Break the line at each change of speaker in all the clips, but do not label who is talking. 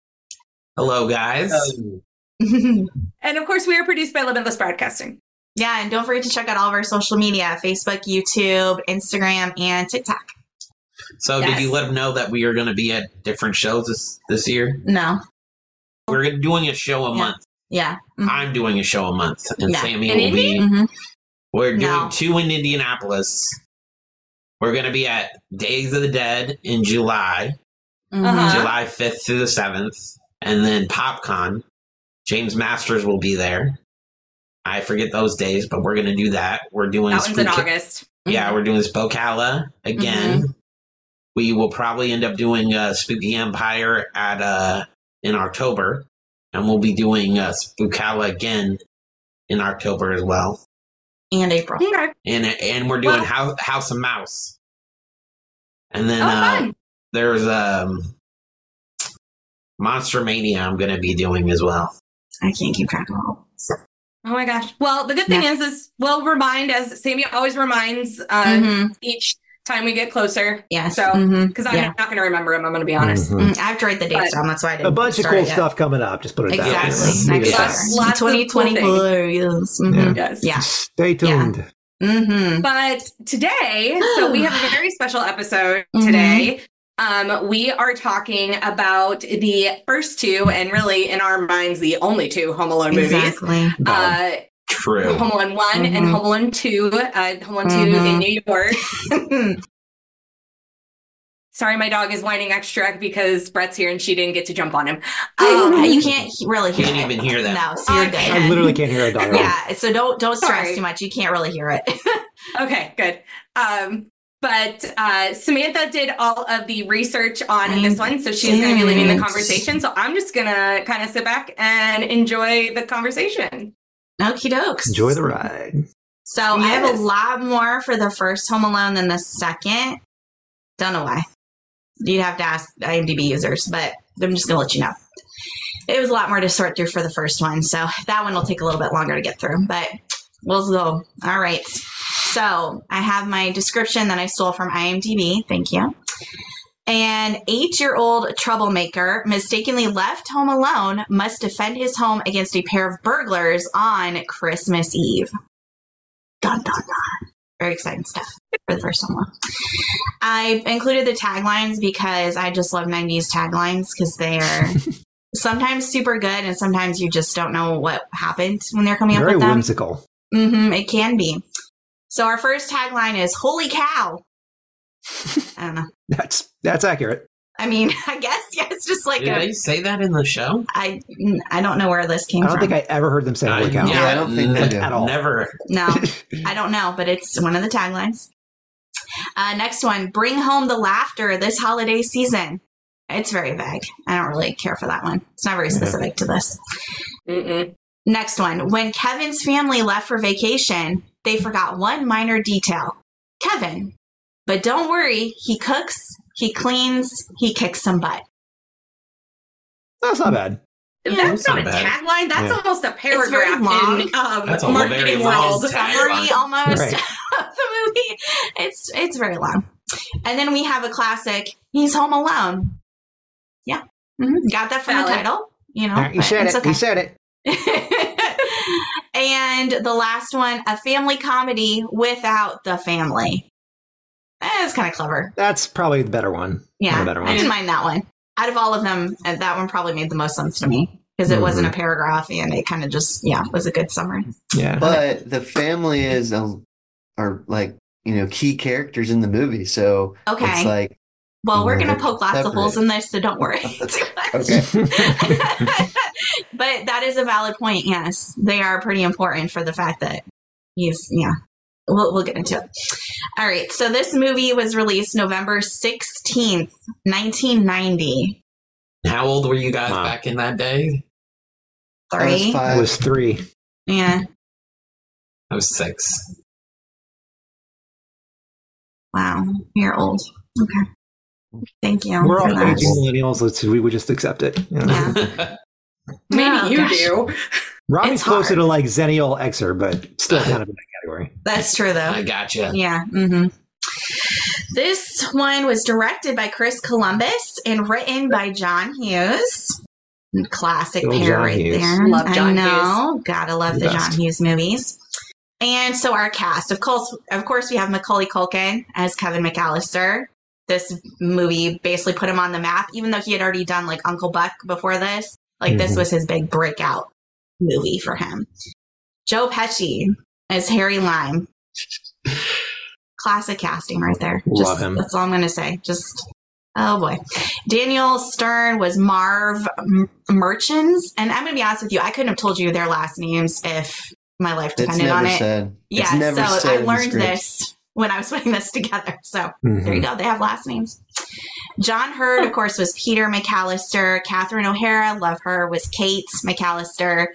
Hello, guys.
yeah,
And of course, we are produced by Limitless Broadcasting.
and don't forget to check out all of our social media Facebook, YouTube, Instagram, and TikTok.
So
Yes.
did you let them know that we are going to be at different shows this this year?
No.
We're doing a show a
Yeah.
month.
Yeah. Mhm.
I'm doing a show a month, and
Yeah.
Sammy
And
will be.
Mhm.
We're doing
No.
two in Indianapolis. We're going to be at Days of the Dead in July,
Mhm.
Uh-huh.
July 5th through the 7th, and then PopCon. James Masters will be there. I forget those days, but we're going to do that. We're doing
That one's in
Spooka-
August. Mm-hmm.
Yeah, we're doing Spokala again. We will probably end up doing uh, Spooky Empire at uh, in October, and we'll be doing uh, Spookala again in October as well.
And April.
Okay. Oh,
And and we're doing
Wow.
House, House of Mouse, and then
Oh,
uh,
fun.
there's um, Monster Mania. I'm going to be doing as well.
I can't keep track of all.
Oh my gosh. Well, the good thing is, is we'll remind, as Sammy always reminds uh,
Mhm.
each time we get closer,
Yes.
So-
Mhm.
because I'm
Yeah.
not going to remember them. I'm going to
Mm-hmm.
be honest.
Mm, I have to write the dates
But-
down. That's why I didn't.
Hmm. A bunch of
start
cool
it yet.
stuff coming up. Just put it down.
Exactly.
Yes.
Next
Yes.
year.
Lots of cool
2024. yes. Mhm.
Yes.
Yeah.
Stay tuned.
Mm-hmm.
But today, so we have a very special episode
Mm-hmm.
today. Um, we are talking about the first two, and really in our minds, the only two Home Alone movies.
Exactly.
Uh,
True.
Home Alone one and
Mhm.
Home Alone two. Uh, Home Alone two
Mhm.
in New York. Sorry, my dog is whining extra because Brett's here and she didn't get to jump on him. Um,
Oh, you can't he- really hear
Can't
it.
even hear that.
No, so you're
I
good.
can't.
I literally can't hear a dog.
Yeah, so don't don't stress
Sorry.
too much. You can't really hear it.
Okay, good. Um, but uh, Samantha did all of the research on
I
this one, so she's going to be leading the
did.
conversation. So I'm just going to kind of sit back and enjoy the conversation.
Okie dokes.
Enjoy the ride.
So I have
Yes.
a lot more for the first Home Alone than the second. Don't know why. You'd have to ask IMDb users, but I'm just gonna let you know. It was a lot more to sort through for the first one, so that one will take a little bit longer to get through, but we'll go. All right. So I have my description that I stole from IMDb. Thank you. An eight year old troublemaker mistakenly left home alone must defend his home against a pair of burglars on Christmas Eve. Dun, dun, dun. Very exciting stuff for the first one. I included the taglines because I just love 90s taglines because they are sometimes super good and sometimes you just don't know what happened when they're coming
Very
up with them.
whimsical.
Mm-hmm, it can be. So our first tagline is "Holy cow!" I don't know.
That's that's accurate.
I mean, I guess yeah. It's just like uh,
Did
a,
they say that in the show?
I mm, I don't know where this came
I don't
from.
think I ever heard them say holy cow.
Yeah, I don't think they
Like,
do.
at all.
Never.
no, I don't know, but it's one of the taglines. Uh, next one: "Bring home the laughter this holiday season." It's very vague. I don't really care for that one. It's not very
Mm-hmm.
specific to this.
Mm-mm.
Next one: "When Kevin's family left for vacation, they forgot one minor detail: Kevin." But don't worry, he cooks, he cleans, he kicks some butt.
That's not bad.
that's
that's
not a
not bad.
tagline. That's
Yeah.
almost a
It's very
paragraph
long.
in um,
That's a very
marketing
long
world.
tag-
summary
Right.
almost
Right.
of the movie. It's it's very long. And then we have a classic. He's home alone. Yeah, Mhm. got that from the
Valid.
title. You know,
All right, you
but
said
it's
it.
okay.
You said it.
and the last one, a family comedy without the family. That's kind of clever.
That's probably the better one. One
Yeah,
of the better
I
ones.
didn't mind that one. Out of all of them, uh, that one probably made the most sense to me because it wasn't a
Mm-hmm.
paragraph and it kind of just yeah was a good summary.
Yeah.
But the family is a, are like you know key characters in the movie, so
Okay,
it's like
Well, we're
Yeah,
gonna
they're
poke lots of
separate.
holes in this, so don't worry. too much.
okay,
but that is a valid point. Yes, they are pretty important for the fact that he's yeah. We'll, we'll get into it. All right. So this movie was released November sixteenth, nineteen ninety
How old were you guys
Wow.
back in that day?
I was
three.
It
five.
was three.
Yeah.
I was six.
Wow. You're old. Okay. Thank you.
We're all
for that.
aging millennials. Let's we would just accept it. you know?
Yeah.
Maybe
Oh,
you
gosh.
do.
Robbie's
It's
closer
hard.
to like Xennial Xer, but still kind of in that category.
That's true though.
I gotcha.
Yeah. hmm This one was directed by Chris Columbus and written by John Hughes. Classic
Old
pair
Oh, John
right
Hughes.
there.
Love
I
John
know. Gotta love the,
The
John
best.
Hughes movies. And so our cast, of course, of course, we have Macaulay Culkin as Kevin McAllister. This movie basically put him on the map, even though he had already done like Uncle Buck before this. Like this
Mhm.
was his big breakout movie for him. Joe Pesci as Harry Lime. Classic casting right there. Just,
Love him.
That's all I'm going to say. Just, oh boy. Daniel Stern was Marv M- Merchants. And I'm going to be honest with you, I couldn't have told you their last names if my life
It's
depended on
never
it.
said.
yeah,
it's never
so
said
I
in the
learned
script.
this when I was putting this together. So
Mhm.
there you go. They have last names. John Hurd, of course, was Peter McAllister. Catherine O'Hara, love her, was Kate McAllister.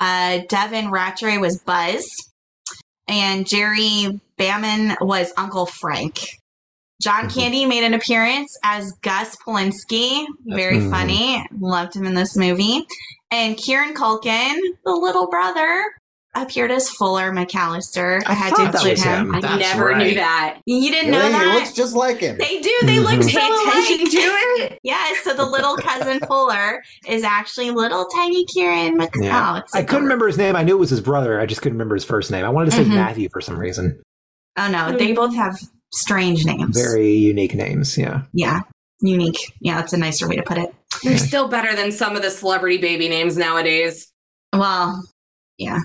Uh, Devin Rattray was Buzz. And Jerry Baman was Uncle Frank. John
Mhm.
Candy made an appearance as Gus Polinski. Very
Mhm.
funny. Loved him in this movie. And Kieran Culkin, the little brother, appeared as Fuller McAllister. I, had to
thought that
include
was
him.
him.
I
That's
never
right.
knew that.
You didn't know
Really?
that?
It looks just like him.
They do. They look
Mhm.
so
Pay attention
alike.
to it.
Yes. So the little cousin Fuller is actually little tiny Kieran McCall.
Yeah.
it's
I
like
couldn't
a-
remember his name. I knew it was his brother. I just couldn't remember his first name. I wanted to say
Mhm.
Matthew for some reason.
Oh no, they both have strange names.
Very unique names. Yeah.
Yeah. Unique. Yeah, that's a nicer way to put it.
They're still better than some of the celebrity baby names nowadays.
Well, yeah,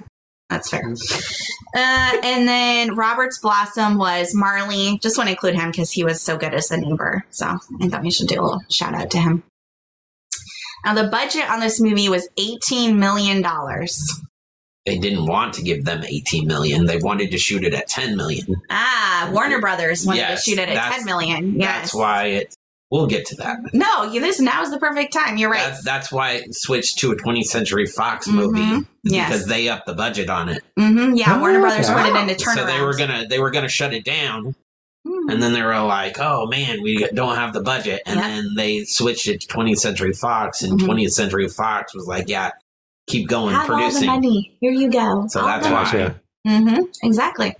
that's fair.
Mm.
Uh, and then Robert's Blossom was Marley. Just want to include him because he was so good as the neighbor. So I thought we should do a little shout out to him. Now the budget on this movie was eighteen million dollars.
They didn't want to give them 18 million. They wanted to shoot it at 10 million.
Ah, Warner Brothers wanted
Yes,
to shoot it at
that's-
ten million. Yes,
That's why it. We'll get to that.
No, you, this now is the perfect time. You're right.
That, that's why it switched to a 20th Century Fox
Mhm.
movie
Yes.
because they upped the budget on it.
hmm yeah,
Oh,
Warner Brothers
okay.
wanted it to turn
so
around. Hmm.
they were gonna they were gonna shut it down, and then they were like, "Oh man, we don't have the budget." And
Yeah.
then they switched it to 20th Century Fox, and
Mhm.
20th Century Fox was like, "Yeah, keep going
Have
producing."
all the money. Here you go.
So
All
that's
the-
why.
Gotcha.
Mhm, exactly.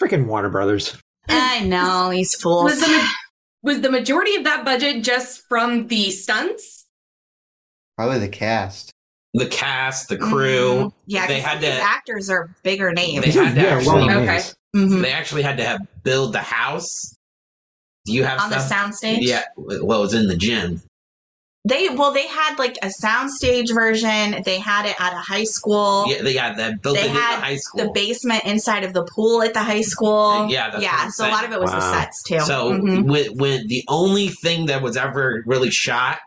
Freaking Warner Brothers.
I know these fools.
Was the ma- was the majority of that budget just from the stunts?
Probably the cast.
the cast, the crew.
Mm-hmm. Yeah,
they
'cause
had
these
to.
actors are bigger names.
They had to
Yeah, well,
actually.
Okay.
Mhm.
They actually had to have build the house. Do you have
on the
stuff?
soundstage.
Yeah, well, it was in the gym.
They well, they had like a soundstage version. They had it at a high school.
Yeah, they got that built
They
it in the
had
high school.
The basement inside of the pool at the high school.
Yeah, that's what
yeah.
I'm
So a lot
saying.
of it was the
Wow.
sets too.
So
Mhm.
when, when the only thing that was ever really shot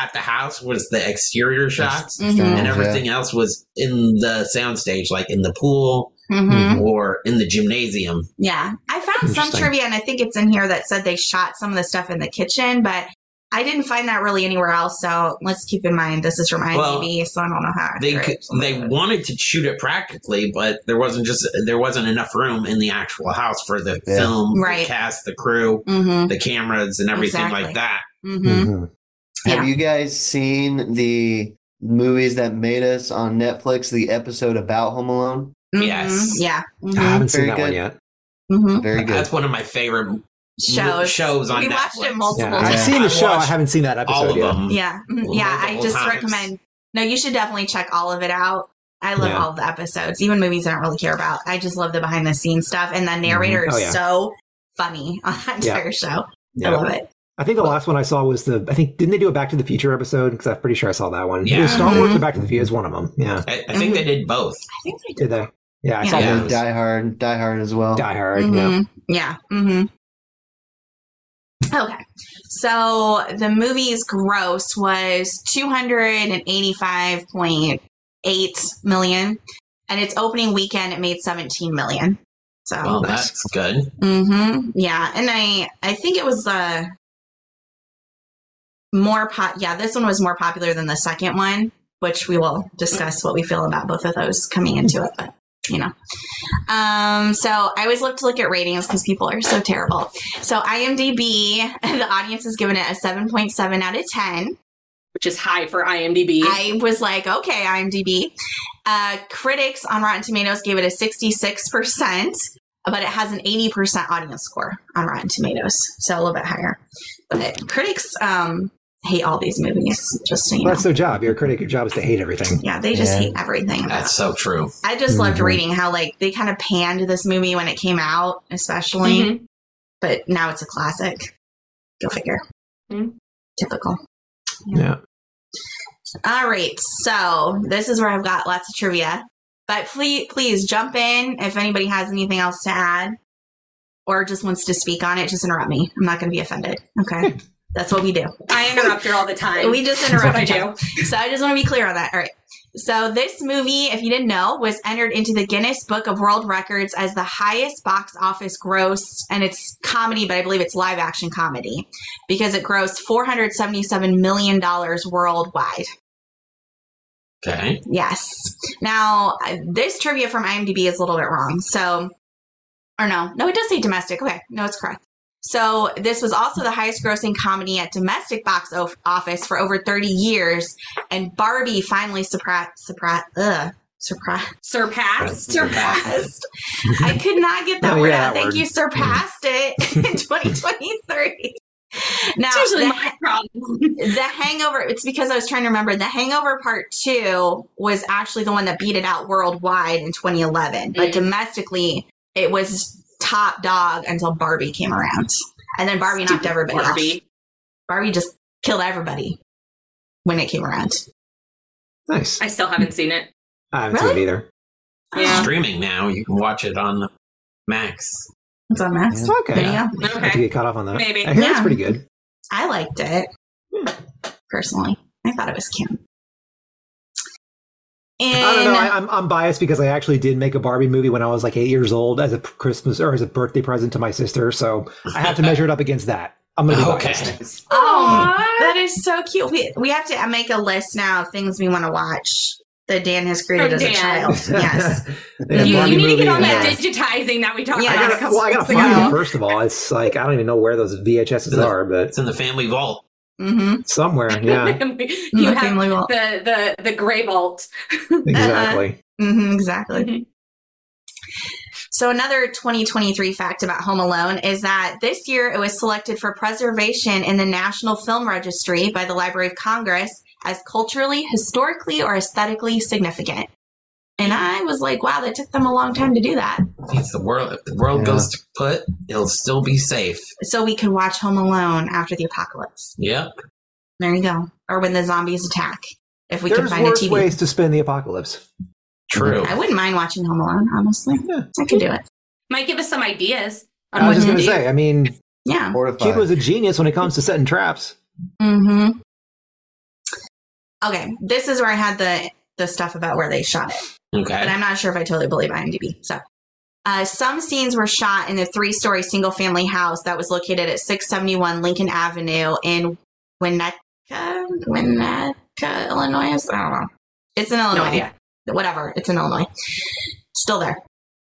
at the house was the exterior shots,
Mhm.
and
Yeah.
everything else was in the soundstage, like in the pool
Mhm.
or in the gymnasium.
Yeah. I found some
Hmm. Interesting.
trivia, and I think it's in here that said they shot some of the stuff in the kitchen, but I didn't find that really anywhere else. So let's keep in mind this is from
Well,
IMDb, so I don't know how.
They
accurate
could,
some of
they
it is.
wanted to shoot it practically, but there wasn't just there wasn't enough room in the actual house for the
Yeah.
film,
Right.
the cast, the crew,
Mhm.
the cameras, and everything
Exactly.
like that.
Mhm.
Mhm.
Have you guys seen the movies that made us on Netflix? The episode about Home Alone,
Mhm.
Yes.
Yeah.
I
Mhm.
haven't seen
Very
that one
good.
yet.
Mhm.
very good.
That's one of my favorite
Shows.
shows on
we watched it
Netflix.
multiple
Yeah, I've
times.
seen the
I've
show. I
watched
haven't seen that episode
all of
yet.
them.
Yeah. Mhm.
Well,
Yeah. I
multiple
just
times.
recommend. No, you should definitely check all of it out. I love
Yeah.
all the episodes, even movies I don't really care about. I just love the behind the scenes stuff. And the narrator
Mhm. Oh, yeah.
is so funny on that
Yeah.
entire show.
Yeah.
I love it.
I think the last one I saw was the. I think didn't they do a Back to the Future episode? Because I'm pretty sure I saw that one. Either
Yeah.
Star Wars
Mhm.
or Back to the Future is one of them. Yeah,
I, I think
Mm-hmm.
they did both.
I think they
did they? Yeah, I saw
Yeah.
And
those.
Die Hard, Die Hard as well.
Die Hard. Yeah.
Mhm. Yeah. Mm-hmm. Okay. So the movie's gross was 285.8 million. And its opening weekend, it made 17 million. So,
Well,
Nice.
that's good.
hmm yeah. And I, I think it was uh, more pop. Yeah, this one was more popular than the second one, which we will discuss what we feel about both of those coming into it. But you know. Um, so I always love to look at ratings because people are so terrible. So IMDb, the audience has given it a 7.7 out of 10.
which is high for IMDb.
I was like, okay, IMDb. Uh, critics on Rotten Tomatoes gave it a 66%, but it has an 80% audience score on Rotten Tomatoes. So a little bit higher. But critics um, hate all these movies, just so you
Well,
know.
that's their job. Your critic, your job is to hate everything.
Yeah, they just
Yeah.
hate everything. about
That's so true.
I just loved
Mhm.
reading how like they kind of panned this movie when it came out, especially,
Mhm.
but now it's a classic. Go figure. Hmm.
Mhm.
Typical.
Yeah.
All right, so this is where I've got lots of trivia, but please, please jump in if anybody has anything else to add, or just wants to speak on it. Just interrupt me. I'm not going to be offended. Okay, that's what we do.
I interrupt her all the time.
We just
That's what
interrupt
I
each other.
do.
So I just want to be clear on that. All right. So this movie, if you didn't know, was entered into the Guinness Book of World Records as the highest box office gross, and it's comedy, but I believe it's live action comedy because it grossed 477 million dollars worldwide.
Okay.
Yes. Now, uh, this trivia from IMDb is a little bit wrong. So, or no, no, it does say domestic. Okay, no, it's correct. So, this was also the highest grossing comedy at domestic box o- office for over 30 years. And Barbie finally surprised, surprised, ugh, surprised,
Surpassed.
surpassed. I could not get that
Oh,
word
yeah,
out.
that
Thank
word.
you, surpassed it in 2023. Now,
It's
the-
usually my problem.
the hangover it's because i was trying to remember the hangover part two was actually the one that beat it out worldwide in 2011 but
Mm.
domestically it was top dog until barbie came around and then barbie knocked
Stupid
everybody off
Barbie.
barbie just killed everybody when it came around
Nice.
I still haven't seen it.
I haven't seen it
Really?
either.
Yeah.
Streaming now, you can watch it on Max.
it's on max
Okay.
video
I have to
Okay.
get caught off on that.
Maybe.
I hear it's
Yeah.
pretty good.
i liked it
Hmm.
personally i thought it was cute and
I don't know. I, I'm, I'm biased because I actually did make a Barbie movie when I was like eight years old as a p- Christmas or as a birthday present to my sister. So I have to measure it up against that. I'm going to be biased.
Okay.
Oh,
Um,
Aw.
that is so cute. We, we have to make a list now of things we want to watch that Dan has created as
From Dan.
a child. Yes.
Yeah,
you,
Barbie
you need to
movie
get on
and,
that
uh,
Yes.
digitizing that we talked
Yeah.
I
about. a
gotta,
couple
well, I gotta
weeks
find
ago.
it first of all. It's like I don't even know where those VHSs are, but
It's in the family vault.
hmm
somewhere. Yeah,
Uh-huh.
you
the
have
family vault.
the the the gray vault.
exactly.
hmm exactly.
Mhm.
So another 2023 fact about Home Alone is that this year it was selected for preservation in the National Film Registry by the Library of Congress as culturally, historically, or aesthetically significant. And I was like, wow, that took them a long time to do that.
If the world, if the world
Yeah.
goes to put, it'll still be safe.
So we could watch Home Alone after the apocalypse.
Yep.
There you go. Or when the zombies attack, if we can
There's
find a
worse
TV.
ways to spend the apocalypse.
True.
I wouldn't mind watching Home Alone, honestly. I could do it.
Might give us some ideas on
I
what
was just
to
going
do.
to say, I mean,
Yeah.
Kid
Mortified.
was a genius when it comes to setting traps.
hmm Okay, this is where I had the the stuff about where they shot it, but
Okay.
I'm not sure if I totally believe IMDb. So, uh, some scenes were shot in the three story single family house that was located at 671 Lincoln Avenue in Winnetka, Winnetka, Illinois. I don't know. It's in Illinois.
No idea.
Whatever. It's in Illinois. Still there.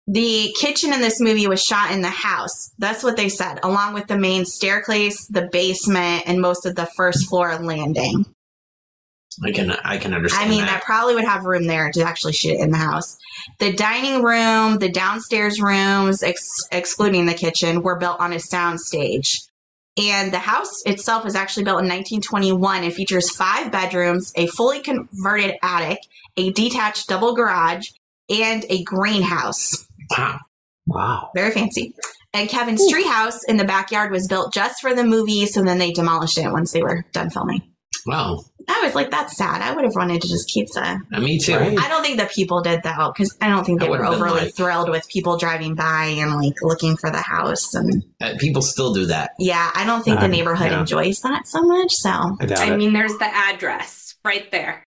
The kitchen in this movie was shot in the house. That's what they said, along with the main staircase, the basement, and most of the first floor landing.
I can I can
I
understand.
mean, that
that.
probably would have room there to actually shoot it in the house. The dining room, the downstairs rooms, ex- excluding the kitchen, were built on a soundstage. And the house itself was actually built in 1921 and features five bedrooms, a fully converted attic, a detached double garage, and a greenhouse.
Wow.
Wow.
Very fancy. And Kevin's treehouse in the backyard was built just for the movie, so then they demolished it once they were done filming.
Wow.
I was like, that's sad. I would have wanted to just keep the
Uh, Me too.
Right.
I don't think the people did though, because I don't think
I
they were
would've been
overly
like-
thrilled with people driving by and like looking for the house. And
Uh, people still do that.
yeah, I don't think the
Um,
neighborhood
yeah.
enjoys that so much. So
I doubt
I
it.
mean, there's the address right there.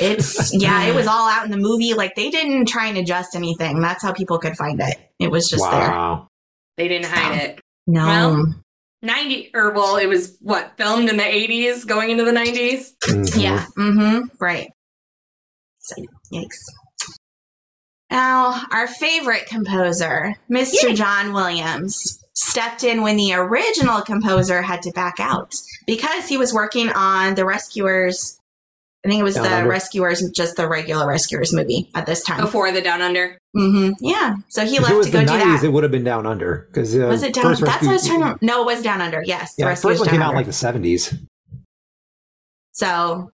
it's yeah, it was all out in the movie. Like they didn't try and adjust anything. That's how people could find it. It was just there.
wow.
They didn't hide it.
No,
Well, 90 or well, it was what filmed in the 80s, going into the 90s.
Mhm.
yeah, mm-hmm, right. So yikes. Now, our favorite composer, Mr. John Williams, stepped in when the original composer had to back out because he was working on The Rescuers. I think it was
Down
The
Under.
Rescuers, just the regular Rescuers movie at this time.
Before the Down Under.
hmm Yeah. So he
If it
left
was
to
the
go do
90s,
that.
it would have been down under. Because uh,
was it down?
First
That's what I was
Rescue-
trying to. No, it was down under. Yes,
Yeah,
the
first
Rescuers
one
down
came out
under.
in like the 70s.
so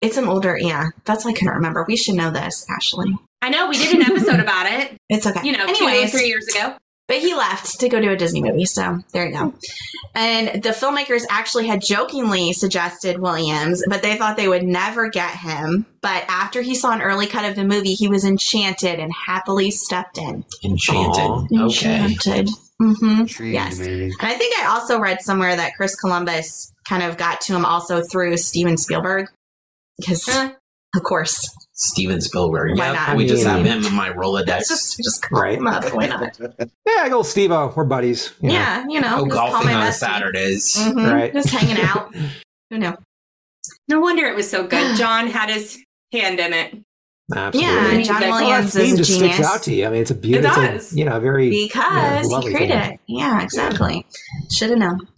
it's an older. Yeah, that's why I couldn't remember. We should know this, Ashley.
I know we did an episode about it,
It's okay.
you know,
Anyways.
two, oh three years ago.
But he left to go do a Disney movie, so there you go. And the filmmakers actually had jokingly suggested Williams, but they thought they would never get him. But after he saw an early cut of the movie, he was enchanted and happily stepped in.
Enchanted.
Enchanted.
Okay.
hmm
Intrigued
Yes.
me.
And I think I also read somewhere that Chris Columbus kind of got to him also through Steven Spielberg, because
Huh.
of course,
Steven Spielberg.
Why
Yep,
not?
we just
Yeah.
have him in my Rolodex.
just just call
Right.
him up. Why not?
Yeah, go Steve O. We're buddies. you know.
Yeah, you know,
Go
just call
golfing
my
on
bestie.
Saturdays.
Mhm,
Right.
Just hanging out. Who knew?
No wonder it was so good. John had his hand in it.
Absolutely.
Yeah,
Absolutely.
John
Well, that
Well, that
Williams
theme
Oh, is a
just
genius.
sticks out to you. I mean, it's a beautiful,
does.
you know, very yeah,
because
lovely
he created
thing.
it. Yeah, exactly. Should have known.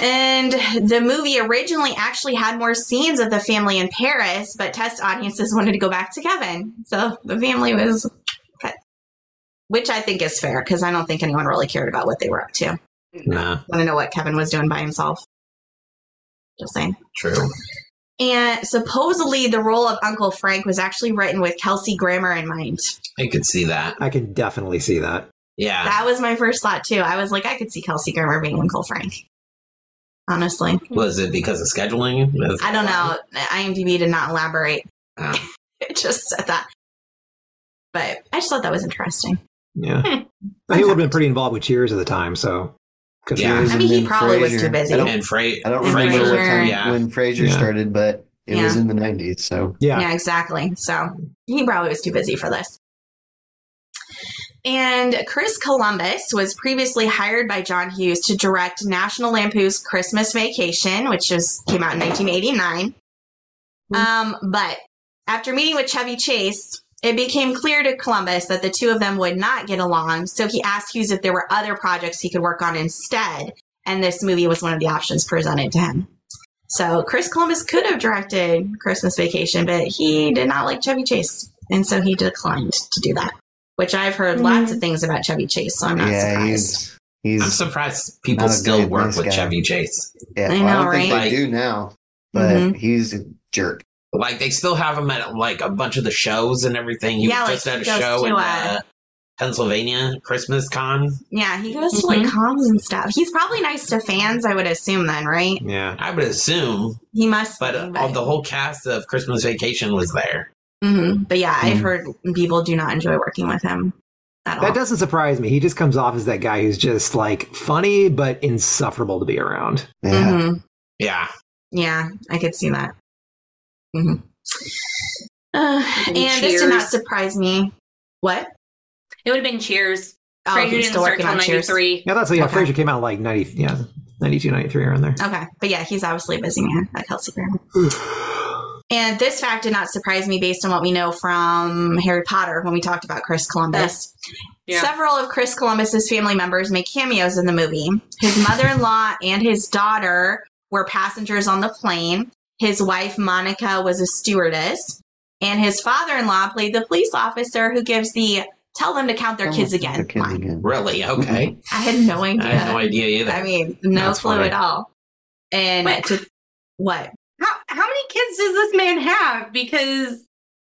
And the movie originally actually had more scenes of the family in Paris, but test audiences wanted to go back to Kevin. So the family was cut, which I think is fair because I don't think anyone really cared about what they were up to. Want
Nah,
to know what Kevin was doing by himself? Just saying.
true.
And supposedly, the role of Uncle Frank was actually written with Kelsey Grammer in mind.
I could see that.
I can definitely see that.
Yeah.
That was my first thought too. I was like, I could see Kelsey Grammer being Uncle Frank. Honestly,
was it because of scheduling?
I don't know. IMDb did not elaborate.
Uh,
It just said that. But I just thought that was interesting.
Yeah.
Hmm.
He would have been pretty involved with Cheers at the time, so. Could
Yeah.
really-
I mean, he
then
probably was
Frasier.
too busy.
I don't,
and Freight.
I don't
And
remember what
Frasier.
time
Yeah.
when Frasier
Yeah.
started, but it was
Yeah.
in the 90s. So
yeah.
Yeah. exactly. So he probably was too busy for this. And Chris Columbus was previously hired by John Hughes to direct National Lampoon's Christmas Vacation, which was, came out in 1989. Um, but after meeting with Chevy Chase, it became clear to Columbus that the two of them would not get along, so he asked Hughes if there were other projects he could work on instead, and this movie was one of the options presented to him. So Chris Columbus could have directed Christmas Vacation, but he did not like Chevy Chase, and so he declined to do that. Which I've heard lots of things about Chevy Chase, so I'm not
yeah,
surprised.
he's
I'm
he's
surprised people
Not a
still
good
work
nice
with
guy.
Chevy Chase.
yeah.
I
well, I
know,
don't think
right? Mm-hmm.
they do now. but he's a jerk.
Like they still have him at like a bunch of the shows and everything. He
Yeah,
was
like,
just at a
he goes
show
to,
in
uh,
uh, Pennsylvania, Christmas con.
Yeah, he goes to like cons and stuff. He's probably nice to fans, I would assume, then, right?
Yeah,
I would assume,
He must.
but uh, all- the whole cast of Christmas Vacation was there.
hmm But yeah, I've
Mhm.
heard people do not enjoy working with him at all.
That doesn't surprise me. He just comes off as that guy who's just like funny but insufferable to be around.
Yeah.
hmm
Yeah,
Yeah, I could see that. hmm Uh, and
And
this did not
Cheers.
surprise me. What?
It would have been Cheers.
Oh,
Frasier
he was
didn't
still
start
working
till
on Cheers.
'93.
Yeah, that's yeah.
Okay.
Frasier came out in like 90, yeah, 92, 93 around there.
Okay, but yeah, he's obviously busy man, like Kelsey Grammer. Oh. And this fact did not surprise me based on what we know from Harry Potter when we talked about Chris Columbus.
Yeah.
Several of Chris Columbus's family members make cameos in the movie. His mother-in-law and his daughter were passengers on the plane. His wife Monica was a stewardess, and his father-in-law played the police officer who gives the "tell them to count their kids again"
Their kids
line.
again.
really? Okay,
I had no idea.
I had no idea either.
I mean, no
That's
clue
funny.
at all. And
Wait.
to- what?
How how many kids does this man have? Because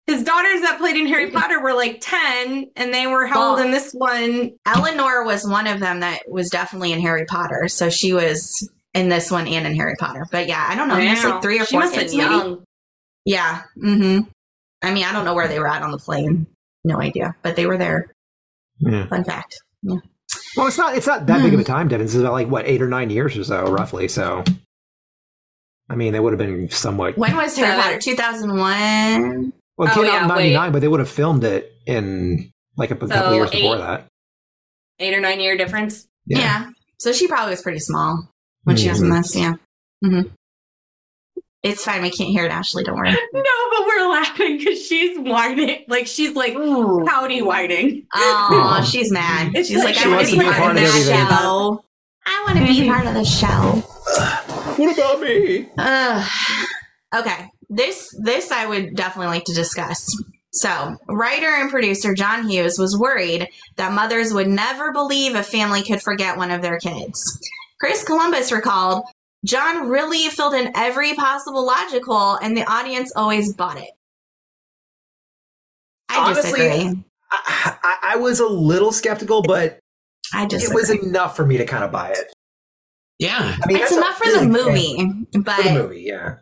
his daughters that played in Harry Potter were like ten, and they were how old
Well-
in this one?
Eleanor was one of them that was definitely in Harry Potter. So she was in this one and in Harry Potter. But yeah, I don't know. There's
Wow.
like three or
She
four
must have
kids.
been
maybe.
young.
Yeah. hmm I mean, I don't know where they were at on the plane. No idea. But they were there.
Yeah.
Fun fact.
Well, it's not it's not that big
Hmm.
of a time difference. It's about like what eight or nine years or so, roughly. So, I mean, they would have been somewhat.
When was Harry
Seven.
Potter? 2001.
Well, it
Oh,
came out in
yeah, wait.
'99, but they would have filmed it in like a p- couple
So,
years before
eight.
that.
Eight or nine year difference.
Yeah. So she probably was pretty small when she was in
Mhm.
this. Yeah. hmm It's fine. We can't hear it, Ashley. Don't worry.
No, but we're laughing because she's whining. Like she's like pouty whining.
Oh, she's mad.
It's
she's like,
like
I
she
want
wants
to
to
be
be a
part of
part of
that
everything.
show. I want to be part of the show.
What about me?
Ugh. Okay, this this I would definitely like to discuss. So, writer and producer John Hughes was worried that mothers would never believe a family could forget one of their kids. Chris Columbus recalled, John really filled in every possible logical, and the audience always bought it. I
Honestly,
disagree.
I, I, I was a little skeptical, but
I disagree.
enough for me to kind of buy it.
Yeah,
I mean,
it's
that's a
enough for
big
the
thing
movie,
For the
but
movie, yeah.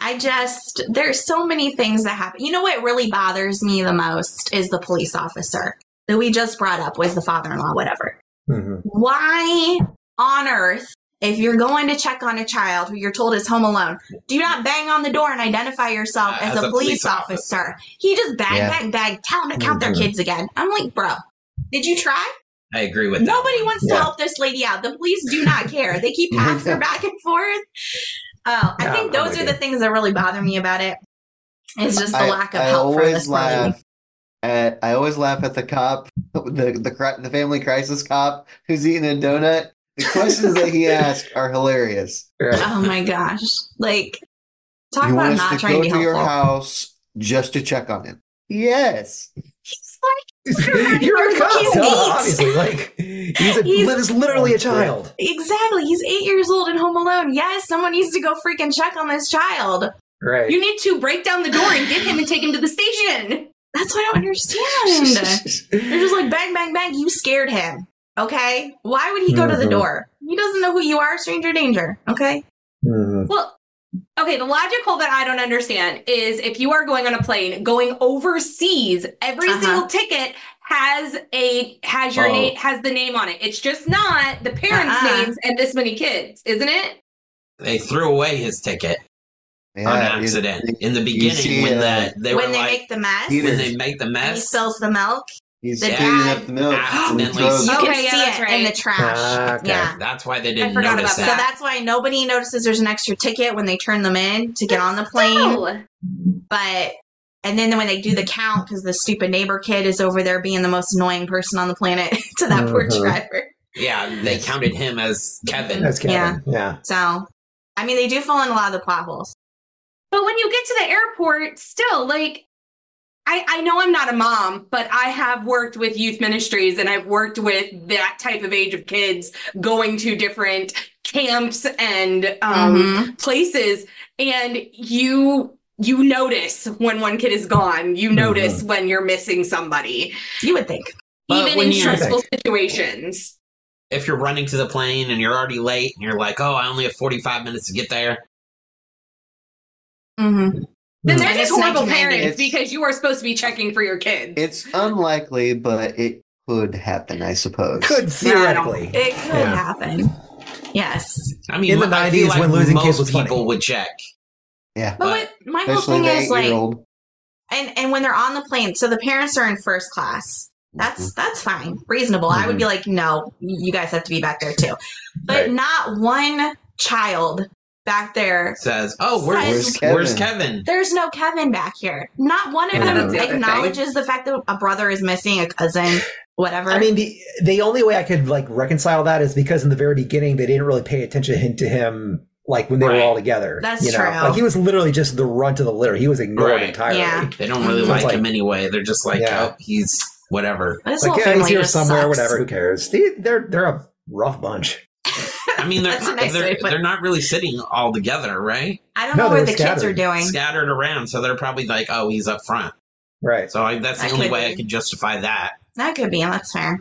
I just there's so many things that happen. You know what really bothers me the most is the police officer that we just brought up was the father-in-law, whatever.
hmm
Why on earth, if you're going to check on a child who you're told is home alone, do not bang on the door and identify yourself
Uh,
as, a, police, officer. He just bang,
Yeah.
bang, bang, tell them to count
Mhm.
their kids again. I'm like, bro, did you try?
I agree with that.
Nobody wants to
Yeah.
help this lady out. The police do not care. They keep passing her back and forth. Oh, I
Yeah,
think
I'm
those
with
are the
you.
things that really bother me about it. Is just the lack of
I
help for
always
this
laugh
lady.
At, I always laugh at the cop, the the cri- the family crisis cop who's eating a donut. The questions that he asks are hilarious.
Oh my gosh! Like, talk
you
about
want
not
us to
trying
go
to be
to your
helpful.
house just to check on him? Yes.
She's like,
You're a cop,
He's
duh,
eight.
obviously. Like he's, a,
He's-
he's literally a child.
Exactly. He's eight years old and home alone. Yes, someone needs to go freaking check on this child.
Right.
you need to break down the door and get him and take him to the station.
That's what I don't understand. They're just like bang, bang, bang. You scared him. Okay. Why would he go to the
Mm-hmm.
Mhm.
door? He doesn't know who you are, stranger danger. Okay.
Mhm.
Well, okay, the logical that I don't understand is if you are going on a plane going overseas, every
Uh-huh.
single ticket has a has your
Oh.
name has the name on it. It's just not the parents'
Uh-uh.
names and this many kids, isn't it?
They threw away his ticket on
Yeah, you-
accident
you-
in the beginning
see,
when
uh,
the they
when
were
they
like
make the mess,
He-
when they make the
and he
mess.
spills the milk.
He's
The
cleaning
dad
up the milk. and he
accidentally
throws-
You
Okay,
can
yeah,
see
that's
it in
right.
the trash.
Ah, okay.
Yeah.
That's why they didn't
forgot
notice
about
So
that.
that.
that's why nobody notices there's an extra ticket when they turn them in to get on the plane.
No.
But and then when they do the count, because the stupid neighbor kid is over there being the most annoying person on the planet to that poor
Mhm.
driver.
Yeah, they counted him as Kevin.
That's Kevin. Yeah.
So, I mean, they do fill in a lot of the plot holes.
But when you get to the airport, still like I, I know I'm not a mom, but I have worked with youth ministries and I've worked with that type of age of kids going to different camps and um,
Mm-hmm.
places, and you you notice when one kid is gone.
Mm-hmm.
You notice when you're missing somebody.
You would think,
But
even
when Mm-hmm.
in
you-
stressful situations.
If you're running to the plane and you're already late and you're like, oh, I only have 45 minutes to get there.
Mm-hmm.
Then they're
And it's
just horrible
1990.
parents because you are supposed to be checking for your kids.
It's unlikely, but it could happen, I suppose.
Could theoretically.
it could
Yeah.
happen. Yes,
I mean,
In the
I feel
90s when losing
most
kids was funny.
people would check.
Yeah.
but what my whole
Especially
thing
the
is like,
eight-year-old.
and and when they're on the plane, so the parents are in first class.
Mm-hmm.
That's that's fine, reasonable. I would be like, no, you guys have to be back there too, but
Right.
not one child back there.
Says, oh, where,
Says-
where's, where's Kevin?
There's no Kevin back here. Not one of
Yeah,
them
that's the other thing.
acknowledges the fact that a brother is missing, a cousin, whatever.
I mean, the the only way I could like reconcile that is because in the very beginning they didn't really pay attention hin- to him, like when they were
Right.
all together.
That's
you know?
true.
Like he was literally just the runt of the litter. He was ignored
Right.
entirely.
Yeah.
They don't really
Mhm.
like,
Like-
him anyway. They're just like,
Yeah.
oh, he's whatever.
this
Like
whole
yeah, he's
family
here
just
somewhere.
sucks.
Whatever. Who cares? They, they're they're a rough bunch.
I mean, they're
That's a
not,
nice way
they're,
to put it.
they're not really sitting all together, right?
I don't
No,
know
they
where
were
the kids are
scattered.
doing.
Scattered around, so they're probably like, "Oh, he's up front."
Right.
So I, that's the
That
only
could
way
be.
I can justify that.
That could be. That's fair.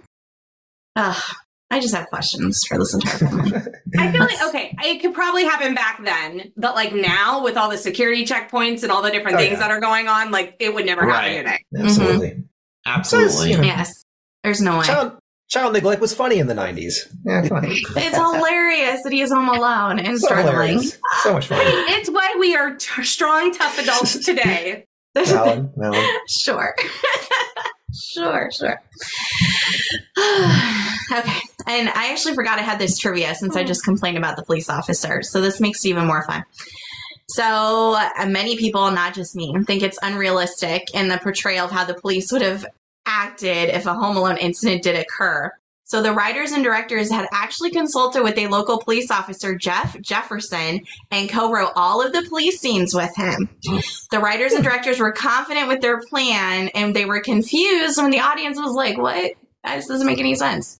Ugh, I just have questions for this entire family.
I feel like okay, it could probably happen back then, but like now with all the security checkpoints and all the different
Oh,
things
yeah.
that are going on, like it would never
Right.
happen today.
Absolutely. So,
Absolutely.
you know,
yes, there's no way.
Child child neglect was funny in the nineties. Yeah, fine.
It's hilarious that he is home alone and
so
struggling.
hilarious. So much
I
fun.
mean, it's why we are t- strong, tough adults today.
Alan, Alan.
sure. sure, sure. okay. And I actually forgot I had this trivia since I just complained about the police officer. So this makes it even more fun. So uh, many people, not just me, think it's unrealistic in the portrayal of how the police would have acted if a Home Alone incident did occur. So the writers and directors had actually consulted with a local police officer, Jeff Jefferson, and co-wrote all of the police scenes with him. The writers and directors were confident with their plan, and they were confused when the audience was like, "What? This doesn't make any sense."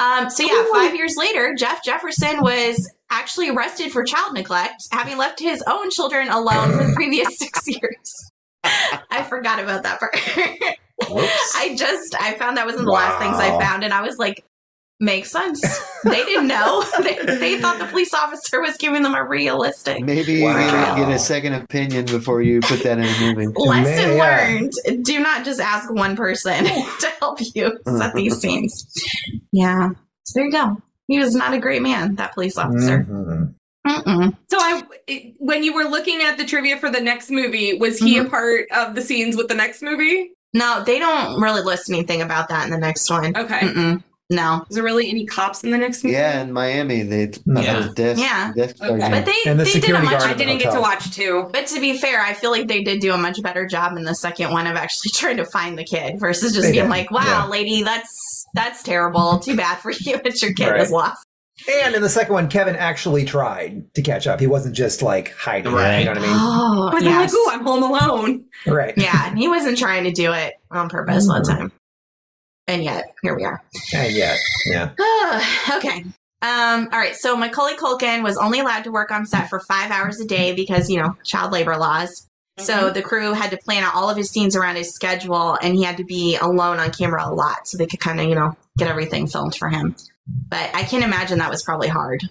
Um, so yeah, five years later, Jeff Jefferson was actually arrested for child neglect, having left his own children alone for the previous six years. I forgot about that part.
Whoops.
I just I found that was in the last things I
Wow.
found, and I was like, makes sense. they didn't know. they, they thought the police officer was giving them a realistic
Maybe you
Wow.
gotta get a second opinion before you put that in a movie.
Lesson
Man, yeah.
learned. Do not just ask one person to help you set these scenes. Yeah. So there you go. He was not a great man, that police officer.
Mhm.
Mm-mm.
So I, it- when you were looking at the trivia for the next movie, was he a part of the scenes with the next movie?
No, they don't really list anything about that in the next one.
Okay.
Mm-mm. No.
Is there really any cops in the next movie?
Yeah, in Miami, they thought
Yeah.
it was death,
Yeah.
death
Okay.
charging.
But they,
And the
they did a
security
much
guard
I didn't get to watch two.
but to be fair, I feel like they did do a much better job in the second one of actually trying to find the kid versus just
They
being
did,
like, Wow,
yeah.
lady, that's that's terrible. Too bad for you that your kid
Right.
was lost.
And in the second one, Kevin actually tried to catch up. He wasn't just like hiding. it,
Right.
You know what I
Oh,
I was
yes.
like, ooh, I'm home alone.
mean? Right.
Yeah, and he wasn't trying to do it on purpose all the
Mhm.
time. And yet, here we are. Ah,
And yet, yeah.
okay. Um, all right, so Macaulay Culkin was only allowed to work on set for five hours a day because, you know, child labor laws. So the crew had to plan out all of his scenes around his schedule, and he had to be alone on camera a lot so they could kind of, you know, get everything filmed for him. But I can imagine that was probably hard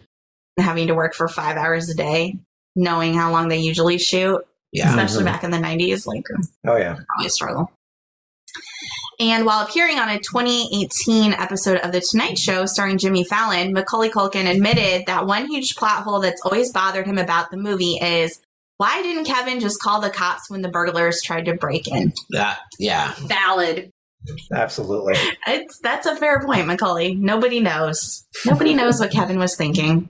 having to work for five hours a day, knowing how long they usually shoot,
Yeah.
especially back in the 90s. Like,
Oh yeah.
probably a struggle. And while appearing on a 2018 episode of The Tonight Show starring Jimmy Fallon, Macaulay Culkin admitted that one huge plot hole that's always bothered him about the movie is why didn't Kevin just call the cops when the burglars tried to break in?
That. Yeah.
Valid.
Absolutely.
It's, that's a fair point, Macaulay. Nobody knows. Nobody knows what Kevin was thinking.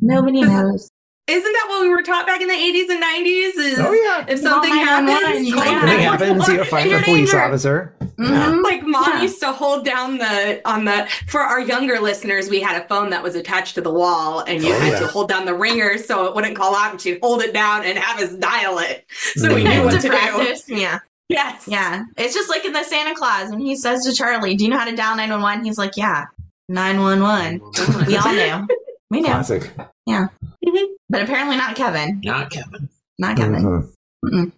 Nobody knows.
Isn't that what we were taught back in the 80s and 90s? Is
Oh yeah.
if something
Call
happens,
911,
call
yeah.
Something happens. You
911.
find
You're
a
in
police
danger.
officer.
Mhm.
Like mom
Yeah.
used to hold down the on the for our younger listeners, we had a phone that was attached to the wall and you
Oh,
had
yeah.
to hold down the ringer so it wouldn't call out and she'd hold it down and have us dial it. So we
Mhm.
knew what
to
to do.
practice. Yeah.
Yes.
Yeah. It's just like in the Santa Claus when he says to Charlie, Do you know how to dial 911? He's like, Yeah, 911. We all knew. We know.
Classic.
Yeah. But apparently not Kevin.
Not Kevin.
Not Kevin.
Mhm.
Mm-mm.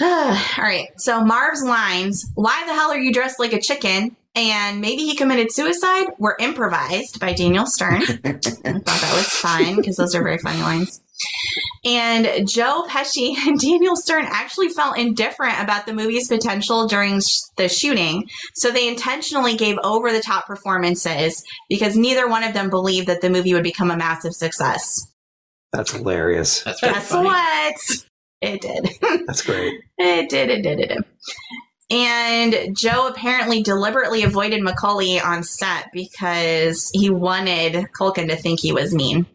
All right. So Marv's lines, why the hell are you dressed like a chicken? And maybe he committed suicide were improvised by Daniel Stern. I thought that was fun because those are very funny lines. And Joe Pesci and Daniel Stern actually felt indifferent about the movie's potential during sh- the shooting. So they intentionally gave over the top performances because neither one of them believed that the movie would become a massive success.
That's hilarious.
That's pretty
Guess
funny.
what? It did.
That's great.
It did, it did, it did. And Joe apparently deliberately avoided Macaulay on set because he wanted Culkin to think he was mean.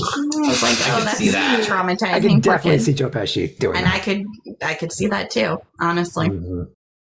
I was like, I
Oh,
can
that's
see that.
traumatizing.
I can
for
definitely
kids.
see Joe Pesci doing
and
that.
I could, I could see that too. Honestly,
Mm.
Mhm.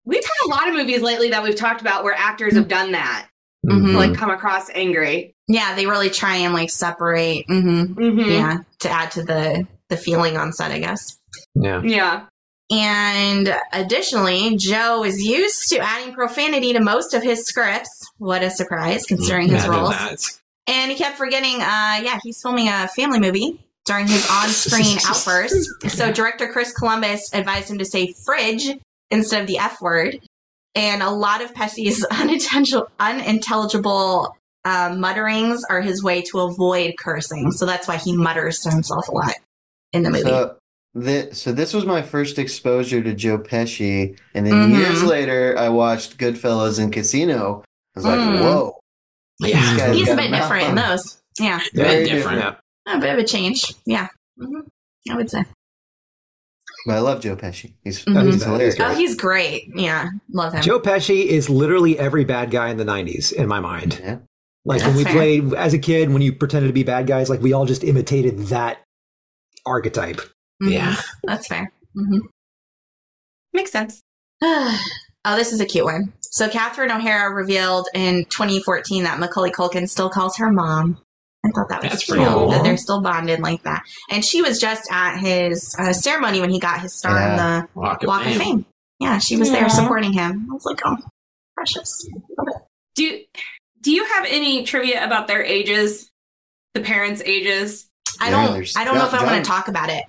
We've had a lot of movies lately that we've talked about where actors have done that,
Mm-hmm.
Mhm.
like come across angry.
yeah, they really try and like separate. hmm
Mm-hmm.
Yeah, to add to the the feeling on set, I guess.
Yeah.
Yeah.
And additionally, Joe is used to adding profanity to most of his scripts. What a surprise, considering his
Mm. Yeah, I know
roles.
that.
And he kept forgetting, uh, yeah, he's filming a family movie during his on screen outburst. So director Chris Columbus advised him to say fridge instead of the F word. And a lot of Pesci's unintentional, unintelligible uh, mutterings are his way to avoid cursing. So that's why he mutters to himself a lot in the movie.
So, thi- so this was my first exposure to Joe Pesci, and then
Mhm.
years later, I watched Goodfellas and Casino. I was like,
Mm.
whoa,
Yeah.
guy's
he's a
got
bit different in those. Yeah,
Very different.
a bit of a change. Yeah, hmm I would say.
But I love Joe Pesci. He's,
Mhm.
he's hilarious.
Oh, he's great. Yeah, love him.
Joe Pesci is literally every bad guy in the 90s in my mind.
Yeah.
Like
That's
when we
fair.
played as a kid, when you pretended to be bad guys, like we all just imitated that archetype.
Mhm.
Yeah.
That's fair. hmm
Makes sense.
oh, this is a cute one. So Catherine O'Hara revealed in 2014 that Macaulay Culkin still calls her mom. I thought that was
That's
cute
pretty cool.
that they're still bonded like that. And she was just at his uh, ceremony when he got his star on
Walk
the
of
Walk of
Fame.
Fame. Yeah, she was there
Aw.
supporting him. I was like, oh, precious.
Do do you have any trivia about their ages? The parents' ages?
I
Yeah,
don't.
there's-
I don't know if I
John-
want to talk about it.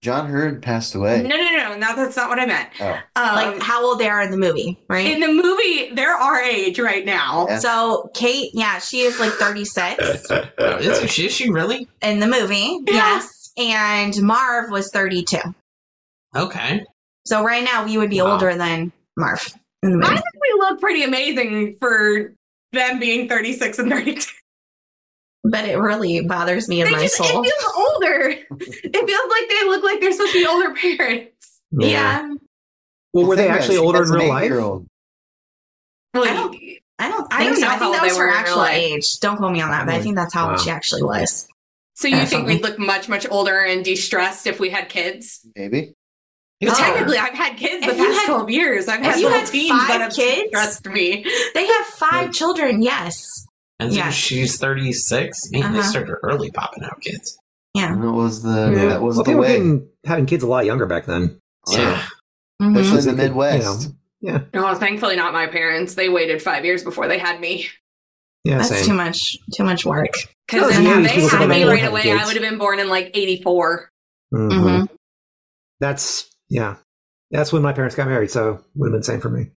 John Hurd passed
No,
away.
no, no, no. That's not what I meant.
Oh.
Um,
Like how old they are in the movie, right?
in the movie, they're our age right now.
Yeah.
so Kate, yeah, she is like 36.
Oh, is, she, is she really?
in the movie.
Yeah.
Yes. And Marv was 32.
Okay.
So right now we would be
Wow.
older than Marv in the
I
movie.
think we look pretty amazing for them being 36 and 32.
But it really bothers me in
They
my
just,
soul.
it feels older. it feels like they look like they're supposed to be older parents.
yeah.
Well,
The
were they
thing is,
actually
she
older
gets
in
an
real life?
eight-year-old.
Like,
don't- I don't think
I don't
so.
know
I
how
think that
old
was
they
her
were in real
actual
life.
age. Don't quote me on that, but I think that's how
Wow.
old she actually was.
so you
Uh,
think we'd look much, much older and de-stressed if we had kids?
Maybe.
It's
Oh.
older.
Technically, I've had kids the
If you
past
had-
12 years. I've
if
had
you
little
had
teens
five
that have
kids-
stressed me.
They have five children, yes.
And so
Yeah.
she's 36. Man, they
Uh-huh.
started early popping out kids.
And That was the
Yeah.
that was
well,
the
people were
way.
getting- having kids a lot younger back then.
Yeah.
Yeah.
Mhm.
Especially in the
They could, you know,
Midwest.
No, thankfully not my parents. They waited five years before they had me.
Yeah,
That's too
same.
much too much work.
Because
Those
if
movies
they
people
had
don't
me
know
right
have
away,
kids.
I would have been born in like 84.
Mhm.
hmm
That's yeah. That's when my parents got married, so would have been the same for me.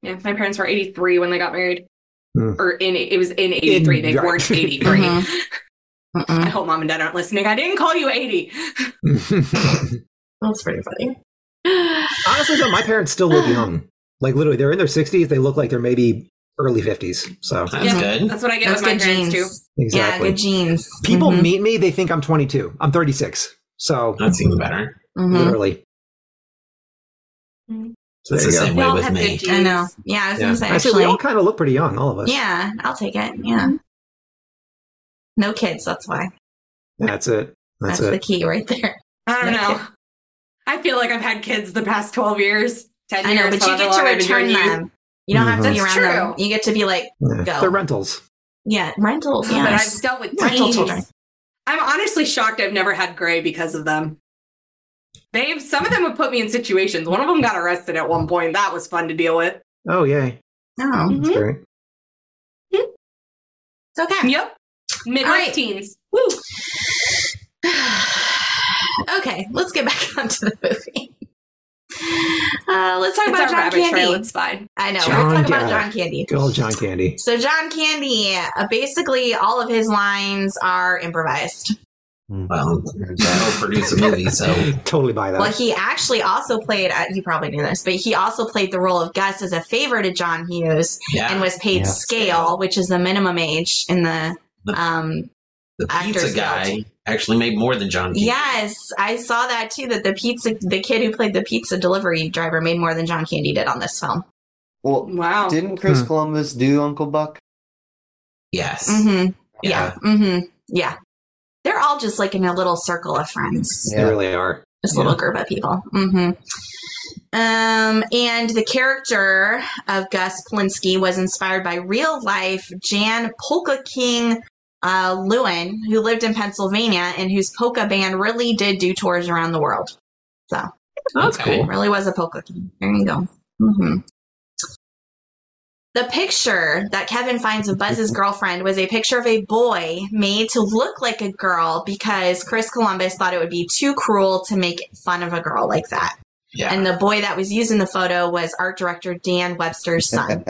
Yeah, my parents were 83 when they got married.
Hmm.
Or in it was in 83. they
right.
weren't 83.
Mm-hmm.
I hope mom and dad aren't listening. I didn't call you 80.
That's pretty funny.
Honestly, though, my parents still look young. Like literally, they're in their sixties. They look like they're maybe early fifties. So
That's
Yeah.
good.
That's what I get
Those
with my
good
parents
genes.
too.
exactly.
Yeah, good genes.
People
Mhm.
meet me, they think I'm 22. I'm 36. So
That's even better.
Mhm.
literally.
Mhm.
So there
That's the
you go.
same
We
way
all
with
have
me.
good genes.
I know. Yeah, I was
Yeah.
gonna say
I say
actually.
we all kind of look pretty young, all of us.
Yeah, I'll take it. Yeah. No kids, that's why.
That's it. That's,
That's, the
it.
key right there.
I don't
Yeah.
know. I feel like I've had kids the past 12 years. 10
I know,
years,
but you get
however
to
long I've been
return
doing youth.
them. You don't have to be
That's
around them.
true.
You get to be like,
Yeah.
Go.
They're rentals.
yeah, rentals.
But
Yes.
I've dealt with
Rental
teens.
children.
I'm honestly shocked I've never had gray because of them. They've some of them have put me in situations. One of them got arrested at one point. That was fun to deal with.
Oh, yay.
No,
That's great.
it's okay.
Yep. Midwest
All right.
teens. Woo.
okay, let's get back onto the movie. Uh, let's talk
It's
about
our
John
rabbit
Candy.
trail. It's fine.
I know.
John
we're talking about
Candy.
John Candy.
Good old John Candy.
So John Candy, uh, basically, all of his lines are improvised.
Well, that'll produce a movie, so
totally buy that.
Well, he actually also played. Uh, you probably knew this, but he also played the role of Gus as a favor to John Hughes,
yeah.
and was paid
Yeah.
scale, which is the minimum age in the.
The-
Um,
the
Actors
pizza guy actually made more than John. Candy.
yes, I saw that too. That the pizza, the kid who played the pizza delivery driver, made more than John Candy did on this film.
Well,
Wow.
didn't Chris
Hmm.
Columbus do Uncle Buck?
Yes.
Mm-hmm.
Yeah.
Yeah. Mm-hmm. Yeah. They're all just like in a little circle of friends.
They really are.
this little group of people. hmm Um, and the character of Gus Polinski was inspired by real life Jan Polka King uh, Lewin, who lived in Pennsylvania and whose polka band really did do tours around the world.
Oh, That's
It
cool.
really was a polka king. There you go. hmm The picture that Kevin finds of Buzz's girlfriend was a picture of a boy made to look like a girl because Chris Columbus thought it would be too cruel to make fun of a girl like that.
Yeah.
And the boy that was used in the photo was art director Dan Webster's son.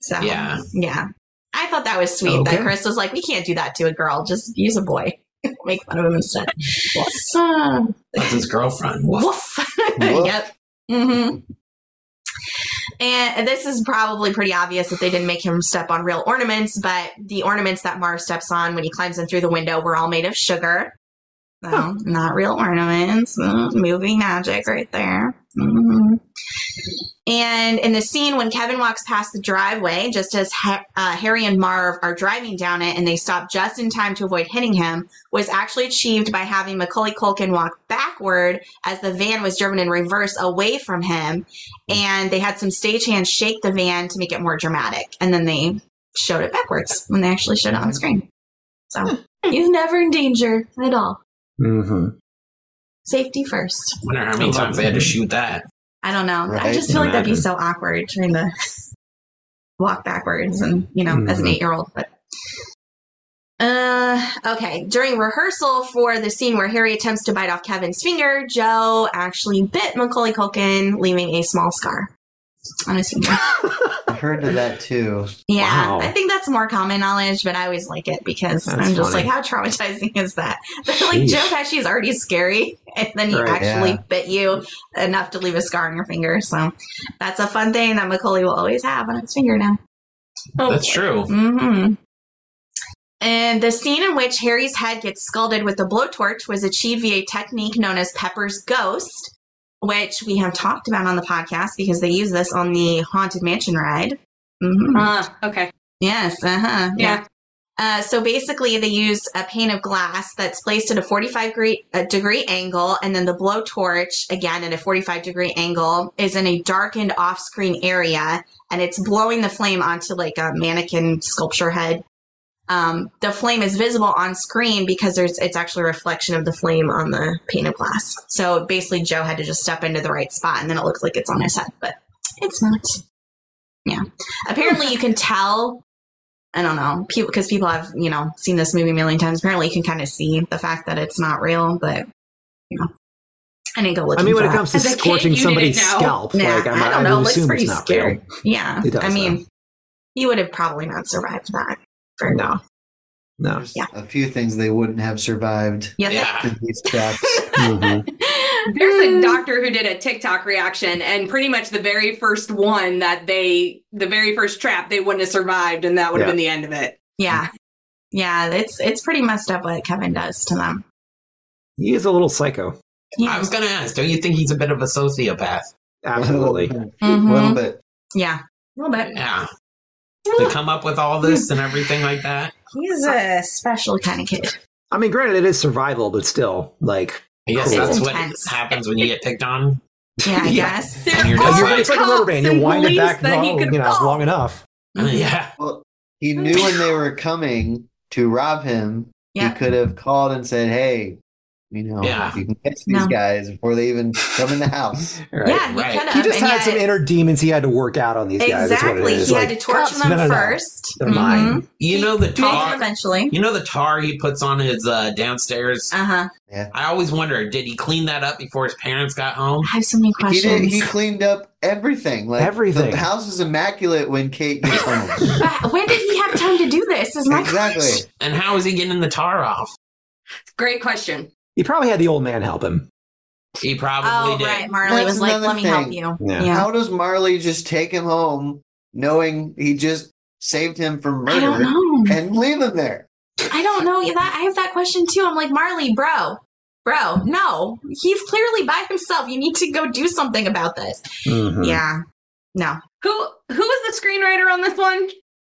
So
Yeah.
yeah. I thought that was sweet
Okay.
that Chris was like, we can't do that to a girl. Just use a boy. Make fun of him instead. So,
That's his girlfriend. What?
woof. yep. hmm And this is probably pretty obvious that they didn't make him step on real ornaments, but the ornaments that Mars steps on when he climbs in through the window were all made of sugar. So, not real ornaments. Mm, movie magic right there. hmm And in the scene when Kevin walks past the driveway, just as ha- uh, Harry and Marv are driving down it and they stop just in time to avoid hitting him, was actually achieved by having Macaulay Culkin walk backward as the van was driven in reverse away from him. And they had some stagehands shake the van to make it more dramatic. And then they showed it backwards when they actually showed it on screen. So he's never in danger at all.
Mm-hmm.
Safety first.
wonder how many times they had to shoot that.
I don't know. I
Right.
just feel like that'd be
Imagine.
so awkward trying to walk backwards and, you know, as an
Mhm.
eight year old. But uh okay. During rehearsal for the scene where Harry attempts to bite off Kevin's finger, Joe actually bit Macaulay Culkin, leaving a small scar on his finger.
I heard of that too.
Yeah,
Wow.
I think that's more common knowledge, but I always like it because
That's
I'm just
funny.
like, how traumatizing is that? like
Sheesh.
Joe Pesci is already scary, and then he
Right,
actually
yeah.
bit you enough to leave a scar on your finger. So that's a fun thing that Macaulay will always have on his finger now. Oh.
Oh,
That's true.
hmm And the scene in which Harry's head gets scalded with a blowtorch was achieved via a technique known as Pepper's Ghost, which we have talked about on the podcast because they use this on the Haunted Mansion ride. hmm
Ah, okay.
Yes, uh huh.
Yeah.
Uh, so basically, they use a pane of glass that's placed at a 45 degree, uh degree angle, and then the blowtorch, again at a 45 degree angle, is in a darkened off screen area, and it's blowing the flame onto like a mannequin sculpture head. Um, the flame is visible on screen because there's it's actually a reflection of the flame on the pane of glass. So basically, Joe had to just step into the right spot, and then it looks like it's on his head, but it's not. Yeah. Apparently, you can tell I don't know, people because people have you know seen this movie a million times. Apparently, you can kind of see the fact that it's not real, but you know, I didn't go looking.
I mean, when
for
it
that.
comes to
As a kid,
scorching
you didn't
somebody's
know.
scalp,
Nah,
like I'm,
I
not-
don't
I
know. It
would
looks
assume it's
pretty
not
scary.
real.
yeah,
It does,
I mean, he would have probably not survived that very
No.
well.
No.
There's
Yeah.
a few things they wouldn't have survived
Yeah,
Yeah.
in these traps.
Mhm.
There's a
Mm.
doctor who did a TikTok reaction, and pretty much the very first one that they, the very first trap, they wouldn't have survived, and that would have
Yeah.
been the end of it.
yeah, yeah. It's it's pretty messed up what Kevin does to them.
He is a little psycho.
Yeah,
I was gonna ask, don't you think he's a bit of a sociopath?
Absolutely.
A little,
Mhm.
bit.
yeah, a little bit.
Yeah. To come up with all this and everything like that.
He's a special kind of kid.
I mean, granted, it is survival, but still, like,
I guess
Cool.
that's what
Intense.
happens when you get picked on.
Yeah, I
Yeah.
guess.
There
you're
are
just like-
it's like a rubber band. You
cops
wind it
and
back
police that he
long,
could
you know,
call.
long enough.
Mm-hmm.
Yeah.
Well, he knew when they were coming to rob him,
Yeah.
he could have called and said, Hey, You know,
Yeah.
you can catch these
No.
guys before they even come in the house.
Right.
yeah, he
right.
could have.
He just
and
had some
yet-
inner demons he had to work out on these guys. Is what it
exactly.
is.
He
Like,
had to torture
cops,
them Mm-hmm.
no, no, no.
1st
They're mine.
You know the tar.
eventually.
You know the tar he puts on his uh, downstairs.
Uh huh.
I always wonder, did he clean that up before his parents got home?
I have so many
He
questions.
did. He cleaned up everything. Like
Everything.
The house is immaculate when Kate gets home.
But when did he have time to do this? Is my question.
exactly.
And how is he getting the tar off?
Great question.
He probably had the old man help him.
He probably
Oh
did.
right, Marley
That's
was like,
another
"Let me help
thing.
you."
Yeah.
Yeah.
How does Marley just take him home, knowing he just saved him from
I don't
Oh, murder,
know.
and leave him there?
I don't know that. I have that question too. I'm like Marley, bro, bro. No, he's clearly by himself. You need to go do something about this.
Hmm.
Mhm.
Yeah. No,
Who who was the screenwriter on this one?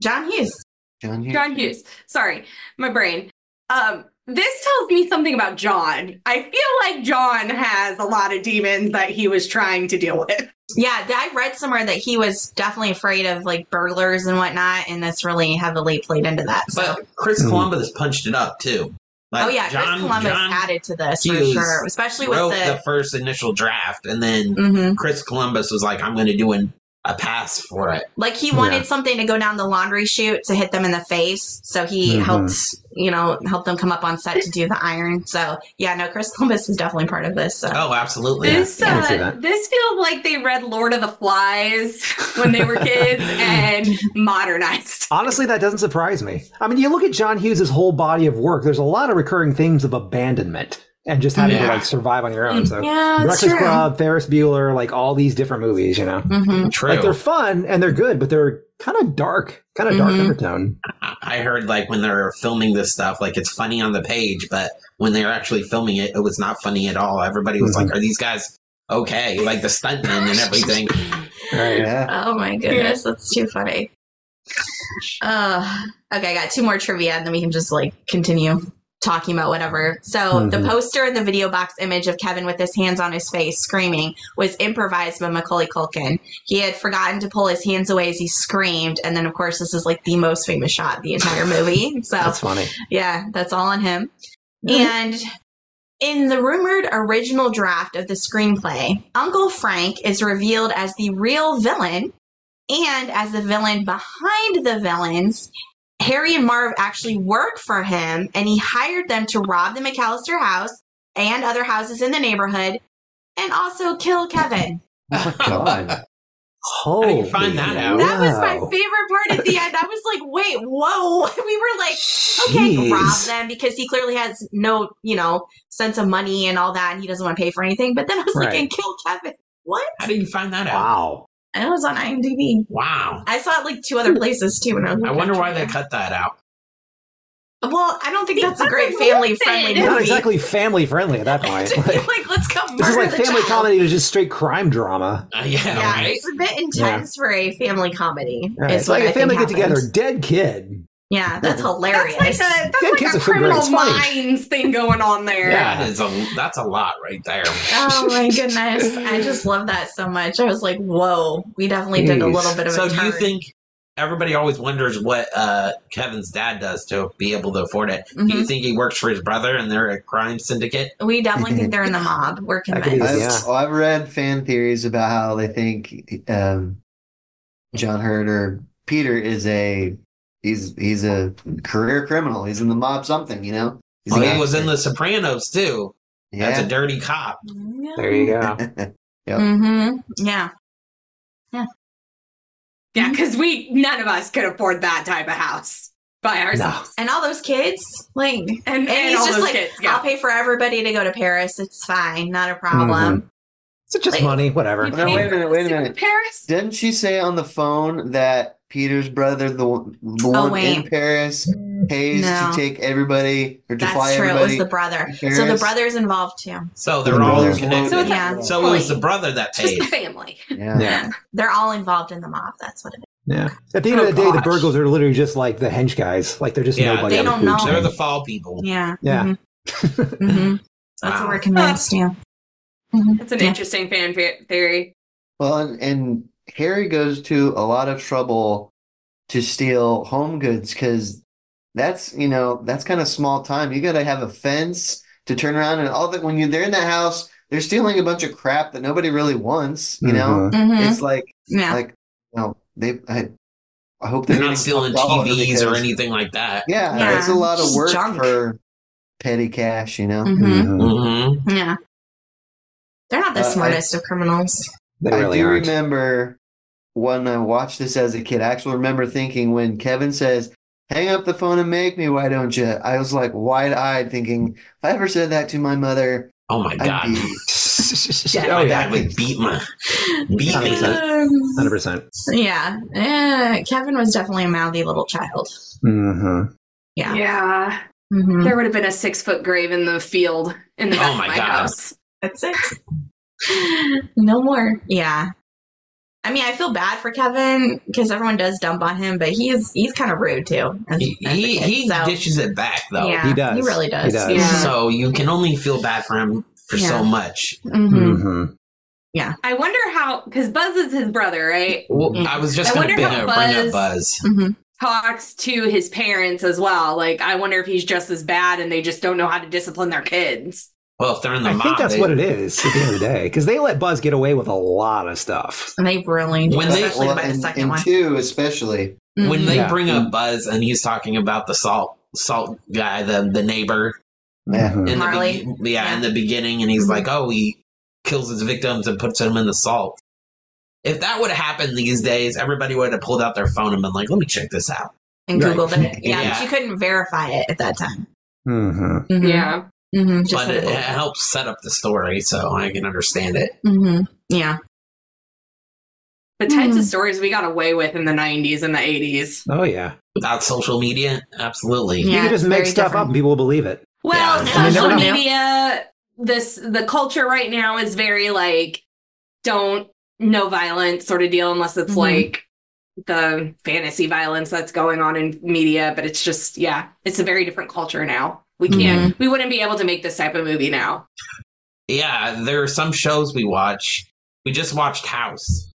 John Hughes.
John Hughes.
John Hughes. Sorry, my brain. Um, this tells me something about John. I feel like John has a lot of demons that he was trying to deal with.
Yeah, th- I read somewhere that he was definitely afraid of like burglars and whatnot, and this really heavily played into that. So,
But Chris
Mhm.
Columbus punched it up too. Like,
oh yeah, Chris Columbus added to this for
Hughes
sure, especially
wrote
with
the,
the.
first initial draft, and then
hmm
Chris Columbus was like, "I'm going to do an, a pass for it."
Like he wanted
Yeah.
something to go down the laundry chute to hit them in the face, so he
Mhm.
helped you know help them come up on set to do the iron. So yeah, no, Chris Columbus was definitely part of this. So.
Oh, absolutely.
This
I can see
uh,
that.
this feels like they read Lord of the Flies when they were kids and modernized.
Honestly, that doesn't surprise me. I mean, you look at John Hughes' whole body of work. There's a lot of recurring themes of abandonment and just having to
Yeah.
like survive on your own. So
Yeah, that's
Breakfast
true.
Club, Ferris Bueller, like all these different movies. You know,
hmm
True.
like they're fun and they're good, but they're kind of dark, kind of dark
Mhm.
undertone.
I I heard like when they're filming this stuff, like it's funny on the page, but when they're actually filming it, it was not funny at all. Everybody was
Mm-hmm.
like, "Are these guys okay?" Like the
Oh
stuntmen and everything.
Right.
Yeah.
Oh my goodness, that's too funny. Uh, okay, I got two more trivia, and then we can just like continue talking about whatever. So the
Mm-hmm.
Mhm.
poster and the video box image of Kevin with his hands on his face screaming was improvised by Macaulay Culkin. He had forgotten to pull his hands away as he screamed, and then of course this is like the most famous shot of the entire movie. So
That's funny.
yeah, that's all on him. And in the rumored original draft of the screenplay, Uncle Frank is revealed as the real villain and as the villain behind the villains. Harry and Marv actually work for him, and he hired them to rob the McAllister house and other houses in the neighborhood and also kill Kevin.
Oh my god.
Holy
do you find that out?
That was my
wow.
favorite part at the end. I was like, wait, whoa. We were like, okay,
Jeez.
rob them because he clearly has no, you know, sense of money and all that, and he doesn't want to pay for anything. But then I was like,
Right.
and kill Kevin. What?
How did you find that out?
Wow.
And it was on IMDb.
Wow.
I saw it like two other places too. And I, was
I
like,
wonder why they cut that out.
Well, I don't think that's a
Because
great
it's
family
worth
friendly
it.
movie.
Not exactly family friendly at that point. Like,
like, let's go murder
this is like
the
family
child.
comedy to just straight crime drama.
Uh, yeah,
Yeah,
right.
it's a bit intense for a family comedy.
Right.
Is
It's
what
like
I
a family
think
get together,
happened.
dead kid.
Yeah, that's hilarious.
That's like a
Yeah,
that's like
kids are
a
so great.
criminal
It's funny.
minds thing going on there.
Yeah.
That is a that's a lot right there.
Oh my goodness. I just love that so much. I was like, whoa, we definitely did a
Jeez.
little bit of
So
a
do
turn.
you think everybody always wonders what uh, Kevin's dad does to be able to afford it? Do you
Mhm.
think he works for his brother and they're a crime syndicate?
we definitely think they're in the mob. We're
That could be
convinced.
I've,
Yeah.
well, I've read fan theories about how they think um, John Hurt or Peter is a he's he's a career criminal. He's in the mob, something you know. He's
Well,
a
Oh, he was in
gangster.
The Sopranos too. That's a
yeah.
dirty cop.
There you go.
go.
Mm-hmm. Yeah.
Yeah, because we none of us could afford that type of house by
No.
ourselves.
And all those kids, like, and,
And, and,
he's
all
just
those
like,
kids. Yeah.
I'll pay for everybody to go to Paris. It's fine. Not a problem.
Mm-hmm. It's just
Like-
money, whatever.
No, wait a minute, wait a minute.
Paris.
Didn't she say on the phone that Peter's brother, the one, the
Oh,
one in
wait.
Paris, pays
No.
to take everybody or to fly
That's true. It was
everybody?
the brother.
to
So the
Paris?
brother's involved too.
So
The
they're all
brother's
connected.
loaded.
Yeah.
So it was the brother that
It's just
paid.
the family.
yeah.
Yeah.
They're all involved in the mob. That's what it is.
Yeah. At the end
Oh,
of the day, the
gosh.
burglars are literally just like the hench guys. Like they're just
Yeah,
nobody.
they
on the
don't
food
know.
chain.
They're the fall people.
Yeah.
Yeah. Mm-hmm.
Mhm. Mhm. That's what
Wow.
we're convinced. Yeah.
That's an
Yeah.
interesting fan fe- theory.
Well, and, and Harry goes to a lot of trouble to steal home goods because that's, you know, that's kind of small time. You got to have a fence to turn around and all that when you they're in that house, they're stealing a bunch of crap that nobody really wants. You know,
Mhm. Mhm.
it's like
Yeah.
like you know, they. I, I hope
They're
they're
not
getting
stealing
fucked all over
TVs or
because-
anything like that.
Yeah,
Yeah,
it's a lot of
just
work
junk.
for petty cash. You
Mm-hmm.
Mhm.
know, Mm-hmm.
hmm
Yeah. They're not the
Uh, I-
smartest of criminals.
They
I
really
do
aren't.
remember when I watched this as a kid. I actually remember thinking when Kevin says, "Hang up the phone and make me," why don't you? I was like wide-eyed, thinking if I ever said that to my mother,
Oh my
I'd
god.
be
oh
my
yeah,
dad would beat my beat me.
100%.
Um,
hundred percent.
yeah. Eh, Kevin was definitely a mouthy little child.
Mm-hmm.
Yeah.
Yeah.
Mhm.
There would have been a six foot grave in the field in the
Oh
back
my
of my
God.
house.
That's it. no more. Yeah. I mean, I feel bad for Kevin because everyone does dump on him, but he's he's kind of rude too. as-
He
as a
he,
kid,
he
so-
dishes it back though.
Yeah,
He does.
He really
He
does.
does.
Yeah.
So you can only feel bad for him for
Yeah.
so much.
hmm
Mm-hmm.
I wonder how, because Buzz is his brother, right?
Well,
Mhm.
I was just
I
going to
wonder
bring
how
up bring up
Buzz-
Buzz.
hmm
Talks to his parents as well. Like, I wonder if he's just as bad and they just don't know how to discipline their kids.
Well, if they're in the
I
mob,
think that's
they-
what it is at the end of the day, because they let Buzz get away with a lot of stuff.
And they really do,
When they-
especially
well,
by the
and-
second
and
one. Mm-hmm.
two especially.
Mm.
when they
Yeah. Mm.
bring up Buzz and he's talking about the salt salt guy, the the neighbor
Yeah.
Mhm.
in
Marley.
the be- yeah,
Yeah.
in the beginning, and he's
Mhm.
like, oh, he kills his victims and puts them in the salt. If that would have happened these days, everybody would have pulled out their phone and been like, "Let me check this out."
and
Right.
Googled it. Yeah,
Yeah.
but you couldn't verify it at that time.
Mhm.
Mhm.
Yeah.
Mhm, just
but
sort
it,
of-
it helps set up the story, so I can understand it.
Mhm. Yeah.
The types
Hmm.
of stories we got away with in the 90s and the 80s.
Oh yeah.
Without social media, absolutely.
Yeah,
you can just
it's
make
very
stuff up
different.
and people will believe it.
Well,
Yeah.
I mean,
social
never
know.
media, this the culture right now is very like don't no violence sort of deal unless it's
Mhm.
like the fantasy violence that's going on in media, but it's just yeah, it's a very different culture now. We can't we wouldn't be able to make this type of movie now.
Yeah, there are some shows we watch. We just watched House,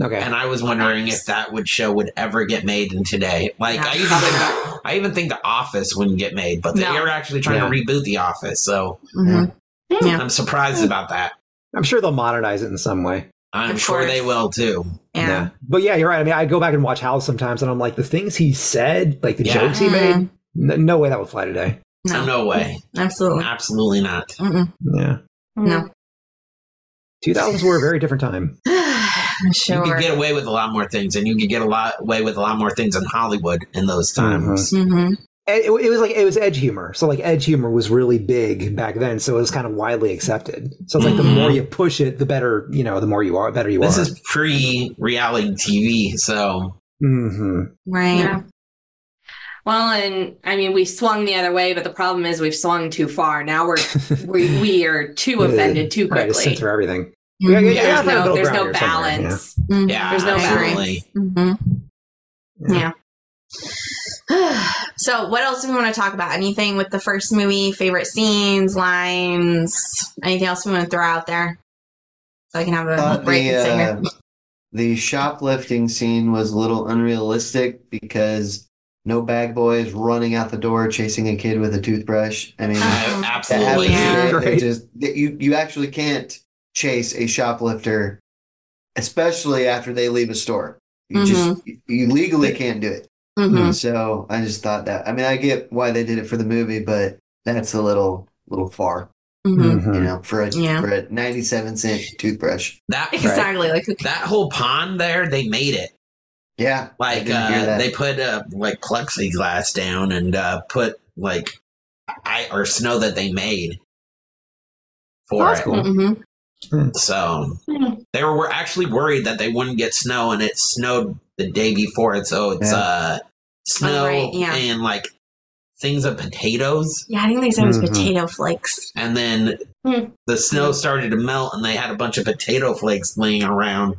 Okay.
and I was wondering if that would show would ever get made in today. Like I even think the, I even think The Office wouldn't get made, but they
No.
are actually trying to reboot The Office, so
Mhm. Yeah. Hmm.
I'm surprised about that.
I'm sure they'll modernize it in some way.
I'm
Of
sure they
course.
will too.
Yeah.
But yeah, you're right. I mean, I go back and watch House sometimes, and I'm like, the things he said, like the
Yeah.
jokes he made,
Mm.
n- no way that would fly today.
No,
No.
way,
Absolutely.
absolutely not.
Mm-mm.
Yeah.
No.
2000s were a very different time.
You
sure.
could get away with a lot more things, and you could get a lot away with a lot more things in Hollywood in those times.
hmm
And it, it was like it was edge humor. So like edge humor was really big back then, so it was kind of widely accepted. So it's like
Mhm.
the more you push it, the better you know, the more you are, better you
This
are.
is pre-reality TV, so
hmm
Right.
Yeah. Well, and I mean, we swung the other way, but the problem is we've swung too far. Now we're we, we are too offended too
Right, it's
quickly.
censor everything.
Mhm.
Yeah, yeah, yeah.
There's
There's no
no, there's no
ground here somewhere, yeah.
balance.
Mhm.
yeah,
There's no
absolutely.
Mhm.
Yeah.
Yeah. Mm-hmm. so, what else do we want to talk about? Anything with the first movie? Favorite scenes, lines? Anything else we want to throw out there? So I can have a
Thought
break
the
and sit here.
uh, the shoplifting scene was a little unrealistic because no bag boy is running out the door chasing a kid with a toothbrush. I mean.
Uh,
Mhm.
that
absolutely.
happens
Yeah.
today. They're
Right.
just that you you actually can't chase a shoplifter, especially after they leave a store. You just you legally can't do it.
Mhm.
So I just thought that. I mean, I get why they did it for the movie, but that's a little little far,
Mhm.
you
Hmm.
Mhm.
know, for a
Yeah.
for a ninety seven cent toothbrush.
That
Exactly. Like, who
that whole pond there, they made it.
Yeah, I
Like
didn't hear
uh,
that.
they put uh, like plexiglass down and uh, put like I or snow that they made for
That's
it.
cool.
Mhm.
So they were, were actually worried that they wouldn't get snow, and it snowed the day before. it, So it's
Yeah.
uh, snow
Oh, right, yeah.
and like things of potatoes,
Yeah, I think they said it was
Mhm.
potato flakes.
and then
Hmm.
the snow started to melt, and they had a bunch of potato flakes laying around.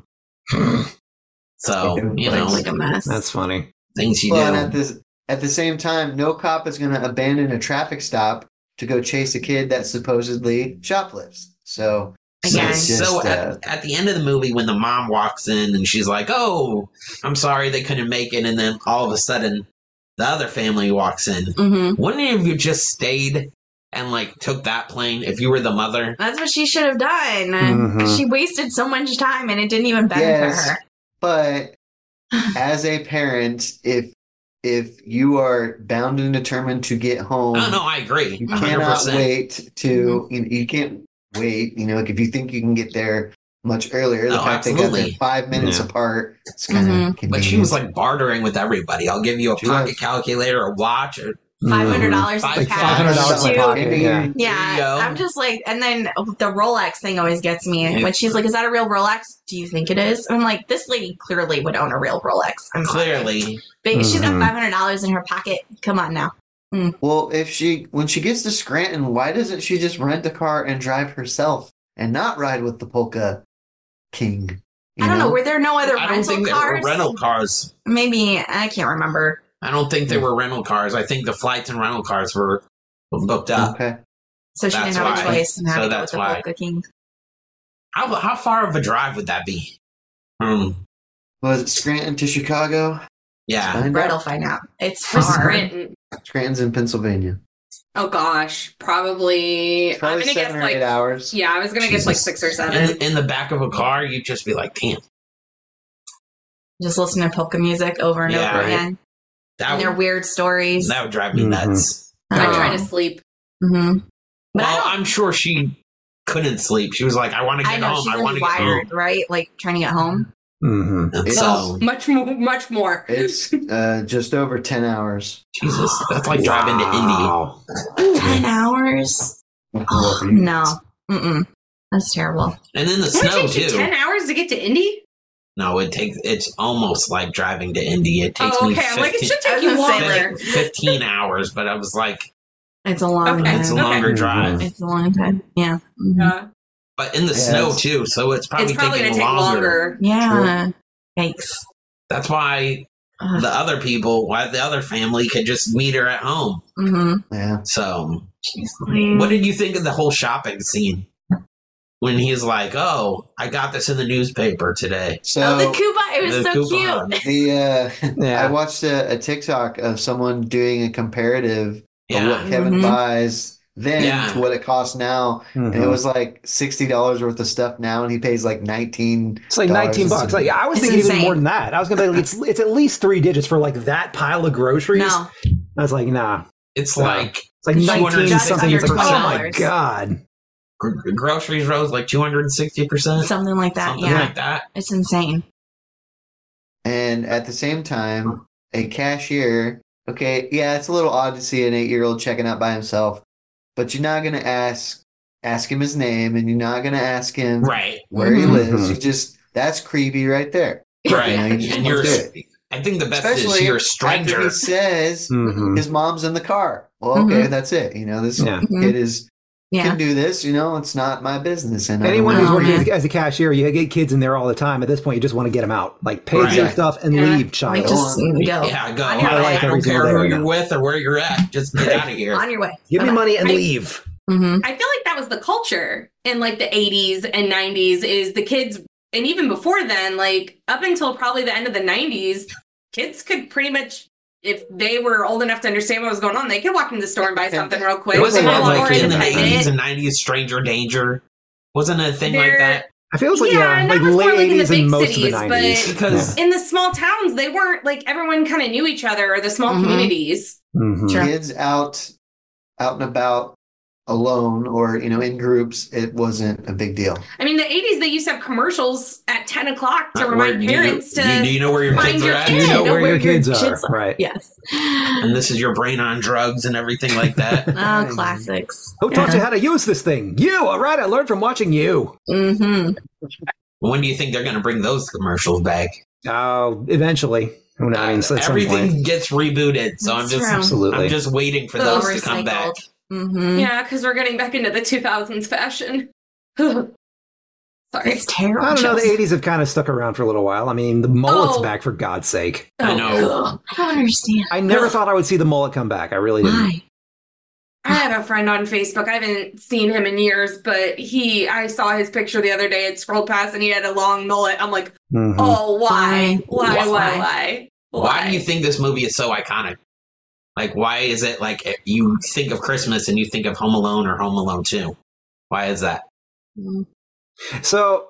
So
Potato
you
flakes.
know
Like a mess.
That's funny.
things you
Well, and
do.
at this at the same time, no cop is going to abandon a traffic stop to go chase a kid that supposedly shoplifts. So
So,
Again.
It's just,
so
uh,
at, at the end of the movie, when the mom walks in and she's like, "Oh, I'm sorry they couldn't make it," and then all of a sudden, the other family walks in.
hmm
Wouldn't you have just stayed and like took that plane, if you were the
Oh.
mother,
That's what she should have done.
Mhm.
She wasted so much time and it didn't even benefit
Yes.
her.
But as a parent, if if you are bound and determined to get home,
Oh, no, I agree.
You
100%.
cannot wait
Mm-hmm.
to you, you can't wait. You know, like if you think you can get there much earlier, the
Oh,
fact they got
absolutely.
there five minutes
Yeah.
apart, it's kind
Mm-hmm.
of
But she was like bartering with everybody. I'll give you a
She
pocket
was.
calculator, a watch, uh, or
$500
Mm-hmm.
in
Five-
cash. $500 in my pocket,
yeah.
Yeah,
There you go.
I'm just like, and then the Rolex thing always gets me.
Yeah.
When she's like, "Is that a real Rolex? Do you think it is?" I'm like, "This lady clearly would own a real Rolex." I'm sorry.
Clearly, Mm-hmm.
but she's got
Mhm.
five hundred dollars in her pocket. Come on now.
Well, if she when she gets to Scranton, why doesn't she just rent the car and drive herself and not ride with the polka king?
I don't know. Were there no other
I don't
rental
think there were
cars?
rental cars.
Maybe I can't remember.
I don't think there were rental cars. I think the flights and rental cars were booked up.
Okay.
So she
That's
didn't have
why.
a choice and had
So
to go with
that's
the
why.
Polka King.
How how far of a drive would that be? Um,
Was it Scranton to Chicago?
yeah,
Find
Brett
out.
will find out. It's
For
far.
Scranton.
Scranton's in Pennsylvania.
Oh gosh, probably. I'm
Probably
gonna guess
seven or
like
eight hours.
yeah, I was gonna guess like
Jesus.
six or seven.
in, in the back of a car, you'd just be like, "Damn,
Just listen to polka music over and
Yeah,
over
right.
again,
that
and their
would,
weird stories.
that would drive me
Mm-hmm.
Mhm.
nuts."
I'm
Um,
trying to sleep.
mhm. But I
well,
don't.
I'm sure she couldn't sleep. She was like, "I want to
I
get
know
home.
she's
I
gonna
want
be
to get
wired,
home."
right? Like trying to get home.
Mm-hmm.
And
It's-
so
Much more, much more.
It's uh, just over ten hours.
Jesus, that's like driving to Indy.
Ten hours? Oh, no. Mm-mm. That's terrible.
And then the
What,
snow
it takes you
too.
ten hours to get to Indy?
No, it takes. It's almost like driving to Indy. It takes
Oh,
me
okay. I'm like, it
15,
should
I
take
was
you
gonna say,
longer.
15 hours, but I was like,
It's a long
Okay.
time.
it's a longer
Mhm.
Mm-hmm.
drive.
It's a long time. Yeah. Mhm.
Yeah.
But in the
Yeah,
snow
it's-
too, so it's probably,
it's probably gonna
taking
take
longer.
longer.
Yeah. Yikes.
That's why
Ugh.
the other people, why the other family could just meet her at home.
Mhm.
Yeah.
So,
Yeah.
what did you think of the whole shopping scene? When he's like, "Oh, I got this in the newspaper today."
So
oh, the Koopa. It was
The
so
coupon.
the uh,
Yeah.
I watched a, a TikTok of someone doing a comparative of
Yeah,
Oh, what Kevin
Mhm.
buys then
Yeah.
to what it costs now, and it
Mhm.
was like sixty dollars worth of stuff now, and he pays like nineteen.
It's like nineteen bucks. Like I was
It's
thinking
insane.
even more than that. I was gonna be like, it's it's at least three digits for like that pile of groceries.
No.
I was like, nah.
it's
Yeah.
like
It's like
It's like
nineteen
just
something. It's like,
under
oh my
$20.
god.
gr- groceries rose like two hundred and sixty percent, something
Something like that. yeah.
like that.
It's insane.
And at the same time, a cashier. Okay, yeah, it's a little odd to see an eight-year-old checking out by himself, but you're not gonna ask ask him his name, and you're not gonna ask him
Right,
where he
Mhm.
Mm-hmm.
lives. You just that's creepy right there.
right.
You know, you just
And
don't
you're,
do it.
I think the best is
Especially
you're a
After
stranger.
he says
Mhm.
his mom's in the car. Well, okay, that's it. You know, this
Mm-hmm. Yeah.
Mhm.
kid is
Yeah.
can do this. You know, it's not my business. And I don't
Anyone
know.
who's
Oh,
working
man.
as, as a cashier, you get kids in there all the time. At this point, you just want to get them out, like pay
Right.
their stuff and
Yeah.
leave,
Like,
child.
just go.
Yeah, go.
On your
I,
way.
like, I
Every
don't
single
care
day
who
right
you're
now.
with or where you're at. Just get out of here.
On your way.
Give me money and
I-
leave.
Mm-hmm.
I feel like that was the culture in like the 80s and 90s is the kids and even before then like up until probably the end of the 90s kids could pretty much if they were old enough to understand what was going on they could walk into the store and buy something real quick
It wasn't
They
it
were a lot
like
more
in the
independent.
eighties and nineties Stranger Danger? Wasn't it a thing like
They're-
that?
I feel it's like
Yeah,
yeah,
and that
like
was more
late
like in the
eighties
big
and most
cities,
of the
but-
nineties.
Because
in the small towns they weren't like everyone kind of knew each other or the small
Mhm.
communities
Sure.
kids out out and about alone or you know in groups, it wasn't a big deal.
i mean the 80s they used to have commercials at 10 o'clock to
Where-
remind
do you know-
parents
do you,
to
do you know where your
find
kids are
your
at?
kid.
You know
know
where
where
your
your
kids are,
kids are.
right?
Yes.
And this is your brain on drugs and everything like that.
Oh, classics.
Who taught you how to use this thing? You. All right, I learned from watching you.
Mm-hmm.
when do you think they're going to bring those commercials back?
Oh, eventually. Who knows? I mean, at some
everything
point.
gets rebooted, so I'm
That's
just
true.
Absolutely.
I'm just waiting for
Those
those to come back.
Mm-hmm.
yeah because we're getting back into the 2000s fashion sorry
It's terrible.
I don't know. The
Just-
eighties have kind of stuck around for a little while. I mean, the mullet's
Oh.
back for God's sake.
I know.
I don't understand.
I never thought I would see the mullet come back. I really didn't.
Why?
I have a friend on Facebook. I haven't seen him in years, but he I saw his picture the other day. It scrolled past and he had a long mullet. I'm like,
Mhm.
oh why? Why, why,
Why?
why?
Why do you think this movie is so iconic? Like, why is it like you think of Christmas and you think of Home Alone or Home Alone 2? Why is that?
So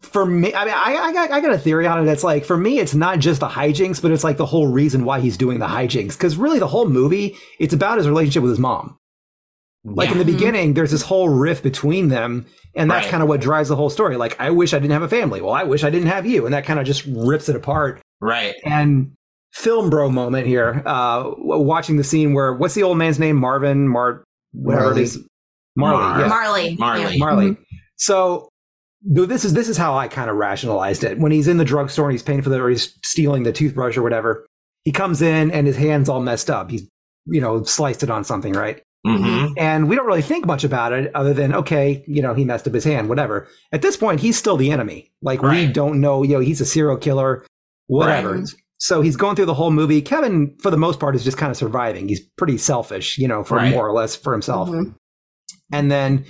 for me, I mean, I, I, got, I got a theory on it. It's like, for me, it's not just the hijinks, but it's like the whole reason why he's doing the hijinks. Because really, the whole movie, it's about his relationship with his mom. Like in the
Yeah. Mm-hmm.
beginning, there's this whole rift between them, and that's
Right.
kind of what drives the whole story. Like, I wish I didn't have a family. Well, I wish I didn't have you. And that kind of just rips it apart.
Right.
And film bro moment here, uh, w- watching the scene where, what's the old man's name? Marvin, Mar, whatever
Marley.
it is. Marley.
Mar-
yeah.
Marley.
Marley.
Marley. So th- this is this is how I kind of rationalized it. When he's in the drugstore and he's paying for the or he's stealing the toothbrush or whatever, he comes in and his hand's all messed up. He's you know sliced it on something, right?
Mm-hmm.
And we don't really think much about it other than okay, you know he messed up his hand, whatever. At this point, he's still the enemy. Like we
Right.
don't know, you know, he's a serial killer, whatever.
Right.
So he's going through the whole movie. Kevin, for the most part, is just kind of surviving. He's pretty selfish, you know, for
Right.
more or less for himself
Mhm.
and then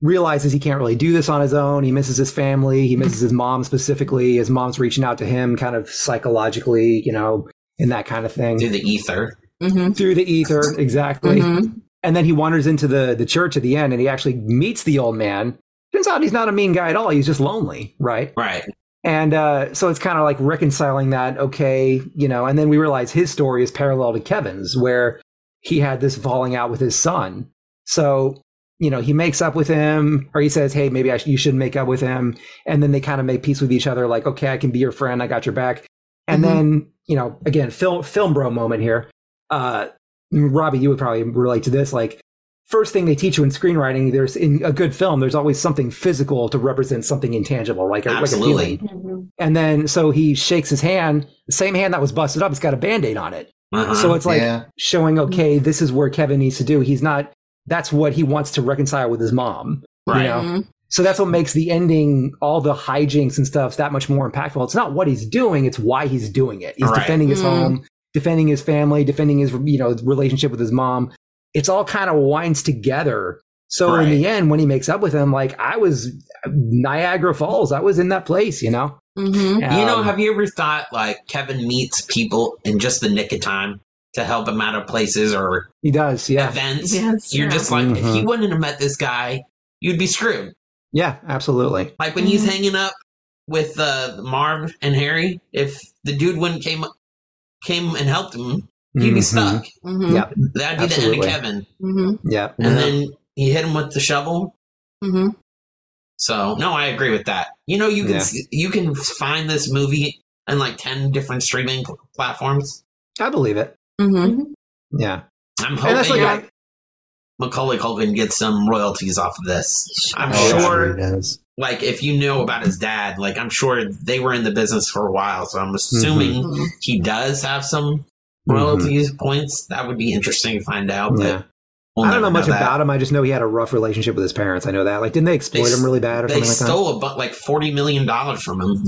realizes he can't really do this on his own. He misses his family. He misses his mom specifically. His mom's reaching out to him kind of psychologically, you know, and that kind of thing.
Through the ether.
Mhm.
Through the ether, exactly.
Mhm.
And then he wanders into the, the church at the end and he actually meets the old man. Turns out he's not a mean guy at all. He's just lonely, right?
Right.
And uh, so it's kind of like reconciling that, okay, you know, and then we realize his story is parallel to Kevin's, where he had this falling out with his son. So, you know, he makes up with him, or he says, hey, maybe I sh- you should make up with him. And then they kind of make peace with each other, like, okay, I can be your friend, I got your back. And
Mhm.
then, you know, again, film, film bro moment here. Uh, Robbie, you would probably relate to this. Like, first thing they teach you in screenwriting, there's in a good film, there's always something physical to represent something intangible, like a, like a
Absolutely.
feeling.
Mm-hmm.
And then so he shakes his hand, the same hand that was busted up, it's got a band-aid on it.
Uh-huh.
So it's like
yeah.
showing, okay, this is where Kevin needs to do. He's not that's what he wants to reconcile with his mom.
Right.
You know?
Mhm.
So that's what makes the ending, all the hijinks and stuff, that much more impactful. It's not what he's doing; it's why he's doing it. He's
Right.
defending his
Mm.
home, defending his family, defending his you know relationship with his mom. It's all kind of winds together. So in the end, when he makes up with him, like I was Niagara Falls, I was in that place, you know.
Mhm.
you know,
Um,
have you ever thought like Kevin meets people in just the nick of time to help him out of places or
he does, yeah,
events?
Yes.
You're
yeah.
just like, if he
Mhm.
wouldn't have met this guy, you'd be screwed.
yeah, absolutely.
Like when he's
Mhm.
hanging up with uh, Marv and Harry, if the dude wouldn't came came and helped him, he'd be
Mhm.
stuck.
Mhm.
Yeah.
That'd be the
Absolutely.
end of Kevin.
Mhm.
Yeah,
And
Yeah.
then he hit him with the shovel.
Mhm.
So no, I agree with that. You know, you can
Yeah.
s- you can find this movie in like ten different streaming pl- platforms.
I believe it.
Mhm.
Yeah,
I'm
and that's
hoping
like
that
I-
Macaulay Culkin gets some royalties off of this. I'm
Oh, yeah,
sure,
he does.
like if you know about his dad, like I'm sure they were in the business for a while. So
Mm-hmm.
I'm assuming
Mhm.
he does have some
Mhm.
royalties points. That would be interesting to find out.
Yeah.
But we'll
I don't know
never
much
that.
about him. I just know he had a rough relationship with his parents. I know that. Like, didn't they exploit
They-
him really bad or
They
something like that?
stole about like forty million dollars from him.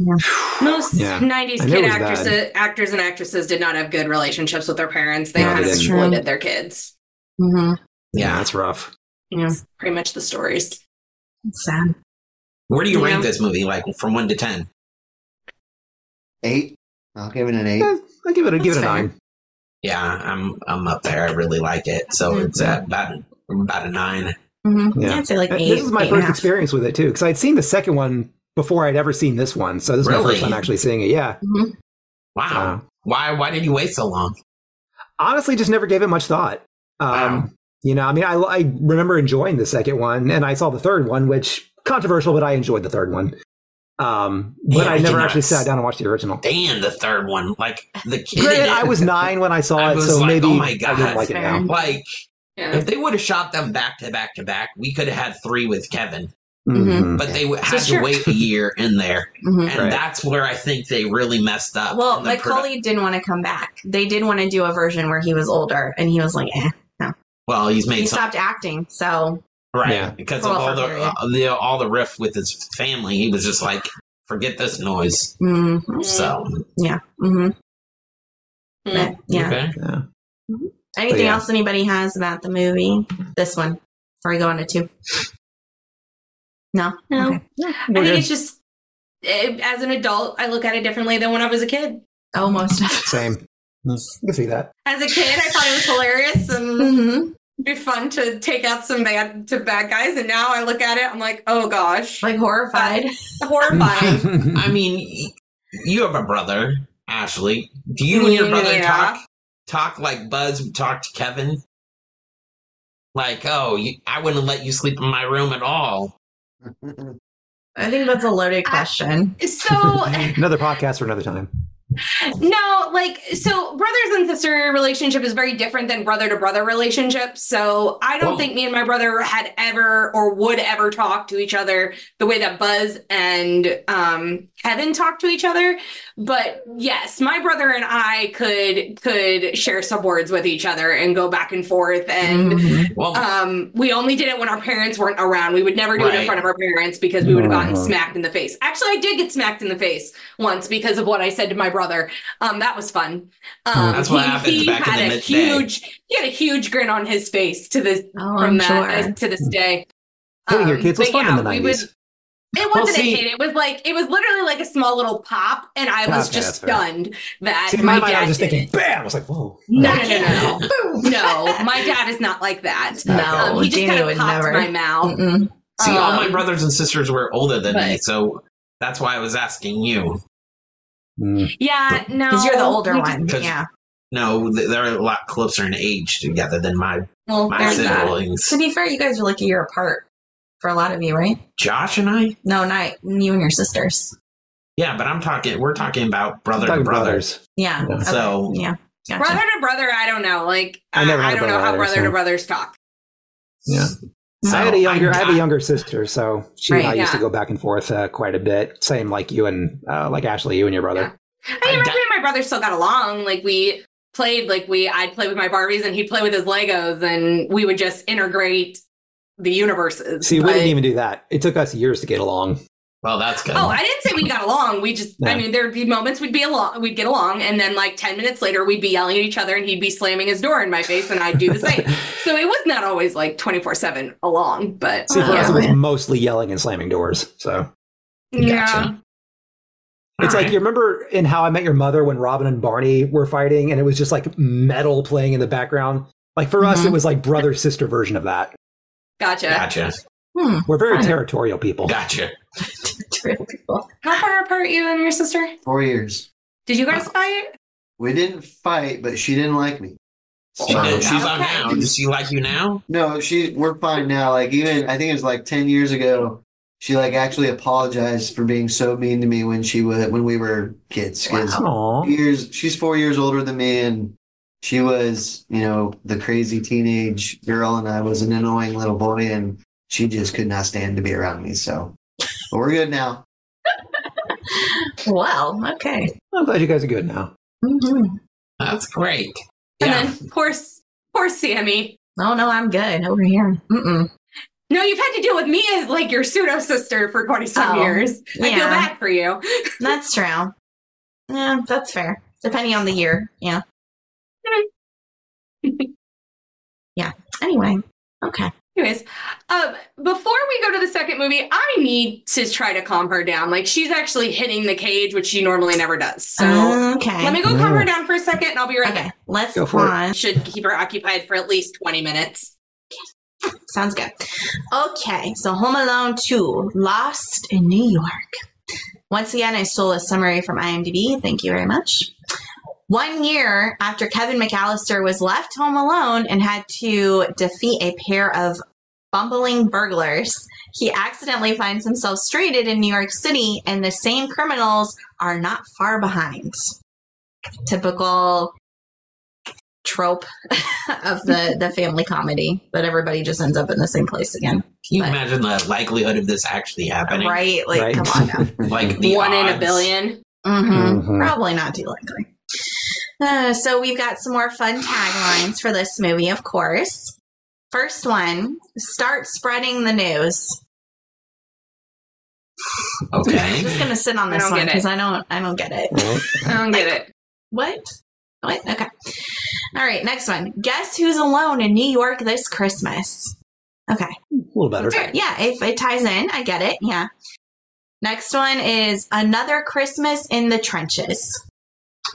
Most
Yeah.
90s
And it
kid
was
actresses, actors and actresses did not have good relationships with their parents. They
No, they
kind of
didn't.
exploited their kids.
Mhm.
Yeah.
that's rough.
Yeah.
It's pretty much the stories.
It's sad.
Where do you rank
Yeah.
this movie? Like from one to ten?
Eight. I'll give it an eight.
Yeah, I give it a give it
That's
a
fair.
nine.
Yeah, I'm I'm up there. I really like it. So
Mhm.
it's at about about a nine.
Mhm.
Yeah.
I'd say like
And
eight.
this is my
eight and a
first
half.
experience with it too, because I'd seen the second one before I'd ever seen this one. So this is my
Really?
first time actually seeing it. Yeah.
Wow.
Uh,
why why did you wait so long?
honestly, just never gave it much thought. Um,
Wow.
You know, I mean, I, I remember enjoying the second one, and I saw the third one, which controversial, but I enjoyed the third one. Um, but
Yeah, I
I
did
never
not
actually
s-
sat down and watched the original.
Damn, the third one. Like the kid. in
Granted,
it.
I was nine when I saw
I
it,
was
so
like,
maybe
oh my
I
God.
didn't like it now.
like
Yeah.
if they would have shot them back to back to back, we could have had three with Kevin.
Mm-hmm.
Mhm.
But they w-
So
had to
sure.
wait a year in there,
Mhm.
and
Right.
that's where I think they really messed up.
Well,
And the produ-
Macaulay didn't want to come back. They did want to do a version where he was older, and he was like, eh.
well, he's
He
made some
stopped acting, so
right
Yeah.
because
Well,
of all
for
the,
period.
uh, the all the riff with his family. He was just like, forget this noise.
mm,
So Mm-hmm.
hmm
Mm.
yeah.
okay.
Yeah.
Anything
But yeah.
else anybody has about the movie? This one. Before we go on to two. No?
No.
Okay.
I think it's just it, as an adult, I look at it differently than when I was a kid.
Almost.
Same. You can see that.
As a kid, I thought it was hilarious and it'd be fun to take out some bad to bad guys. And now I look at it, I'm like, oh gosh,
like horrified,
horrified.
I mean, y- you have a brother, Ashley. Do you and your brother
Yeah.
talk talk like Buzz talked to Kevin? Like, oh, you, I wouldn't let you sleep in my room at all.
I think that's a loaded question.
So
another podcast for another time.
No, like so brothers and sister relationship is very different than brother to brother relationship. So I don't
Whoa.
think me and my brother had ever or would ever talk to each other the way that Buzz and um Kevin talk to each other. But yes, my brother and I could could share some words with each other and go back and forth
Mm-hmm.
and
Well,
um, we only did it when our parents weren't around. We would never do it in
Right.
front of our parents because we would have gotten
Uh-huh.
smacked in the face. Actually, I did get smacked in the face once because of what I said to my brother. Um, that was fun. Um,
That's what happens back in
had
the
a
midday.
huge, he had a huge grin on his face to this
Oh,
from
I'm
that
sure.
uh, to this day.
Hitting your
Um,
kids was
but
fun in
yeah,
the
we would-
nineties.
It
Well,
wasn't
see-
a hit. It was like it was literally like a small little pop, and I was
Okay,
just
that's fair.
stunned that
See, in
my
my mind,
dad.
I was just
did
thinking,
it.
bam! I was like, whoa.
No, no, no, no, no. No, my dad is not like that.
No,
Um, he just
Jamie
kind of
would
popped
never.
my mouth.
Mm-mm.
see, all my
um,
brothers and sisters were older than me,
but-
so that's why I was asking you.
Mm.
Yeah, no.
Because you're the older
You just-
one.
Because-
Yeah.
No, th- they're a lot closer in age together than my
Well,
my
there's that.
siblings.
To be fair, you guys are like a year apart for a lot of you, right?
Josh and I.
No, not you and your sisters.
Yeah, but I'm talking. We're talking about brother to
Talking
brother.
brothers.
Yeah.
Yeah.
okay,
So-
yeah. Gotcha.
Brother to brother, I don't know. Like,
I
I,
never
I,
had a
don't know
brother
how
either,
brother
so-
to brothers talk.
Yeah.
I had a younger, I,
I-
have a younger sister, so she and
Right,
I used to
yeah.
go back and forth uh, quite a bit. Same like you and uh, like Ashley, you and your brother.
I mean, my, and my brother still got along. Like, we played, like, we, I'd play with my Barbies and he'd play with his Legos and we would just integrate the universes.
See, we
but-
didn't even do that. It took us years to get along.
Well, that's good.
Oh, I didn't say we got along. We just, I
No.
mean, there'd be moments we'd be along, we'd get along, and then like 10 minutes later, we'd be yelling at each other and he'd be slamming his door in my face and I'd do the same. so it was not always like 24 7 along, but
See, for us, it was
Yeah.
mostly yelling and slamming doors. So
yeah.
it's
All
like you remember in How I Met Your Mother when Robin and Barney were fighting, and it was just like metal playing in the background. Like for us,
Mhm.
it was like brother sister version of that.
Gotcha.
Gotcha.
Hmm.
We're very
Right.
territorial people.
Gotcha.
How far apart you and your sister?
Four years.
Did you guys fight?
We didn't fight, but she didn't like me.
She
Wow.
did. She's on
Okay.
now. Does she like you now?
No, she. We're fine now. Like even I think it was like ten years ago. She like actually apologized for being so mean to me when she was when we were kids. 'cause
Aw.
years she's four years older than me and she was you know the crazy teenage girl and i was an annoying little boy and she just could not stand to be around me so but we're good now
Well, okay.
I'm glad you guys are good now.
Mhm.
That's great.
And
Yeah.
then poor, S- poor Sammy.
Oh, no, I'm good over here. Mm-mm.
No, you've had to deal with me as like your pseudo sister for 20 some
Oh,
years. I feel
yeah.
bad for you.
That's true. Yeah, that's fair. Depending on the year. Yeah. yeah. Anyway. Okay.
Anyways, um, before we go to the second movie, I need to try to calm her down. Like she's actually hitting the cage, which she normally never does. So
okay.
let me go calm
Ooh.
her down for a second, and I'll be right
okay.
back.
Let's
Go for it.
pause.
I should keep her occupied for at least twenty minutes.
Sounds good. Okay, so Home Alone 2, Lost in New York. Once again, I stole a summary from IMDb. Thank you very much. One year after Kevin McAllister was left home alone and had to defeat a pair of bumbling burglars, he accidentally finds himself stranded in New York City, and the same criminals are not far behind. Typical trope of the the family comedy that everybody just ends up in the same place again
Can you
But-
imagine the likelihood of this actually happening?
right like
Right.
come on now
Like the
One in a
odds.
billion.
Mhm.
Mhm.
probably not too likely Uh, so we've got some more fun taglines for this movie of course first one start spreading the news i'm
Okay.
just gonna sit on
I
this
don't
one
get it.
because i don't i don't get it
I don't get it.
what what okay all right next one guess who's alone in new york this christmas okay
A little better.
Sure, Yeah, if it ties in, I get it. Yeah. Next one is another Christmas in the trenches.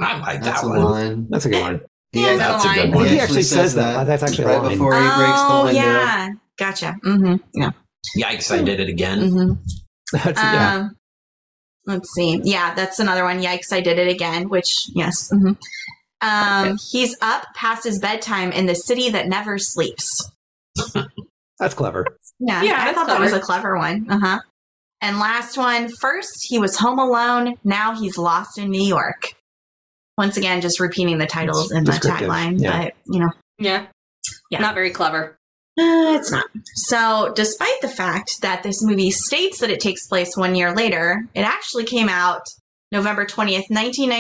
I like
That's
that
a
one.
line.
That's a good one.
He
Yeah,
That's a
line.
good
I
one.
think he actually says that. That's actually
right
a line.
before he breaks the
oh
window.
yeah, gotcha. Mm-hmm. Yeah.
Yikes! I did it again.
Mm-hmm.
That's- yeah.
Um, let's see. Yeah, that's another one. Yikes! I did it again. Which yes. mhm. Um, he's up past his bedtime in the city that never sleeps.
That's clever.
Yeah,
Yeah,
I
that's
thought that was a clever
clever.
one. Uh huh. And last one. First, he was home alone. Now he's lost in New York. Once again, just repeating the titles
It's
and the
descriptive,
tagline,
yeah.
but you know,
Yeah.
Yeah.
Not very clever.
Uh, it's not. So, despite the fact that this movie states that it takes place one year later, it actually came out November 20th,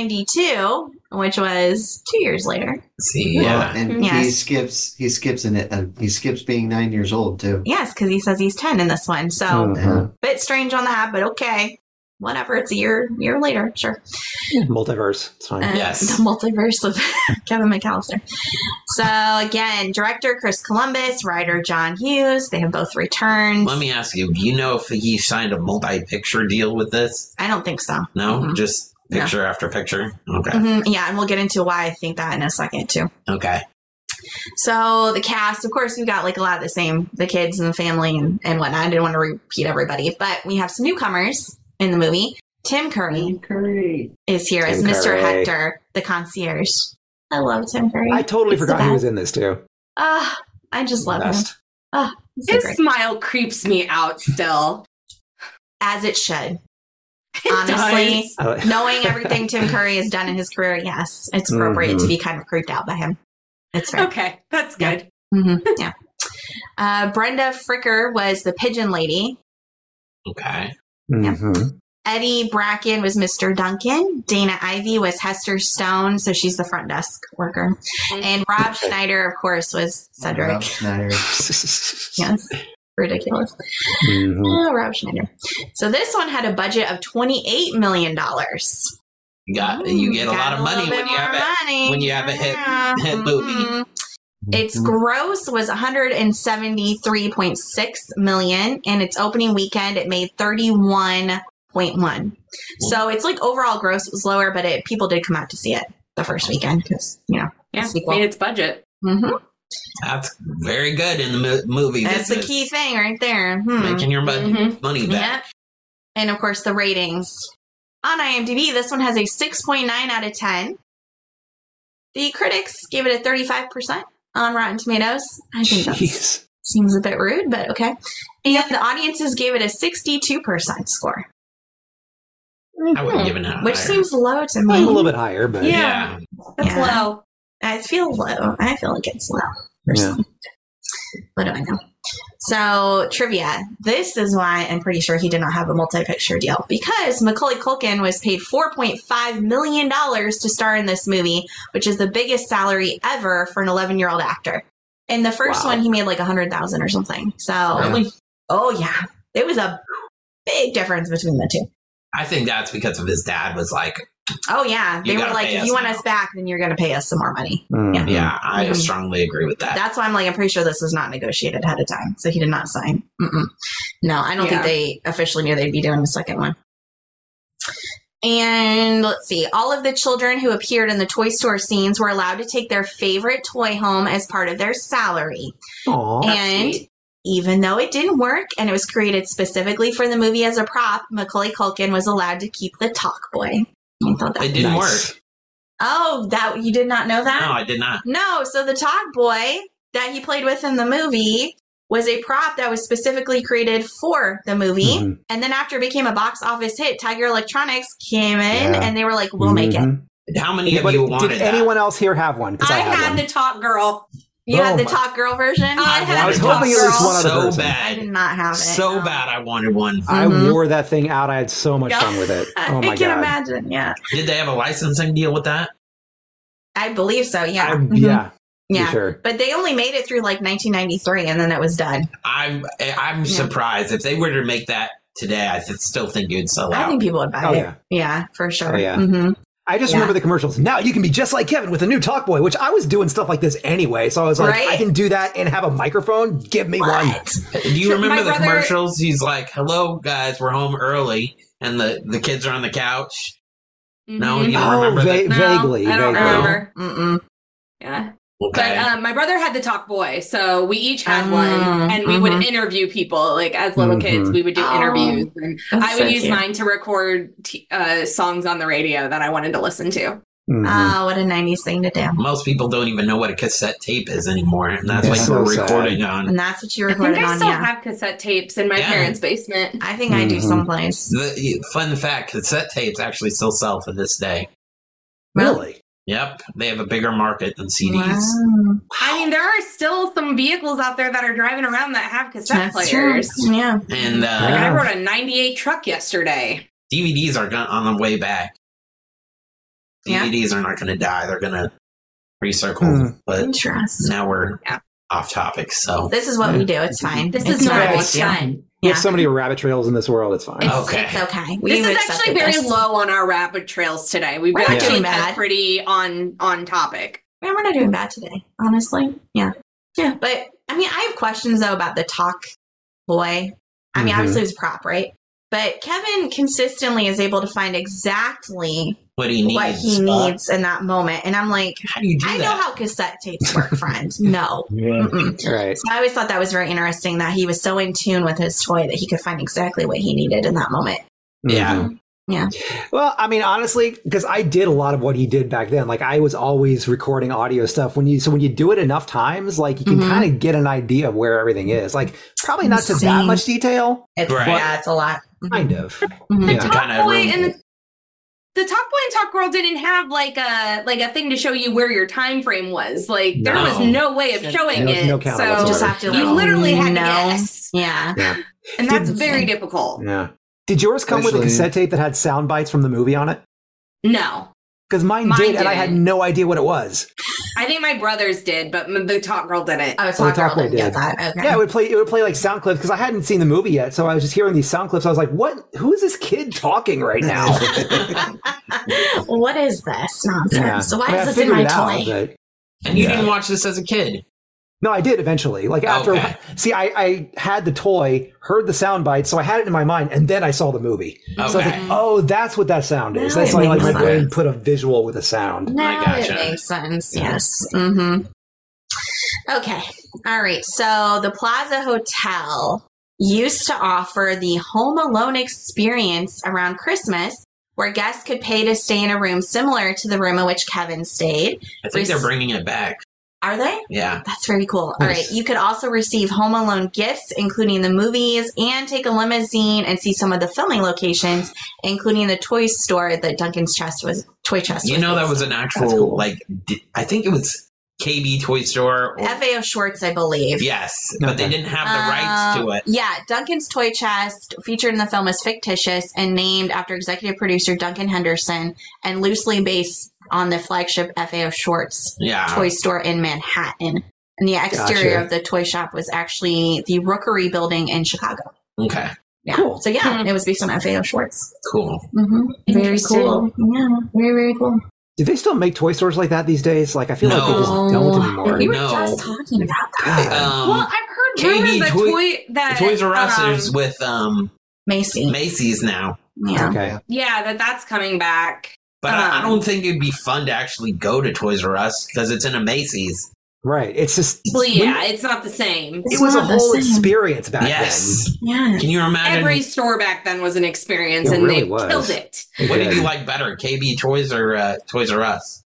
1992, which was two years later.
See,
Well,
yeah.
and he
Yes.
skips. He skips in it. Uh, he skips being nine years old too. Uh-huh.
Yes, because he says he's 10 in this one. So,
Mhm.
bit strange on that, but okay. Whatever, it's a year year later, sure.
Multiverse. It's fine.
Uh,
Yes.
The multiverse of Kevin McAllister. So, again, director Chris Columbus, writer John Hughes, they have both returned.
Let me ask you. Do you know if he signed a multi-picture deal with this?
I don't think so.
No,
Mhm.
just
No.
picture after picture. Okay,
Mhm, Yeah, and we'll get into why I think that in a second too.
okay.
So the cast, of course, we've got like a lot of the same, the kids and the family and, and whatnot. I didn't want to repeat everybody, but we have some newcomers in the movie. Tim Curry
Curry.
is here as
Tim
Mr.
Curry.
Hector, the concierge. I love Tim Curry.
I totally
It's the
forgot he
best.
was in this too.
Ah, I just love him.
Best.
He's so
His
great.
smile creeps me out still.
As it should.
It
Honestly,
does.
I-
Knowing everything Tim Curry has done in his career, yes, it's appropriate to be kind of creeped out by him. It's fair.
Okay, that's
Yeah.
good.
hmm Yeah. Uh, Brenda Fricker was the pigeon lady.
Okay.
Mhm.
Eddie Bracken was Mr. Duncan. Dana Ivy was Hester Stone, so she's the front desk worker.
Mm-hmm.
And Rob Schneider, of course, was
Rob
Cedric.
Schneider.
Yes. Ridiculous.
Mhm.
Oh, Rob Schneider. So this one had a budget of $28 million.
You got you get a
Got
lot of money
little
when
bit
you have
more
it.
money.
when you have a hit-
Yeah.
hit movie.
Mhm. Its
Mhm.
gross was 173.6 million and its opening weekend it made 31.1. So it's like overall gross was lower but it people did come out to see it the first weekend cuz you know.
Yeah,
Sequel.
I mean, it's budget.
Mhm.
That's very good in the mo- movie.
That's the
business.
key thing right there. Hmm.
Making your money,
Mhm.
money back.
Yep. And of course the ratings. On IMDb this one has a 6.9 out of 10. The critics gave it a 35% on Rotten Tomatoes. I think that's
Jeez.
Seems a bit rude, but okay. And the audiences gave it a 62% score,
I would have given it.
which
higher.
seems low to me.
A little bit higher, but
Yeah.
Yeah. That's
Yeah.
low.
I feel low. I feel like it's low. Or
Yeah.
something. What do I know? So, trivia. This is why I'm pretty sure he did not have a multi picture deal because Macaulay Culkin was paid $4.5 million to star in this movie, which is the biggest salary ever for an 11 year old actor. In the first
Wow.
one, he made like 100000 or something. So,
Really?
oh, yeah. It was a big difference between the two.
I think that's because of his dad was like,
Oh yeah,
You
they were
gotta
like,
pay
if
us
you want
now.
us back, then you're going to pay us some more money.
Mhm.
yeah, I
Mhm.
strongly agree with that.
That's why I'm like, I'm pretty sure this was not negotiated ahead of time, so he did not sign. Mm-mm. No, I don't
Yeah.
think they officially knew they'd be doing the second one. And let's see, all of the children who appeared in the toy store scenes were allowed to take their favorite toy home as part of their salary.
Aw.
That's
and
sweet.
even though it didn't work and it was created specifically for the movie as a prop, Macaulay Culkin was allowed to keep the talk boy. I thought that
it didn't
Nice.
work.
Oh, that you did not know that?
No, I did not.
No, so the talk boy that he played with in the movie was a prop that was specifically created for the movie.
Mhm.
And then after it became a box office hit, Tiger Electronics came in
Yeah.
and they were like, we'll make it.
Mhm.
How many of
But
you
did
wanted that?
anyone else here have one? 'Cause
I,
had,
had
one.
the talk girl.
You had
Oh
the
my-
talk girl version?
I
I
had
was
the
hoping
talk
it
was
girl.
one of-
so
person.
I did
bad,
not have it.
so
no.
bad. I wanted one.
I
Mhm.
wore that thing out. I had so much
Yeah.
fun with it.
I
Oh my
can
god!
imagine. Yeah.
Did they have a licensing deal with that?
I believe so. Yeah.
I-
Mhm.
yeah,
Yeah.
for sure.
But they only made it through like 1993 and then it was done.
I'm I'm surprised if they were to make that today. I th- still think you'd sell out.
I think people would buy
Oh,
it.
yeah.
Yeah, for sure.
Oh, yeah.
hmm
I just
Yeah.
remember the commercials. Now you can be just like Kevin with a new talk boy, which I was doing stuff like this anyway. So I was like,
Right?
I can do that and have a microphone. Give me one.
What?
Do you
My
remember the
brother-
commercials? He's like, "Hello, guys, we're home early," and the the kids are on the couch.
Mm-hmm.
No, you don't
Oh,
remember that?
va- vaguely.
I don't
vaguely.
remember. Mm-mm. Yeah. But
Okay.
uh,
um, my brother had the talk boy, so we each had
Oh,
one, and we would
mhm.
interview people. Like as little
Mhm.
Mm-hmm.
kids, we would do
Oh,
interviews, and
that's
I would
so
use
cute.
mine to record t- uh, songs on the radio that I wanted to listen to.
Mm-hmm.
Mhm.
Oh, what a 90s thing to do.
Most people don't even know what a cassette tape is anymore, and that's
It's
what you were
so sad.
recording on.
And that's what you
I think
recorded
I
on,
still
yeah.
have cassette tapes in my
Yeah.
parents' basement.
I think I do
Mm-hmm.
Mhm.
someplace.
The, fun fact: cassette tapes actually still sell to this day.
Really?
Yep, they have a bigger market than CDs.
Wow.
I mean, there are still some vehicles out there that are driving around that have cassette
That's true.
players.
Yeah.
And
Like
uh,
Yeah.
I rode a '98 truck yesterday.
DVDs are going on the way back.
Yeah.
DVDs are not going to die; they're going to recircle.
Hmm.
But
Interesting.
now we're
Yeah.
off topic, so
This is what we do. It's fine.
This
It's
is
not a
normal.
big
It's
deal.
fine.
We
Yeah.
have so many rabbit trails in this world. It's fine.
It's,
Okay.
it's okay. We
This is
accepted
actually very
this.
low on our rabbit trails today. We've
We're not
actually
doing
been
bad.
pretty on on topic.
Man, we're not doing bad today, honestly. Yeah. Yeah. But I mean, I have questions though about the talk boy. I mean,
Mm-hmm.
Mhm.
obviously it was a prop, right? But Kevin consistently is able to find exactly
what he needs.
what he
uh,
needs in that moment. And I'm like,
How do you do
I
that?
know how cassette tapes work, friend. No.
Yeah.
Mm-mm.
right.
So I always thought that was very interesting that he was so in tune with his toy that he could find exactly what he needed in that moment.
Yeah.
Mhm.
Yeah.
Well, I mean, honestly, because I did a lot of what he did back then. Like I was always recording audio stuff. When you so when you do it enough times, like you can
Mhm.
kind of get an idea of where everything is. Like probably not to that
Insane.
much detail.
It's,
Right.
Yeah, it's a lot.
Kind of.
Mhm.
It's
Yeah.
a
Talk
kind of
boy
room-
and the, the talk boy and talk girl didn't have like a like a thing to show you where your time frame was. Like there
No.
was no way of showing
No-
it.
no
so
counter
You just
whatsoever.
have to
you
like,
literally had to
know.
guess,
Yeah.
and that's
Did-
very difficult.
Yeah. Did yours come with a
Actually-
cassette tape that had sound bites from the movie on it?
No,
Because mine,
Mine
did, and I had
didn't.
no idea what it was.
I think my brothers did, but m- the talk girl didn't.
Oh, it's
Well,
not
the talk
girl
boy
didn't get
did.
that. Okay.
Yeah, it would play. It would play like sound clips because I hadn't seen the movie yet, so I was just hearing these sound clips. I was like, "What? Who is this kid talking right now?"
what is this nonsense? So why
I mean, I
is this in
figured
my
it out,
toy?
but-
And you
Yeah.
didn't watch this as a kid.
No, I did eventually. Like after,
Okay.
see, I, I had the toy, heard the sound bite, so I had it in my mind, and then I saw the movie.
Okay.
Mm-hmm.
So I was like, "Oh, that's what that sound is."
Now
That's
it
why like
makes
my brain
sense.
put a visual with a sound.
Now
gotcha.
it makes sense. Yes. Mm-hmm. Okay. All right. So the Plaza Hotel used to offer the Home Alone experience around Christmas, where guests could pay to stay in a room similar to the room in which Kevin stayed.
I think they're bringing it back.
Are they?
Yeah.
That's very cool. All
Nice.
right. You could also receive Home Alone gifts, including the movies, and take a limousine and see some of the filming locations, including the toy store that Duncan's chest was toy chest.
You
was
know, that
based
was
on.
an actual,
That's cool.
like, di- I think it was KB Toy Store. Or,
FAO Schwartz, I believe.
yes, but they
Okay.
didn't have the rights to
Oh.
Um,
it.
Yeah, Duncan's toy chest, featured in the film, is fictitious and named after executive producer Duncan Henderson, and loosely based on the flagship FAO Schwartz
Yeah.
toy store in Manhattan. And the exterior
Gotcha.
of the toy shop was actually the Rookery Building in Chicago.
Okay.
Yeah.
Cool.
So yeah,
Hmm.
it was based on FAO Schwartz.
Cool.
Mm-hmm. Very
Interesting.
cool. Yeah, very very cool.
Do they still make toy stores like that these days? Like I feel like they just
No.
don't anymore.
Oh, we were
Oh. No.
just talking about that.
God.
Um,
well, I've heard
KB
rumors that
Toy-
toy that
Toys R Us is
um,
with um,
Macy.
Macy's now.
Yeah.
Okay.
yeah, that that's coming back.
But I, I
Um,
don't think it'd be fun to actually go to Toys R Us because it's in a Macy's.
Right. It's just
Well,
when-
yeah, it's not the same.
It
It's
was a
not the
whole
same.
experience back
yes.
Yeah.
Can you imagine?
Every store back then was an experience,
It
and
really
they
was.
killed it.
then. It
what did
did.
you like better, KB Toys or uh, Toys R Us?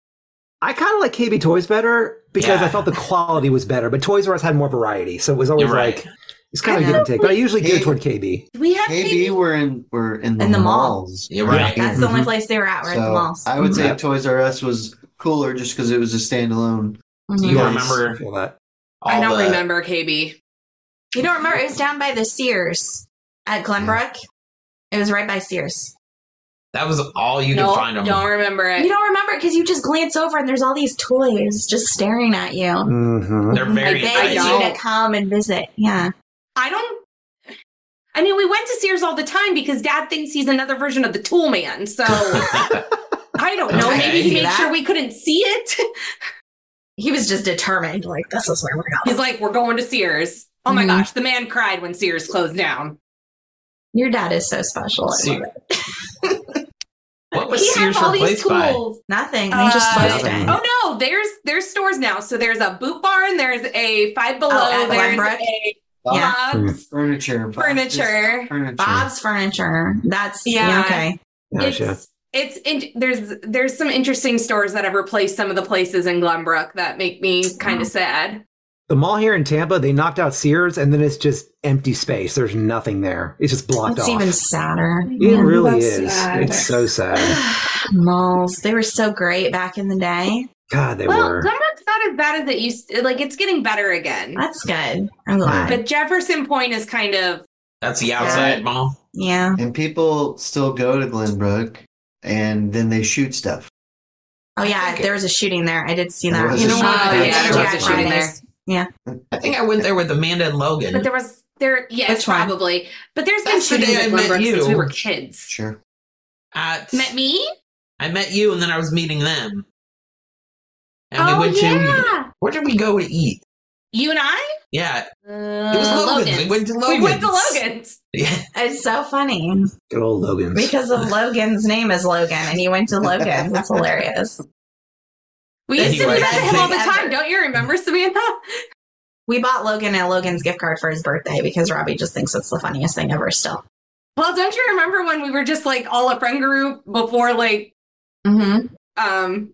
I kind of like KB Toys better because
Yeah.
I felt the quality was better, but Toys R Us had more variety, so it was always
You're right.
like it's kind
I
of give and take. But I usually
Hey.
go toward KB.
We had
KB were in were in the,
In the mall.
malls.
You're right.
That's the only
Mhm.
place they were at, right? the
So
malls.
I would say
Yeah.
Toys R Us was cooler just because it was a standalone.
Mhm.
You
Yes.
remember
I feel that.
all
I don't
the-
remember KB.
You don't remember? It was down by the Sears at Glenbrook. It was right by Sears.
That was all you
no,
could find them.
don't remember it.
You don't remember because you just glance over and there's all these toys just staring at you.
Mm-hmm.
Mhm.
They're
like
very
begging
enticing.
you
don't.
to come and visit. Yeah.
I don't. I mean, we went to Sears all the time because Dad thinks he's another version of the Tool Man. So I don't know.
Okay.
Maybe he
See
made
that?
sure we couldn't see it.
He was just determined, like, this is where we're
He's
going.
like, "We're going to Sears." Oh my
Mm-hmm.
Mhm.
gosh, the man cried when Sears closed down.
Your dad is so special. I love
Sears.
it.
What was Sears replaced by?
Nothing. They just
Uh,
closed it.
Oh no, there's there's stores now. So there's a boot barn, there's a five below,
Oh, at
there's
Glenbrook?
a
Yeah.
Bob's
Furniture.
Hmm.
furniture.
Furniture.
Bob's Furniture. That's yeah.
Yeah.
okay.
Gotcha.
It's in, there's there's some interesting stores that have replaced some of the places in Glenbrook that make me kind of sad.
The mall here in Tampa, they knocked out Sears, and then it's just empty space. There's nothing there. It's just blocked
That's
off.
even sadder.
it really
that's
is.
sad.
It's so sad.
Malls. They were so great back in the day.
God, they
well,
were.
Glenbrook's not as bad as it used. Like it's getting better again.
That's good. I'm glad.
But Jefferson Point is kind of
That's the outside
Yeah.
mall.
yeah.
And people still go to Glenbrook and then they shoot stuff.
Oh yeah. There was a shooting there. I did see
There
that.
was a You know shooting what? there.
yeah, there was a
Jack
shooting there.
Fridays. Yeah.
I think I went there with Amanda and
But
Logan.
there was there yes
Which one?
probably. But there's been
That's the day
shootings
I
at
met
Glenbrook since
you.
we were kids.
Sure.
At-
Met me?
I met you, and then I was meeting them. And
oh
we went to
yeah.
where did we go to eat?
You and I?
Yeah,
Uh,
it was Logan's. We
Logan's.
went to
We
Logan's.
went to Logan's.
Yeah,
It's so funny
Good old Logan's.
because of Logan's name is Logan, and you went to Logan. That's hilarious.
We used
Anyway,
to do that to
I
him all the
think-
time. Don't you remember, Samantha?
We bought Logan a Logan's gift card for his birthday because Robbie just thinks it's the funniest thing ever. Still.
Well, don't you remember when we were just like all a friend group before like
Mm-hmm.
um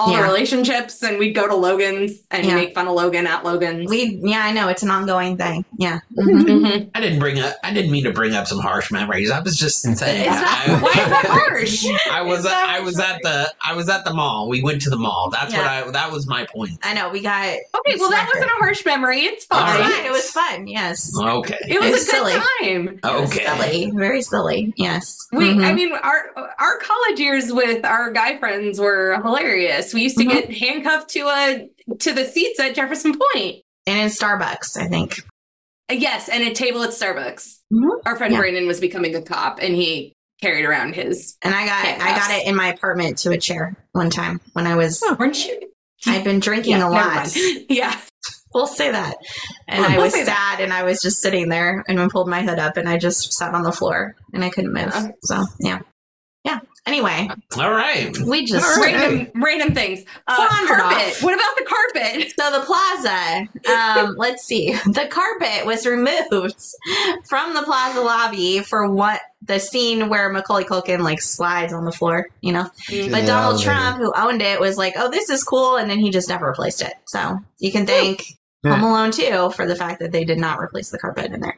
all
Yeah.
the relationships and we'd go to Logan's and
Yeah.
make fun of Logan at Logan's.
We. Yeah, I know. It's an ongoing thing. Yeah.
Mhm.
I didn't bring up. I didn't mean to bring up some harsh memories. I was just saying.
It's not- why is that harsh?
I was
It's not
I was at the I was at the mall. We went to the mall. That's what I that was my point.
I know. We got.
Okay, well that wasn't a harsh memory. It's
All
It
fine.
was
right.
fun. It was fun. Yes.
Okay.
It was
It's
a good
silly.
time.
It was
Okay.
Silly. Very silly. Yes.
We, I
Mhm.
mean, our our college years with our guy friends were hilarious. We used to
Mhm.
get handcuffed to a to the seats at Jefferson Point.
and in Starbucks, I think.
Uh, Yes, and a table at Starbucks.
Mhm.
Our friend
Yeah.
Brandon was becoming a cop, and he carried around his.
And I got
Yeah,
I got
that's-
it in my apartment to a chair one time when I was
Weren't you
I've been drinking
Yeah,
a
never
lot.
mind. Yeah,
We'll say that. And
We'll
I was
say
sad and I was just sitting there and I pulled my hood up and I just sat on the floor and I couldn't move.
Yeah.
So yeah. Yeah. Anyway,
All right.
we just
random random things. Uh,
Wandered
carpet.
off.
What about the carpet?
So the plaza, um, let's see, the carpet was removed from the plaza lobby for what the scene where Macaulay Culkin like slides on the floor, you know.
To
Mm, But
the
Donald
elevator.
Trump, who owned it, was like, "Oh, this is cool," and then he just never replaced it. So you can thank
Yeah.
Home Alone 2 for the fact that they did not replace the carpet in there.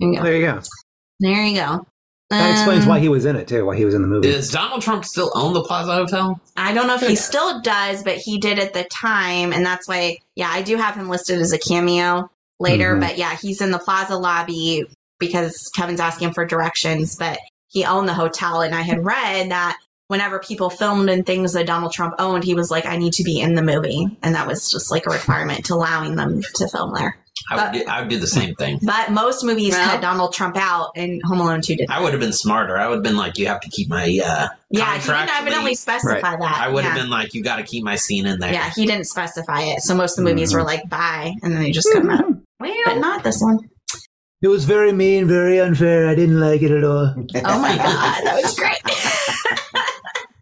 There you go.
There you go.
There you go.
That explains
Um,
why he was in it too. Why he was in the movie.
Does Donald Trump still own the Plaza Hotel?
I don't know if
Who
he
knows?
still does, but he did at the time, and that's why. Yeah, I do have him listed as a cameo later,
Mhm.
but yeah, he's in the plaza lobby because Kevin's asking for directions. But he owned the hotel, and I had read that whenever people filmed in things that Donald Trump owned, he was like, "I need to be in the movie," and that was just like a requirement to allowing them to film there.
I
Uh,
would do, I would do the same thing.
But most movies
Well-
cut Donald Trump out, and Home Alone Two did.
I would have been smarter. I would have been like, you have to keep my. uh
Yeah, he didn't
Contractually-
evidently specify that.
I would have
yeah.
been like, you got to keep my scene in there.
Yeah, he
Mm.
didn't specify it, so most of the movies were like "bye," and then they just come out. But
Well,
not this one.
It was very mean, very unfair. I didn't like it at all.
Oh my god, that was great.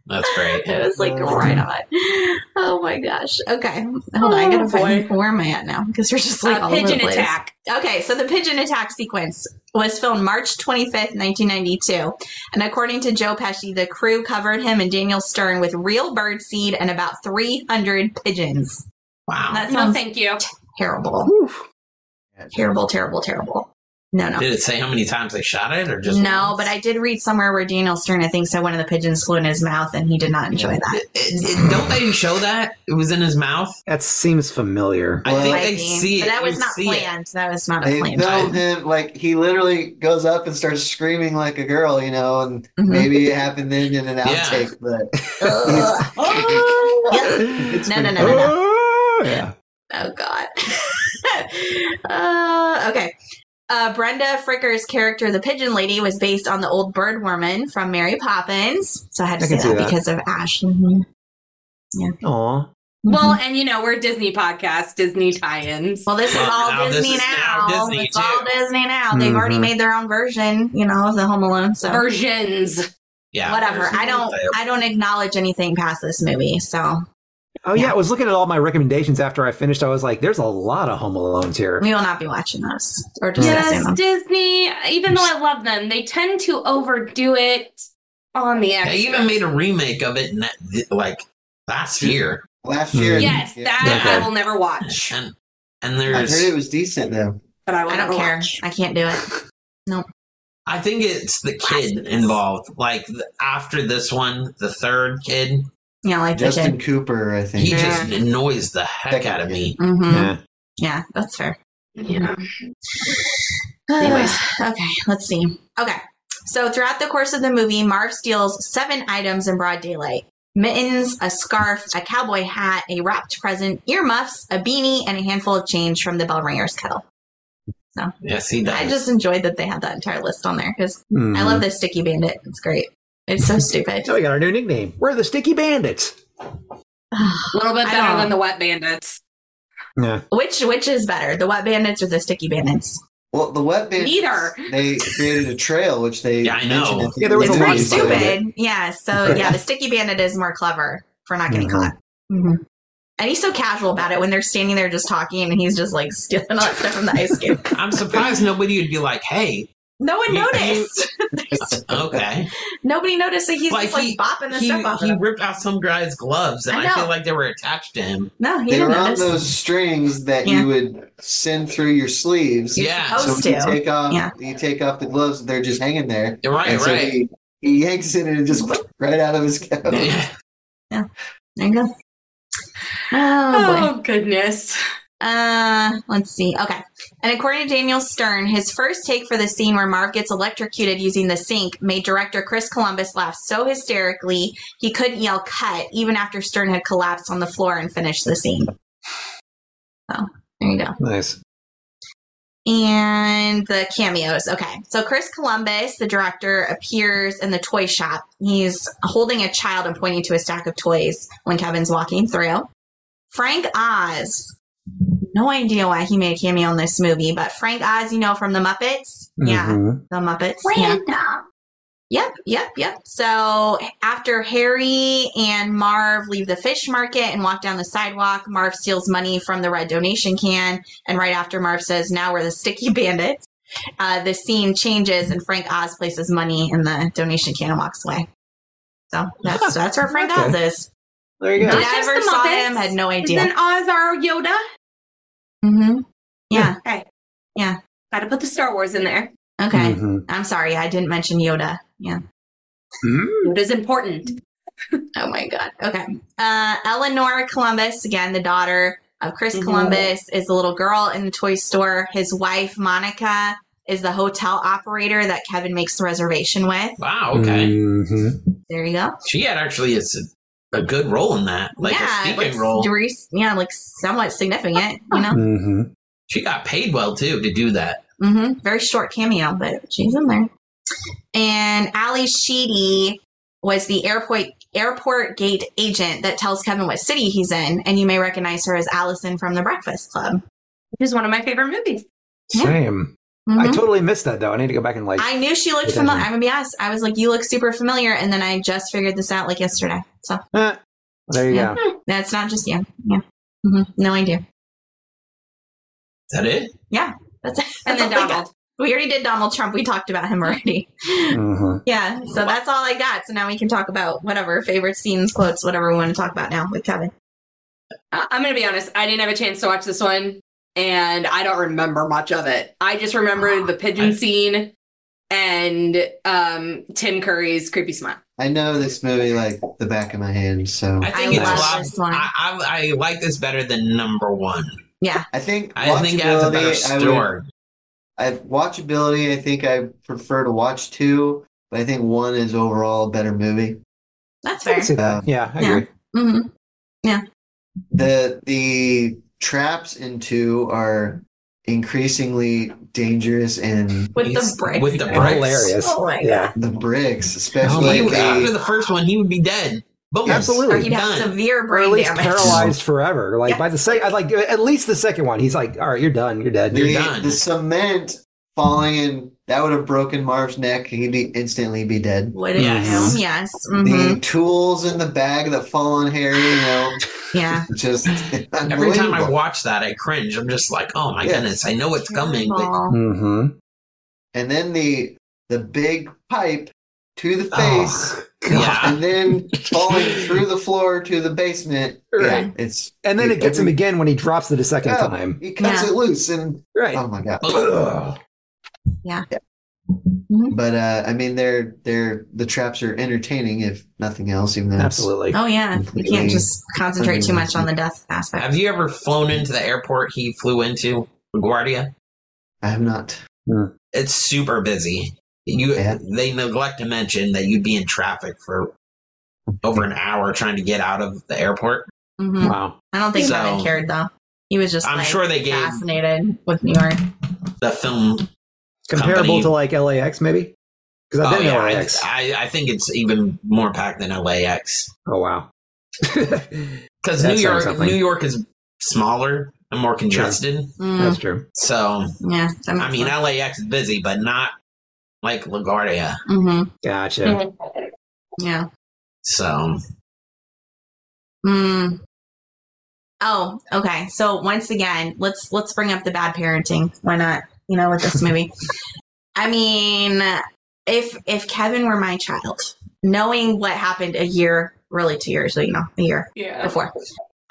That's great.
it was like
Mm.
right on. Oh my gosh. Okay, hold on. I gotta find where am I at now because we're just like
uh,
all over
Oh, pigeon
the place.
attack.
Okay, so the pigeon attack sequence was filmed March 25th, 1992. And according to Joe Pesci, the crew covered him and Daniel Stern with real bird seed and about 300 pigeons.
Wow.
That
No,
sounds
thank you.
terrible. Terrible, terrible, terrible. No, no.
Did it say how many times they shot it, or just
No, but I did read somewhere where Daniel Stern, I think, said one of the pigeons flew in his mouth and he did not enjoy that.
It- it- don't they show that it was in his mouth?
That seems familiar.
I think
Might
they
be.
see it.
But that
You
was not
see it.
planned. That was not a
They
planned.
film him like he literally goes up and starts screaming like a girl, you know, and
Mhm.
maybe it happened then in an
Yeah.
outtake, but
Ugh.
it's
no, no,
pretty
no, no, no.
Oh, yeah.
Oh God. uh, okay. Uh, Brenda Fricker's character, the Pigeon Lady, was based on the old Bird Woman from Mary Poppins. So I had to
I
say
can
that,
see that.
because of Ash. Mhm.
Aw.
mm-hmm.
Well, and you know we're a Disney podcast, Disney tie-ins.
Well, this is
Well,
all
now this
Disney
is
now.
now Disney,
it's all
too.
Disney now. They've already
Mhm.
made their own version, you know, of the Home Alone. So
versions.
Yeah.
Whatever.
there's-
I don't. I don't acknowledge anything past this movie. So
Oh yeah. I was looking at all my recommendations after I finished. I was like, there's a lot of Home Alones here.
we will not be watching those or discussing
Yes,
them.
Disney. Even though I love them, they tend to overdo it on the extras.
They even made a remake of it, in that, like last year.
Last year.
Yes,
Yeah.
that
Okay.
I will never watch.
And and
I heard
there's
it was decent though.
But I will
I
never
don't care.
watch.
I can't do it.
I think it's the kid
Blasphemous.
involved. Like th- after this one, the third kid,
Yeah, like the
Justin
kid.
Cooper, I think.
he
Yeah.
just annoys the heck
That
out of
guy.
me.
hmm Yeah.
Yeah.
that's fair.
Yeah.
Anyways, okay, let's see. Okay, so throughout the course of the movie, Marv steals seven items in broad daylight. Mittens, a scarf, a cowboy hat, a wrapped present, earmuffs, a beanie, and a handful of change from the bell ringer's kettle.
Yes, he
I
does.
just enjoyed that they had that entire list on there because
Mhm.
I
Mm-hmm.
love the sticky bandit. It's great. It's so stupid.
So we got our new nickname. We're the Sticky Bandits.
A little bit
I
better
don't-
than the Wet Bandits.
Yeah.
Which which is better, the wet bandits or the sticky bandits?
Well, the wet bandits.
Neither.
They created a trail, which they.
Yeah, I know.
mentioned at the
Yeah, there was
It's
a lot
pretty
beginning,
of
so-
stupid. Yeah. So yeah, the sticky bandit is more clever for not getting
Mm-hmm.
Mhm.
caught. Mm-hmm. And he's so casual about it when they're standing there just talking, and he's just like stealing all that stuff from the ice cube.
I'm surprised nobody would be like, "Hey,
No one
You-
noticed.
okay."
Nobody noticed that he's
Like,
just like
he-
bopping the
He,
stuff off. of
he
him.
ripped off some guy's gloves, and
I
I,
know.
feel like they were attached to him.
No, he
They
didn't
were on
notice.
those strings that
Yeah.
you would send through your sleeves.
Yeah,
supposed
So you
to.
take off,
Yeah.
you take off the gloves, and they're just hanging there.
right,
and so
right.
he, uh, he yanks it and it just right out of his coat.
Yeah.
There you go. Oh, boy.
Oh, goodness.
Uh, let's see. Okay. And according to Daniel Stern, his first take for the scene where Marv gets electrocuted using the sink made director Chris Columbus laugh so hysterically he couldn't yell cut even after Stern had collapsed on the floor and finished the scene. So, there you go.
Nice.
And the cameos. Okay. So Chris Columbus, the director, appears in the toy shop. He's holding a child and pointing to a stack of toys when Kevin's walking through. Frank Oz. No idea why he made a cameo in this movie, but Frank Oz, you know, from the Muppets. Yeah.
Mhm.
The Muppets. Yeah. Yep, yep, yep. So after Harry and Marv leave the fish market and walk down the sidewalk, Marv steals money from the red donation can. And right after Marv says, Now we're the sticky bandits, uh, the scene changes and Frank Oz places money in the donation can and walks away. So that's that's where Frank
Okay.
Oz is.
There you
Did
go.
Not
I
just
ever
the
saw
Muppets.
him? Had no
Is
idea.
then Oz our Yoda?
hmm Yeah.
Okay.
Yeah.
Gotta put the Star Wars in there.
Okay.
Mm-hmm.
Mhm.
I'm sorry, I didn't mention Yoda. Yeah.
Yoda's important.
Oh my God. Okay. Uh, Eleanor Columbus, again, the daughter of Chris
Mhm.
Columbus, is the little girl in the toy store. His wife, Monica, is the hotel operator that Kevin makes the reservation with.
Wow. Okay.
Mm.
Mhm.
There you go.
She had actually a, s- a good role in that, like a speaking
like,
role.
re- yeah, like somewhat significant, you know?
Mhm.
She got paid well too to do that.
hmm Very short cameo, but she's in there. And Ali Sheedy was the airport airport gate agent that tells Kevin what city he's in, and you may recognize her as Allison from The Breakfast Club.
Which is one of my favorite movies.
Yeah.
Same. I
Mhm.
totally missed that though. I need to go back and like.
I knew she looked
It
familiar.
doesn't-
I'm gonna be honest. I was like, you look super familiar, and then I just figured this out like yesterday. So
Eh. There you
Yeah.
go.
that's not just you. Yeah. hmm No idea.
Is that it?
That's
And
that's
then
all I got.
Donald.
Oh We already did Donald Trump. We talked about him already.
Mhm.
Yeah. So that's all I got. So now we can talk about whatever favorite scenes, quotes, whatever we want to talk about now with Kevin.
Uh, I'm gonna be honest. I didn't have a chance to watch this one, and I don't remember much of it. I just remember the pigeon
I-
scene and um, Tim Curry's creepy smile.
I know this movie like the back of my hand, so
I think
I
it's
love
a lot.
this one.
I, I, I like this better than number one.
I think
I think it has a better
watchability, I would-
story.
I watchability. I think I prefer to watch two, but I think one is overall a better movie.
That's fair.
I can see
Yeah.
that. Yeah, I
Yeah.
agree.
hmm
The the traps in two are increasingly dangerous and
With the
He's-
brick.
With the
And
bricks.
Hilarious.
Oh my
yeah.
the
Oh
bricks,
He
especially
my
would-
the-
God.
after the first one, he would be dead. Boom.
Yes.
Or
Absolutely.
he'd have
Done.
severe
or
brain
at least
damage.
paralyzed forever. Like
Yeah.
by the second, like at least the second one, he's like, "All right, you're done. You're dead."
the,
done.
the cement falling in That would have broken Marv's neck. He'd be instantly be dead.
Would it?
Yes.
Um, yes. Mhm.
The tools in the bag that fall on Harry, you know,
Yeah.
just
Every time I
unbelievable.
watch that, I cringe. I'm just like, oh my
Yes.
goodness, I know it's coming. But
Aw.
Mm-hmm.
and then the the big pipe to the face,
Oh, God.
and then falling through the floor to the basement. Yeah,
Right.
it's
And then it gets him
every-
again when he drops it a second
Yeah.
time.
He cuts
Yeah.
it loose, and
Right.
oh my god!
Ugh.
But uh, I mean, they're they're the traps are entertaining if nothing else. Even though it's-
Absolutely.
Oh yeah. You can't just concentrate too much on the death aspect.
Have you ever flown into the airport he flew into, LaGuardia?
I have not.
It's super busy. You
Yeah.
they neglect to mention that you'd be in traffic for over an hour trying to get out of the airport.
hmm
Wow.
I don't think
So-
Batman cared though. He was just
I'm
like,
sure they gave-
fascinated with New York.
The film.
Comparable
Company-
to like LAX, maybe? Because I've
Oh,
been to
yeah, I,
LAX.
I, I think it's even more packed than LAX
oh, wow.
because
That's
New
saying
York
something.
New York is smaller and more congested.
Mm,
That's true.
So
yeah. That
I mean, LAX is busy, but not like LaGuardia.
mm-hmm.
Gotcha.
Yeah.
So
Mm. Oh, okay. So once again, let's let's bring up the bad parenting. Why not? You know, with this movie. I mean, if if Kevin were my child, knowing what happened a year, really two years, so you know, a year
Yeah.
before,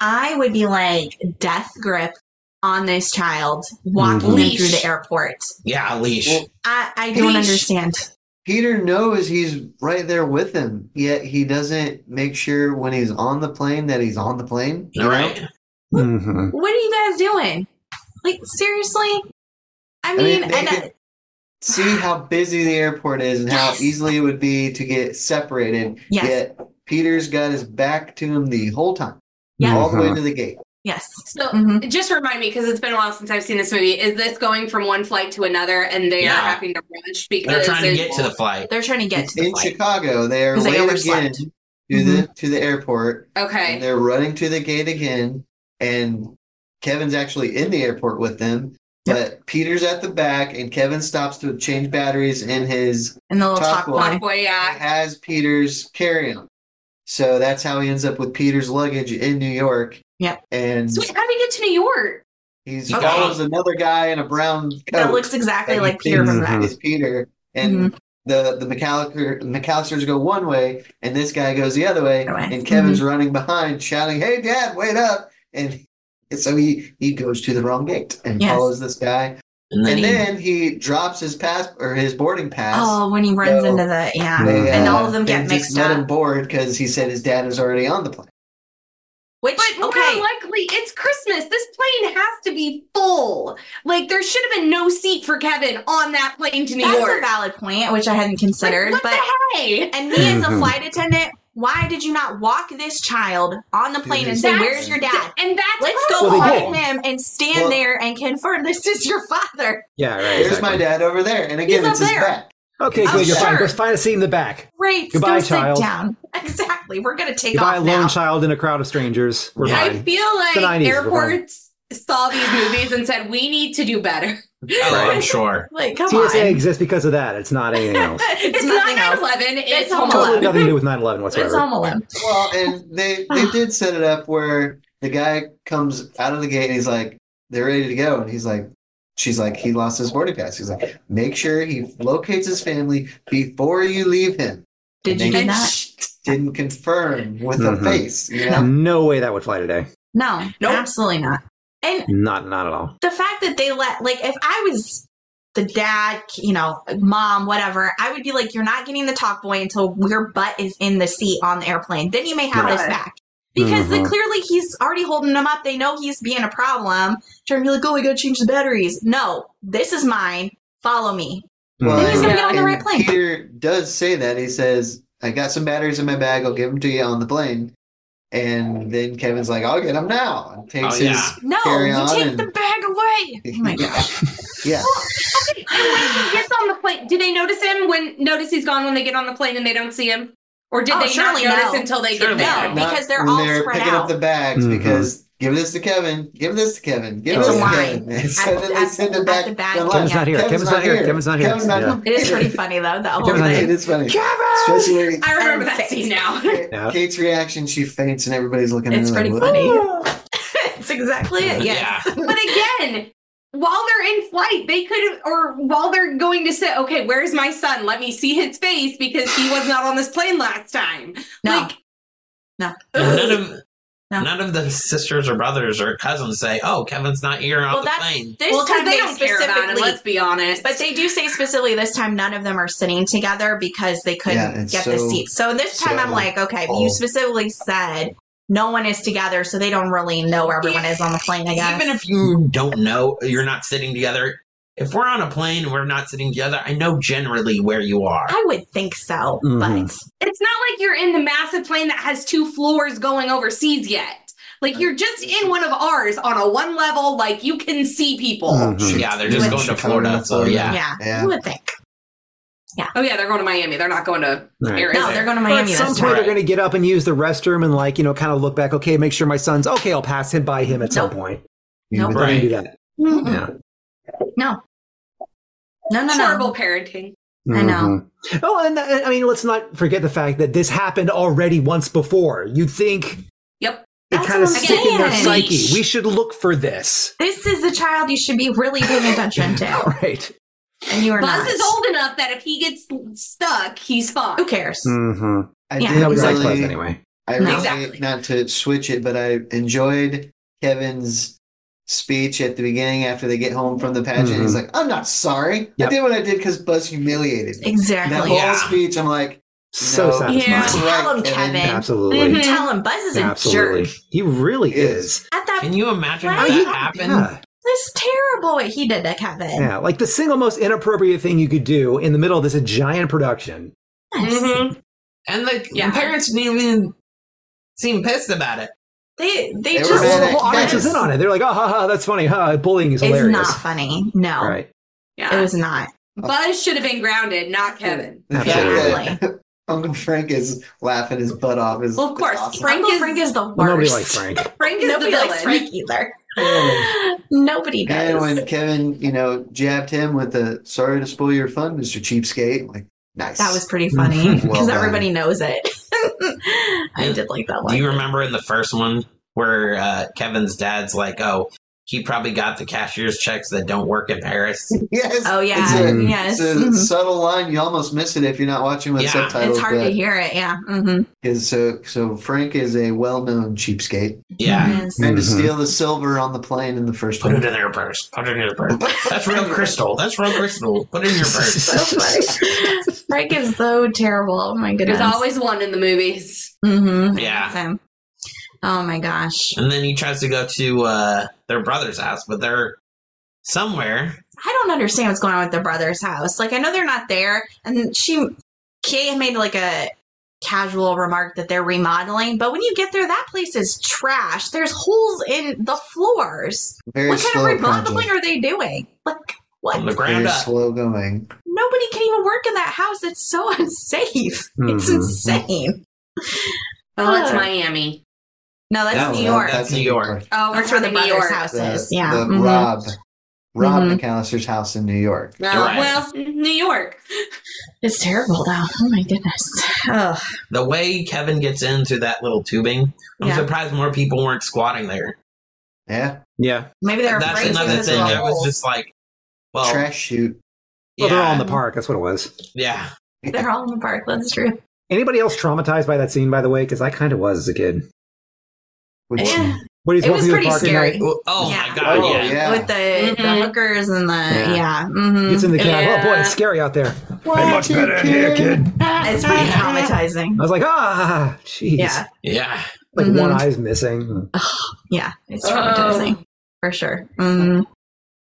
I would be like death grip on this child, walking him
Mhm.
through
Leash.
the airport.
yeah, a leash.
Well,
I I don't
Leash.
understand.
Peter knows he's right there with him, yet he doesn't make sure when he's on the plane that he's on the plane. you
All
know?
right.
Mm-hmm.
What are you guys doing? Like seriously? I
I mean,
mean,
they
and I-
could see how busy the airport is and how
Yes.
easily it would be to get separated.
Yes.
Yet Peter's got his back to him the whole time,
Yeah.
all the way to the gate.
yes.
So
Mhm.
just remind me because it's been a while since I've seen this movie. Is this going from one flight to another and they
Yeah.
are having to rush because
They're trying to get
there's-
to the flight.
They're trying to get
It's
to the
in
flight.
Chicago. They are
'Cause they
late again
overslept. Mm-hmm.
to the to the airport, and
Okay.
they're running to the gate again. And Kevin's actually in the airport with them, but Peter's at the back, and Kevin stops to change batteries in his
And the little
Top
top
one.
line.
Boy, yeah.
has Peter's carry-on. So that's how he ends up with Peter's luggage in New York.
Yep.
And
So wait, how do you get to New York?
he
Okay.
follows another guy in a brown coat.
That looks exactly
that
like
he
Peter from
thinks
that. Mm-hmm.
is Peter. And the the McAllister, McAllisters go one way, and this guy goes the other way.
Other way. Mm-hmm.
And Kevin's running behind, shouting, "Hey, Dad, wait up!" And so he he goes to the wrong gate and
Yes.
follows this guy.
And then,
And
he-
then he drops his pass or his boarding pass.
Oh, when he runs
So,
into the yeah,
They,
and
uh,
all of them
they
get
just
mixed
let him
up.
board because he said his dad was already on the plane.
Which
But
okay,
more likely, it's Christmas. This plane has to be full. Like there should have been no seat for Kevin on that plane to New
that's
York.
a valid point, which I hadn't considered.
Like, what
but
the hey?
and me as a
Mm-hmm.
Mhm.
flight attendant, why did you not walk this child on the plane and say,
That's-
"Where's your dad"?
And that's
Let's go
Well, they
find
did.
him and stand
Well-
there and confirm this is your father.
Yeah, right.
There's
exactly.
my dad over there, and again,
He's
it's
up
his
there.
back.
Okay,
Oh,
good. You're fine.
sure.
Just find a seat in the back.
Great,
Goodbye,
go sit
child.
down. Exactly, we're gonna take
Goodbye,
off
lone
now.
child in a crowd of strangers. We're
Yeah.
I
fine.
feel like
the 90s, we're fine.
airports saw these movies and said, we need to do better.
oh, I'm sure.
Like, come
TSA
on,
exists because of that. It's not anything else.
It's,
it's
not
nothing
9
else.
11, it's
It's Home
Home
Alone.
11.
Nothing to do with 9 11
It's
whatsoever.
Home Alone.
Well, and they they did set it up where the guy comes out of the gate and he's like, "They're ready to go," and he's like, "She's like, he lost his boarding pass." He's like, "Make sure he locates his family before you leave him."
Did you
And
do
they
that?
Didn't confirm with
Mhm.
Mm-hmm.
a face, you know.
No way that would fly today.
No,
Nope.
absolutely not. And
Not not at all.
the fact that they let like if I was the dad, you know, mom, whatever, I would be like, you're not getting the talk boy until your butt is in the seat on the airplane. Then you may have
Right.
this back. Because then
Mhm.
clearly he's already holding them up. They know he's being a problem. Trying to be like, oh, I gotta change the batteries. No, this is mine. Follow me.
Well,
Mm-hmm.
Then he's
Mhm.
gonna get on the
and
right plane.
Peter does say that. He says, I got some batteries in my bag. I'll give them to you on the plane. And then Kevin's like, I'll get them now. And takes
Oh, yeah.
his.
No,
Carry
you
on
take
and-
the bag away. Oh my gosh.
Yeah.
He gets on the plane. Do they notice him when notice he's gone when they get on the plane and they don't see him? Or did
Oh,
they not
surely
notice
no.
until they
Surely
get
no,
back?
Not
because they're
when
all
they're
spread
picking
out.
up the bags
Mhm.
because Give this to Kevin. Give this to Kevin. Give
It's
this
a
to
line.
Kevin. And so
At-
then they
at-
send
at
it back.
the back,
down the
Kevin's
line.
not here. Kevin's not here. Kevin's not here.
Kevin's not
Yeah.
here.
It is pretty funny though. That whole
Kevin's not
It
thing.
here.
is funny.
Kevin!
Especially
I remember
And
that
face.
scene now.
Yeah.
Kate's reaction, she faints and everybody's looking at
It's
her
pretty
like,
funny. it's exactly it. Yes.
Yeah.
But again, while they're in flight, they could have, or while they're going to sit, okay, where's my son? Let me see his face because he was not on this plane last time.
No.
Like,
And none of
No.
none of the sisters or brothers or cousins say, "Oh, Kevin's not here on
Well,
the
that's-
plane."
This
well, because
time
they
they
don't care about him,
specifically
let's be honest.
But they do say specifically this time none of them are sitting together because they couldn't
Yeah, it's
get the
so-
seats. So this time I'm
so
like, okay, you
old.
specifically said no one is together, so they don't really know where everyone is on the plane. I guess.
Even if you don't know, you're not sitting together. If we're on a plane and we're not sitting together, I know generally where you are.
I would think so,
Mm-hmm.
Mhm.
but
it's not like you're in the massive plane that has two floors going overseas yet. Like you're just in one of ours on a one level, like you can see people.
Mhm.
shoot.
Yeah, they're just
With-
going to
Chicago,
Florida, so yeah.
yeah,
Yeah.
you would think.
Oh yeah, they're going to Miami. They're not going to
Right.
Arizona.
No, they're going to
But at
Miami
some
this
point,
time.
they're going to get up and use the restroom and, like, you know, kind of look back, okay, make sure my son's okay, I'll pass him by him at some
Nope.
point.
You would-
They're going
Right.
to do that.
Mm-mm.
Yeah.
No, no,
It's
no.
horrible parenting.
I know.
Mhm. Oh, and uh, I mean, let's not forget the fact that this happened already once before. You'd think
Yep.
it
That's
kind of
what I'm
stick in their
saying.
psyche. We should look for this.
This is the child you should be really paying attention to,
Right.
and you are
Buzz
not.
is old enough that if he gets stuck, he's fine.
Who cares?
Mm-hmm.
I
Yeah.
did
That was
really,
like Buzz anyway.
I really,
Exactly.
not to switch it, but I enjoyed Kevin's speech at the beginning after they get home from the pageant.
Mhm.
He's like, I'm not sorry.
Yep.
I did what I did because Buzz humiliated me. That
Exactly.
whole
Yeah.
speech, I'm like,
So
No.
satisfying.
Yeah.
Tell him, Kevin.
Absolutely.
Mhm.
Tell him Buzz is a
Absolutely.
jerk.
He really
He is.
is.
At that,
Can you imagine
Right.
if that happened?
Oh, Yeah.
that's terrible what he did to Kevin.
yeah. Like the single most inappropriate thing you could do in the middle of this giant production.
Yes.
Mm-hmm.
Mhm.
And like
Yeah.
the parents didn't even seem pissed about it.
They they
They were
just
Well, the
mad
whole
at
audience
Kevin.
is in on it. They're like, oh, ha, ha, that's funny. Ha, bullying is
it's
hilarious.
not funny. No,
Right.
it
Yeah.
was not.
Buzz should have been grounded, not Kevin.
The fact
Absolutely.
that Uncle Frank is laughing his butt off. Is
Well, of course.
awesome.
Frank
Uncle
is-
Frank is the worst.
Well, nobody likes Frank.
Frank is
Nobody
the villain.
likes Frank either.
Yeah.
Nobody does.
And when Kevin, you know, jabbed him with the "Sorry to spoil your fun, Mister Cheapskate," I'm like, nice.
that was pretty funny because
Well done.
everybody knows it. I did like that one.
Do you remember in the first one where uh, Kevin's dad's like, "Oh, he probably got the cashier's checks that don't work in Paris."
yes.
Oh yeah,
It's
Mm-hmm.
a,
yes.
it's a
Mhm.
subtle line. You almost miss it if you're not watching with
Yeah.
subtitles.
It's hard to hear it. Yeah. Mm-hmm.
Is so so. Frank is a well-known cheapskate.
Yeah,
Mm-hmm.
Trying to
Mhm.
steal the silver on the plane in the first
put it
one.
in your purse. Put it in your purse. That's real crystal. That's real crystal. Put it in your purse.
Frank is so terrible. Oh my goodness.
There's always one in the movies.
Mm-hmm.
Yeah.
So, oh my gosh.
And then he tries to go to uh, their brother's house, but they're somewhere.
I don't understand what's going on with the brother's house. Like, I know they're not there, and she, Kate made like a casual remark that they're remodeling, but when you get there, that place is trash. There's holes in the floors.
Very
what kind
slow
of remodeling
project.
are they doing? Like, what?
From the ground
Very
up.
slow going.
Nobody can even work in that house. It's so unsafe. It's
Mm-hmm.
Mhm.
insane.
Oh, it's
Uh,
Miami.
No, that's
No,
New
no,
York.
That's New York.
Oh, we're
That's where the
talking New
brother's
York.
house
The-
is. Yeah.
the
Mm-hmm.
Mhm.
Rob Rob
Mhm.
McAllister's house in New York.
No,
You're right.
Well, New York.
It's terrible, though. Oh my goodness. Ugh.
The way Kevin gets in through that little tubing, I'm
Yeah.
surprised more people weren't squatting there.
Yeah,
Yeah.
Maybe they're
That's
afraid
another
because of
thing.
the
I was
holes.
just like, well,
trash shoot.
Well,
yeah,
they're all in the park. That's what it was.
yeah.
They're all in the park. That's true.
Anybody else traumatized by that scene, by the way? Because I kind of was as a kid.
Which,
Yeah.
What he's
It
walking
was
through the
pretty
park at
scary.
night,
Oh
Yeah.
my god,
Oh,
yeah.
yeah.
with the, the
Mhm.
hookers and the
Yeah.
yeah. mhm.
gets in the cab. Oh boy,
Yeah.
it's scary out there.
Watch it, kid.
it's pretty traumatizing.
I was like, ah, jeez.
Yeah,
Yeah.
Like one
Mhm.
eye's missing.
yeah, it's
Oh.
traumatizing for sure. Mm.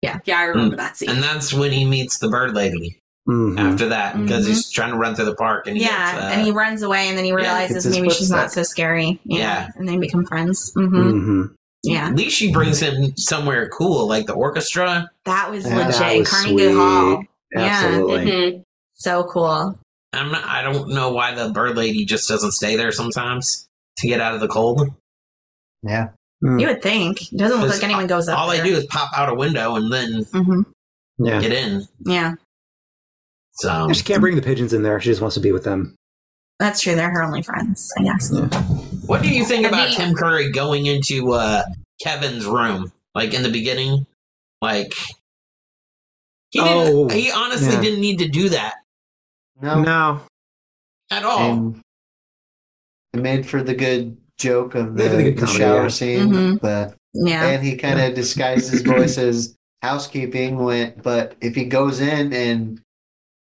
Yeah, I remember that scene.
Hmm. And that's when he meets the bird lady
Mhm.
after that because
Mhm.
he's trying to run through the park and he
Yeah,
gets, uh,
and he runs away, and then he
It's
realizes
his
maybe she's not
footstep.
so scary. Yeah,
Yeah.
and they become friends. hmm
Mhm.
Yeah,
at least she brings him somewhere cool like the orchestra.
that was
Yeah.
legit.
That was
Carnegie Hall, Yeah.
Absolutely.
Mhm.
so cool.
I'm not, I don't know why the bird lady just doesn't stay there sometimes to get out of the cold.
Yeah.
Mm.
You would think. It doesn't look
Because
like anyone goes up
All
there.
I do is pop out a window and then
Mhm.
get in.
Yeah,
So
she can't bring the pigeons in there. She just wants to be with them.
that's true. They're her only friends, I guess.
What do you think
Have
about
you-
Tim Curry going into uh, Kevin's room, like in the beginning? Like he didn't,
Oh,
he honestly
yeah.
didn't need to do that
No.
No.
at all.
And it made for the good joke of
Made
the,
for the good
the
comedy,
shower
yeah.
scene,
Mhm.
but
Yeah.
Mm-hmm. and he kind of disguised his voice as housekeeping. When, but if he goes in and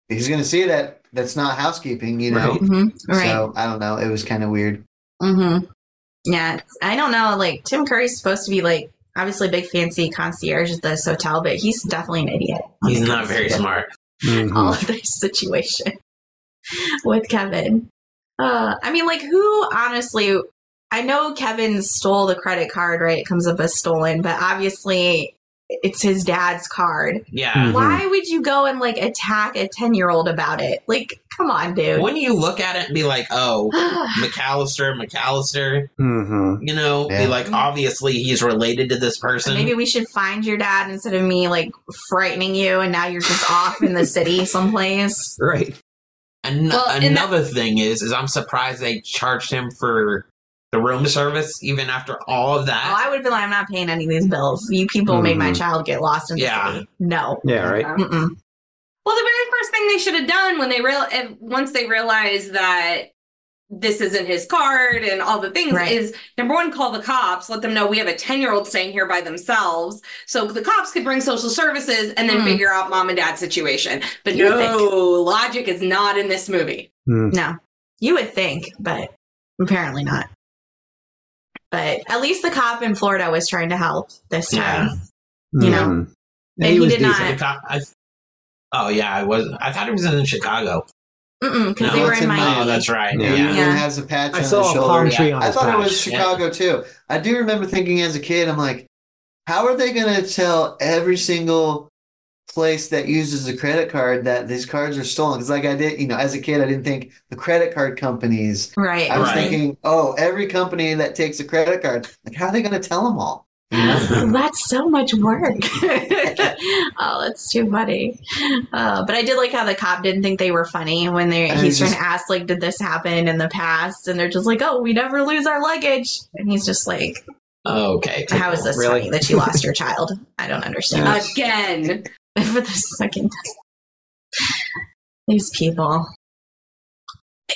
he's gonna see that that's not housekeeping, you know.
Right.
Mm-hmm. Right.
So I don't know. It was kind of weird.
Mm-hmm. Yeah, I don't know. Like Tim Curry's supposed to be like obviously a big fancy concierge at this hotel, but he's definitely an idiot. on
He's
the
not very
concierge.
smart.
Mm-hmm.
All of this situation with Kevin. Uh, I mean, like who honestly? I know Kevin stole the credit card, right? It comes up as stolen, but obviously it's his dad's card.
Yeah.
Why would you go and like attack a ten year old about it? Like, come on, dude.
When you look at it and be like, oh, McAllister, McAllister,
Mm-hmm.
you know,
Yeah.
be like, obviously he's related to this person.
Maybe we should find your dad instead of me like frightening you, and now you're just off in the city someplace.
Right.
An-
Well, and
another thing is, is I'm surprised they charged him for the room service even after all of
Oh,
that.
I would have been like, I'm not paying any of these bills. You people made my
Mhm.
child get lost in the
Yeah.
city. No.
Yeah, right.
Mm-mm.
Well, the very first thing they should have done when they real if, once they realized that this isn't his card and all the things
Right.
is number one, call the cops, let them know we have a ten year old staying here by themselves, so the cops could bring social services and then
Hmm.
figure out mom and dad's situation. But
You would
no,
think.
logic is not in this movie.
Mm.
No. You would think, but apparently not. But at least the cop in Florida was trying to help this time. You know.
Mhm.
And he
was
did not-
The cop- I- oh yeah, I was. I thought it was in Chicago.
Mm-mm, because
No,
they were
it's
in
in
Miami.
Miami.
Oh, that's right.
Yeah.
Yeah.
And
Yeah.
has a patch
I
on
saw
his
a
shoulder.
palm tree on
I
his
thought it was
patch.
Yeah.
Chicago too. I do remember thinking as a kid, I'm like, how are they going to tell every single place that uses a credit card that these cards are stolen? Because like I did, you know, as a kid, I didn't think the credit card companies.
Right.
I was
Right.
thinking, oh, every company that takes a credit card, like how are they going to tell them all?
That's so much work. oh, that's too funny. Uh, but I did like how the cop didn't think they were funny when they
And
he's
he's
trying to ask like, did this happen in the past? And they're just like, oh, we never lose our luggage. And he's just like,
Okay.
how is this
Really?
funny that you lost your child? I don't understand
Again,
for the second. These people.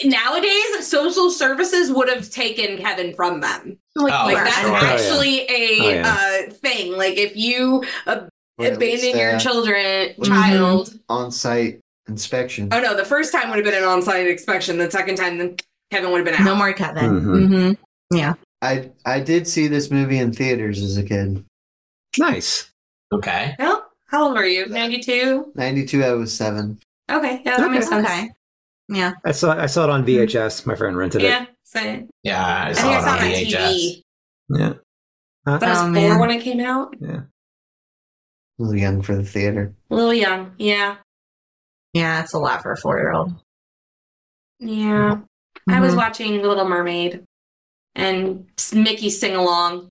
nowadays social services would have taken Kevin from them.
Like,
Oh,
Like
where-
that's
sure.
actually a
Oh, yeah.
uh, thing. Like if you
Or at
abandoning
least,
your
uh,
children
Mm-hmm.
Mhm.
child
on-site inspection.
oh no the first time would have been an on-site inspection the second time then kevin would have been out
no more Kevin.
Mhm.
Mhm.
I I did see this movie in theaters as a kid.
Nice.
Okay.
Well, how old are you 92
92, I was seven.
okay yeah that
Okay.
makes sense
Okay. Yeah.
I saw I saw it
Mm-hmm.
on VHS. My friend rented it.
yeah same.
Yeah, I
i
saw
think i
it
saw
on
it on
VHS.
tv
Yeah.
So i was
Oh,
four
man.
when it came out
A little young for the theater.
a little young yeah
Yeah, it's a lot for a four year old.
yeah i
Mm-hmm.
was watching the little mermaid and mickey sing along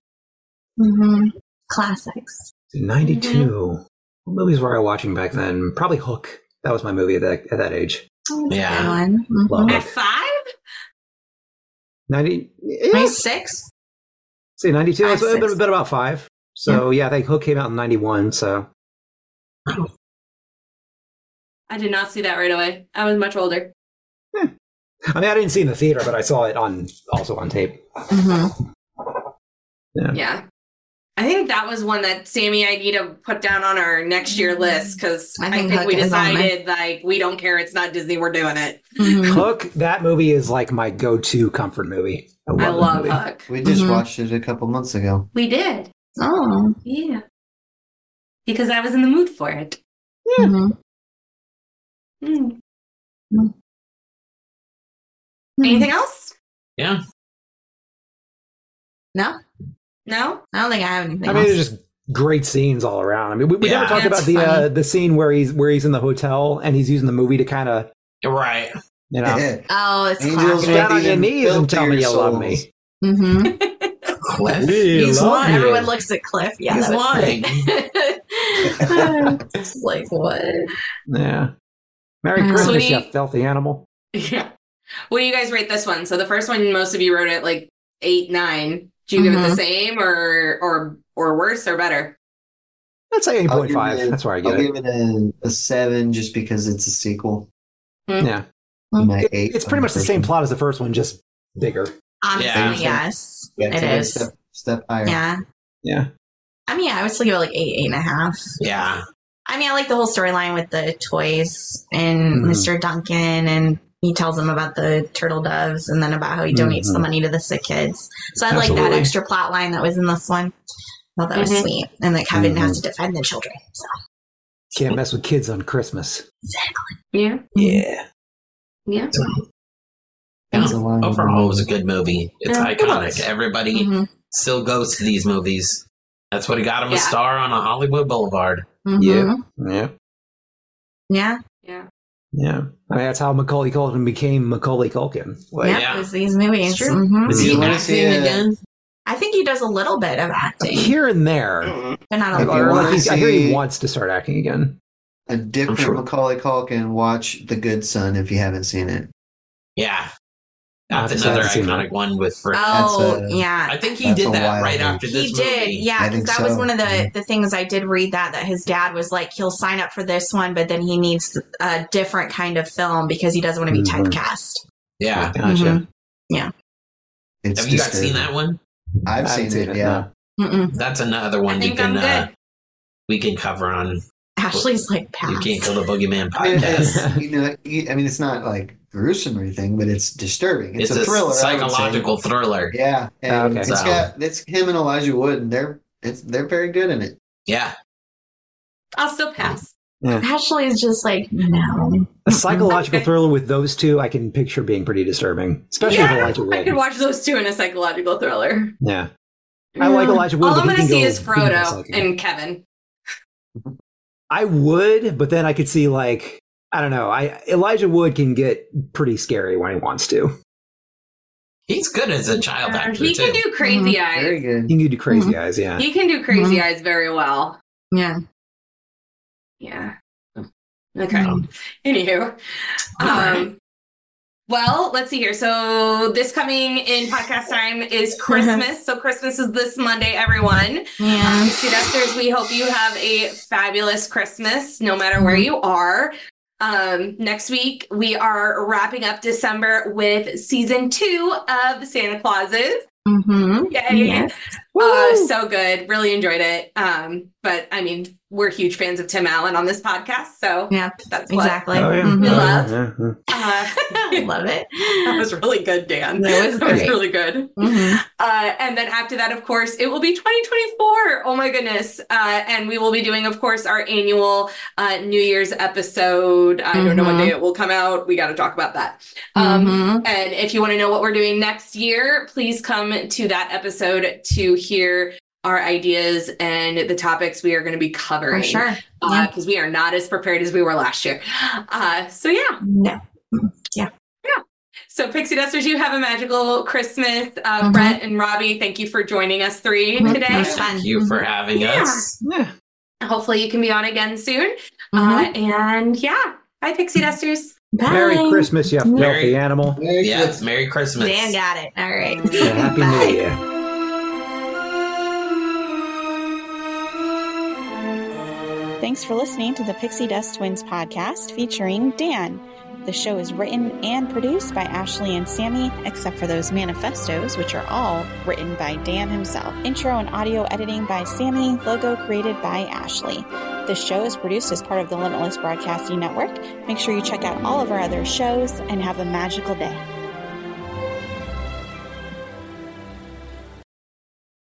hmm Classics.
92.
Mm-hmm.
What movies were I watching back then? Probably Hook. That was my movie at that, at that age.
Oh, that's a
Yeah.
good one. Mhm.
Love
at
it.
five
90. Yeah.
26?
See, 92.
Five,
It's been,
six.
been about five. So, yeah. I think Hook came out in 91. So,
i did not see that right away i was much older
I mean, I didn't see it in the theater, but I saw it on also on tape.
Mm-hmm.
Yeah. I think that was one that Sammy I need to put down on our next year list because
I
I
think
think,
Hook
we
is on there.
decided like we don't care. It's not Disney. We're doing it.
Mm-hmm.
Hook, that movie is like my go to comfort movie.
I
that
love
movie.
Hook.
We just
Mhm.
watched it a couple months ago.
We did.
Oh.
Yeah. Because I was in the mood for it.
Mhm.
Mm.
Mm-hmm.
Anything else?
Yeah.
No,
No.
I don't think I have anything.
I mean,
else.
there's just great scenes all around. I mean, we, we
Yeah.
never talked
Yeah,
about
it's
the uh,
funny.
the scene where he's where he's in the hotel and he's using the movie to kind of
Right.
you know
oh, it's
Angels
classic.
get down on
with
your
even
knees and tell me you
filthier
love
souls.
me.
Mm-hmm.
Cliff.
He's lying. Everyone looks at Cliff. Yeah,
He's
that was-
lying.
it's like what?
Yeah. Merry
Mm.
Christmas,
Sweetie.
you filthy animal.
Yeah. What do you guys rate this one? So the first one, most of you wrote it like eight, nine. Do you give it
Mhm.
the same or or or worse or better?
I'd say
I'll give
8.5.
it-
That's where I get
I'll
it.
give it a, a seven just because it's a sequel.
it-
yeah.
My
It-
eight
it's
on
pretty much the
first
same
one.
plot as the first one, just bigger.
Honestly,
Yeah.
Um, yes,
Yeah,
it
it's a
is.
Step, step higher.
Yeah,
Yeah.
I mean, yeah, I would still give it like eight, eight and a half.
Yeah.
I mean, I like the whole storyline with the toys and
Mhm.
Mr. Duncan, and he tells them about the turtle doves, and then about how he donates the
Mhm.
money to the sick kids. So I like that
Absolutely.
extra plot line that was in this one. Well, that was
Mm-hmm.
Mhm.
sweet, and that Kevin
Mhm.
has to defend the children. So
Can't mess with kids on Christmas.
Yeah.
Yeah.
Yeah.
That's a lot.
Overall, it was a good movie. It's
Yeah, it
iconic.
was.
Everybody
Mhm.
still goes to these movies. That's what got him
Yeah.
a star on a Hollywood Boulevard.
Mhm.
Yeah. Yeah.
yeah,
Yeah.
Yeah. I mean, that's how Macaulay Culkin became Macaulay Culkin. Like,
yeah,
yeah. Mm-hmm.
It was these movies.
It's true.
Mhm.
Is
You
he
wanna see
acting
a-
again?
I think he does a little bit of acting,
Here and there.
but not a
If you
lot.
Or, like,
wanna
he's- I hear he
see-
wants to start acting again.
A different
I'm sure.
Macaulay Culkin. Watch The Good Son if you haven't seen it.
Yeah. That's
I haven't- I
another
haven't seen
iconic
that.
one with Rick.
Oh,
That's a-
yeah.
I think he
That's
did
a
that
wild
right
one.
after this
He
movie.
did, yeah.
I
'cause
think
that was
so.
one of the
Mm-hmm.
Mhm.
the things I did read that that his dad was like, he'll sign up for this one, but then he needs a different kind of film because he doesn't want to be
Mhm.
typecast.
Yeah.
Gotcha.
Mm-hmm.
Mhm.
It's
Have you guys
disturbing.
seen that one?
I
I've
haven't
seen,
no.
it. Yeah,
Mm-mm.
That's another one
I
you
think
can
I'm good.
uh, we can cover on
Ashley's like
You
pass.
Can't Kill the Boogeyman
I mean,
podcast.
it's- you know, you- I mean, it's not like gruesome or anything, but it's disturbing.
It's,
It's, a thriller, I would say.
psychological thriller.
Yeah, and
Okay.
it's
So-
got it's him and Elijah Wood, and they're it's they're very good in it.
Yeah.
I'll still pass.
Ashley's just like no.
A psychological thriller with those two, I can picture being pretty disturbing, especially
Yeah,
with Elijah
I could
Wood.
watch those two in a psychological thriller.
Yeah, I like Elijah Wood.
All
but
I'm
he
gonna
can
see
go
is
female
Frodo
psychic.
and Kevin.
I would, but then I could see like I don't know. I Elijah Wood can get pretty scary when he wants to.
He's good as a child
Uh,
actor,
he
too.
can do crazy
Very
eyes.
good.
He can do crazy eyes. Yeah,
Mm-hmm. He can do crazy
Mhm.
eyes very well.
Yeah.
Yeah. Okay.
Um,
Anywho,
All right.
um, well, let's see here. So this coming in podcast time is
Uh-huh.
Christmas. so Christmas is this Monday, everyone. Um,
Yeah.
Sudesters, we hope you have a fabulous Christmas, no matter where you are. Um, next week we are wrapping up December with season two of Santa Clauses.
Mm-hmm.
Yay!
Yes.
Uh, so good. Really enjoyed it. Um, but I mean, we're huge fans of Tim Allen on this podcast, so
Yeah.
that's what
Exactly.
Oh, yeah.
Mhm.
We
Oh,
love.
yeah, yeah.
Uh,
I love it.
that was really good, Dan.
That was great.
really good.
Mhm.
Uh, and then after that, of course, it will be 2024. Oh my goodness. Uh, and we will be doing, of course, our annual uh, New Year's episode. I don't know what
Mhm.
day it will come out. We got to talk about that. Um,
Mhm.
and if you want to know what we're doing next year, please come to that episode to hear our ideas and the topics we are going to be
For
covering.
sure.
Uh,
Yeah.
Because we are not as prepared as we were last year. Uh, so, yeah.
No.
So, Pixie Dusters, you have a magical Christmas. Uh,
Mhm.
Brett and Robbie, thank you for joining us 3
Mhm. It
today.
was fun.
Thank you for having
Yeah.
us.
Yeah.
Hopefully, you can be on again soon.
Mhm.
Uh, and yeah, bye, Pixie Dusters.
Bye.
Merry Christmas, you
Merry-
filthy animal.
Very
Yeah.
good.
Merry Christmas.
Dan got it. All right.
And Happy
Bye.
New Year.
Thanks for listening to the Pixie Dust Twins podcast featuring Dan. The show is written and produced by Ashley and Sammy, except for those manifestos, which are all written by Dan himself. Intro and audio editing by Sammy, logo created by Ashley. The show is produced as part of the Limitless Broadcasting Network. Make sure you check out all of our other shows and have a magical day.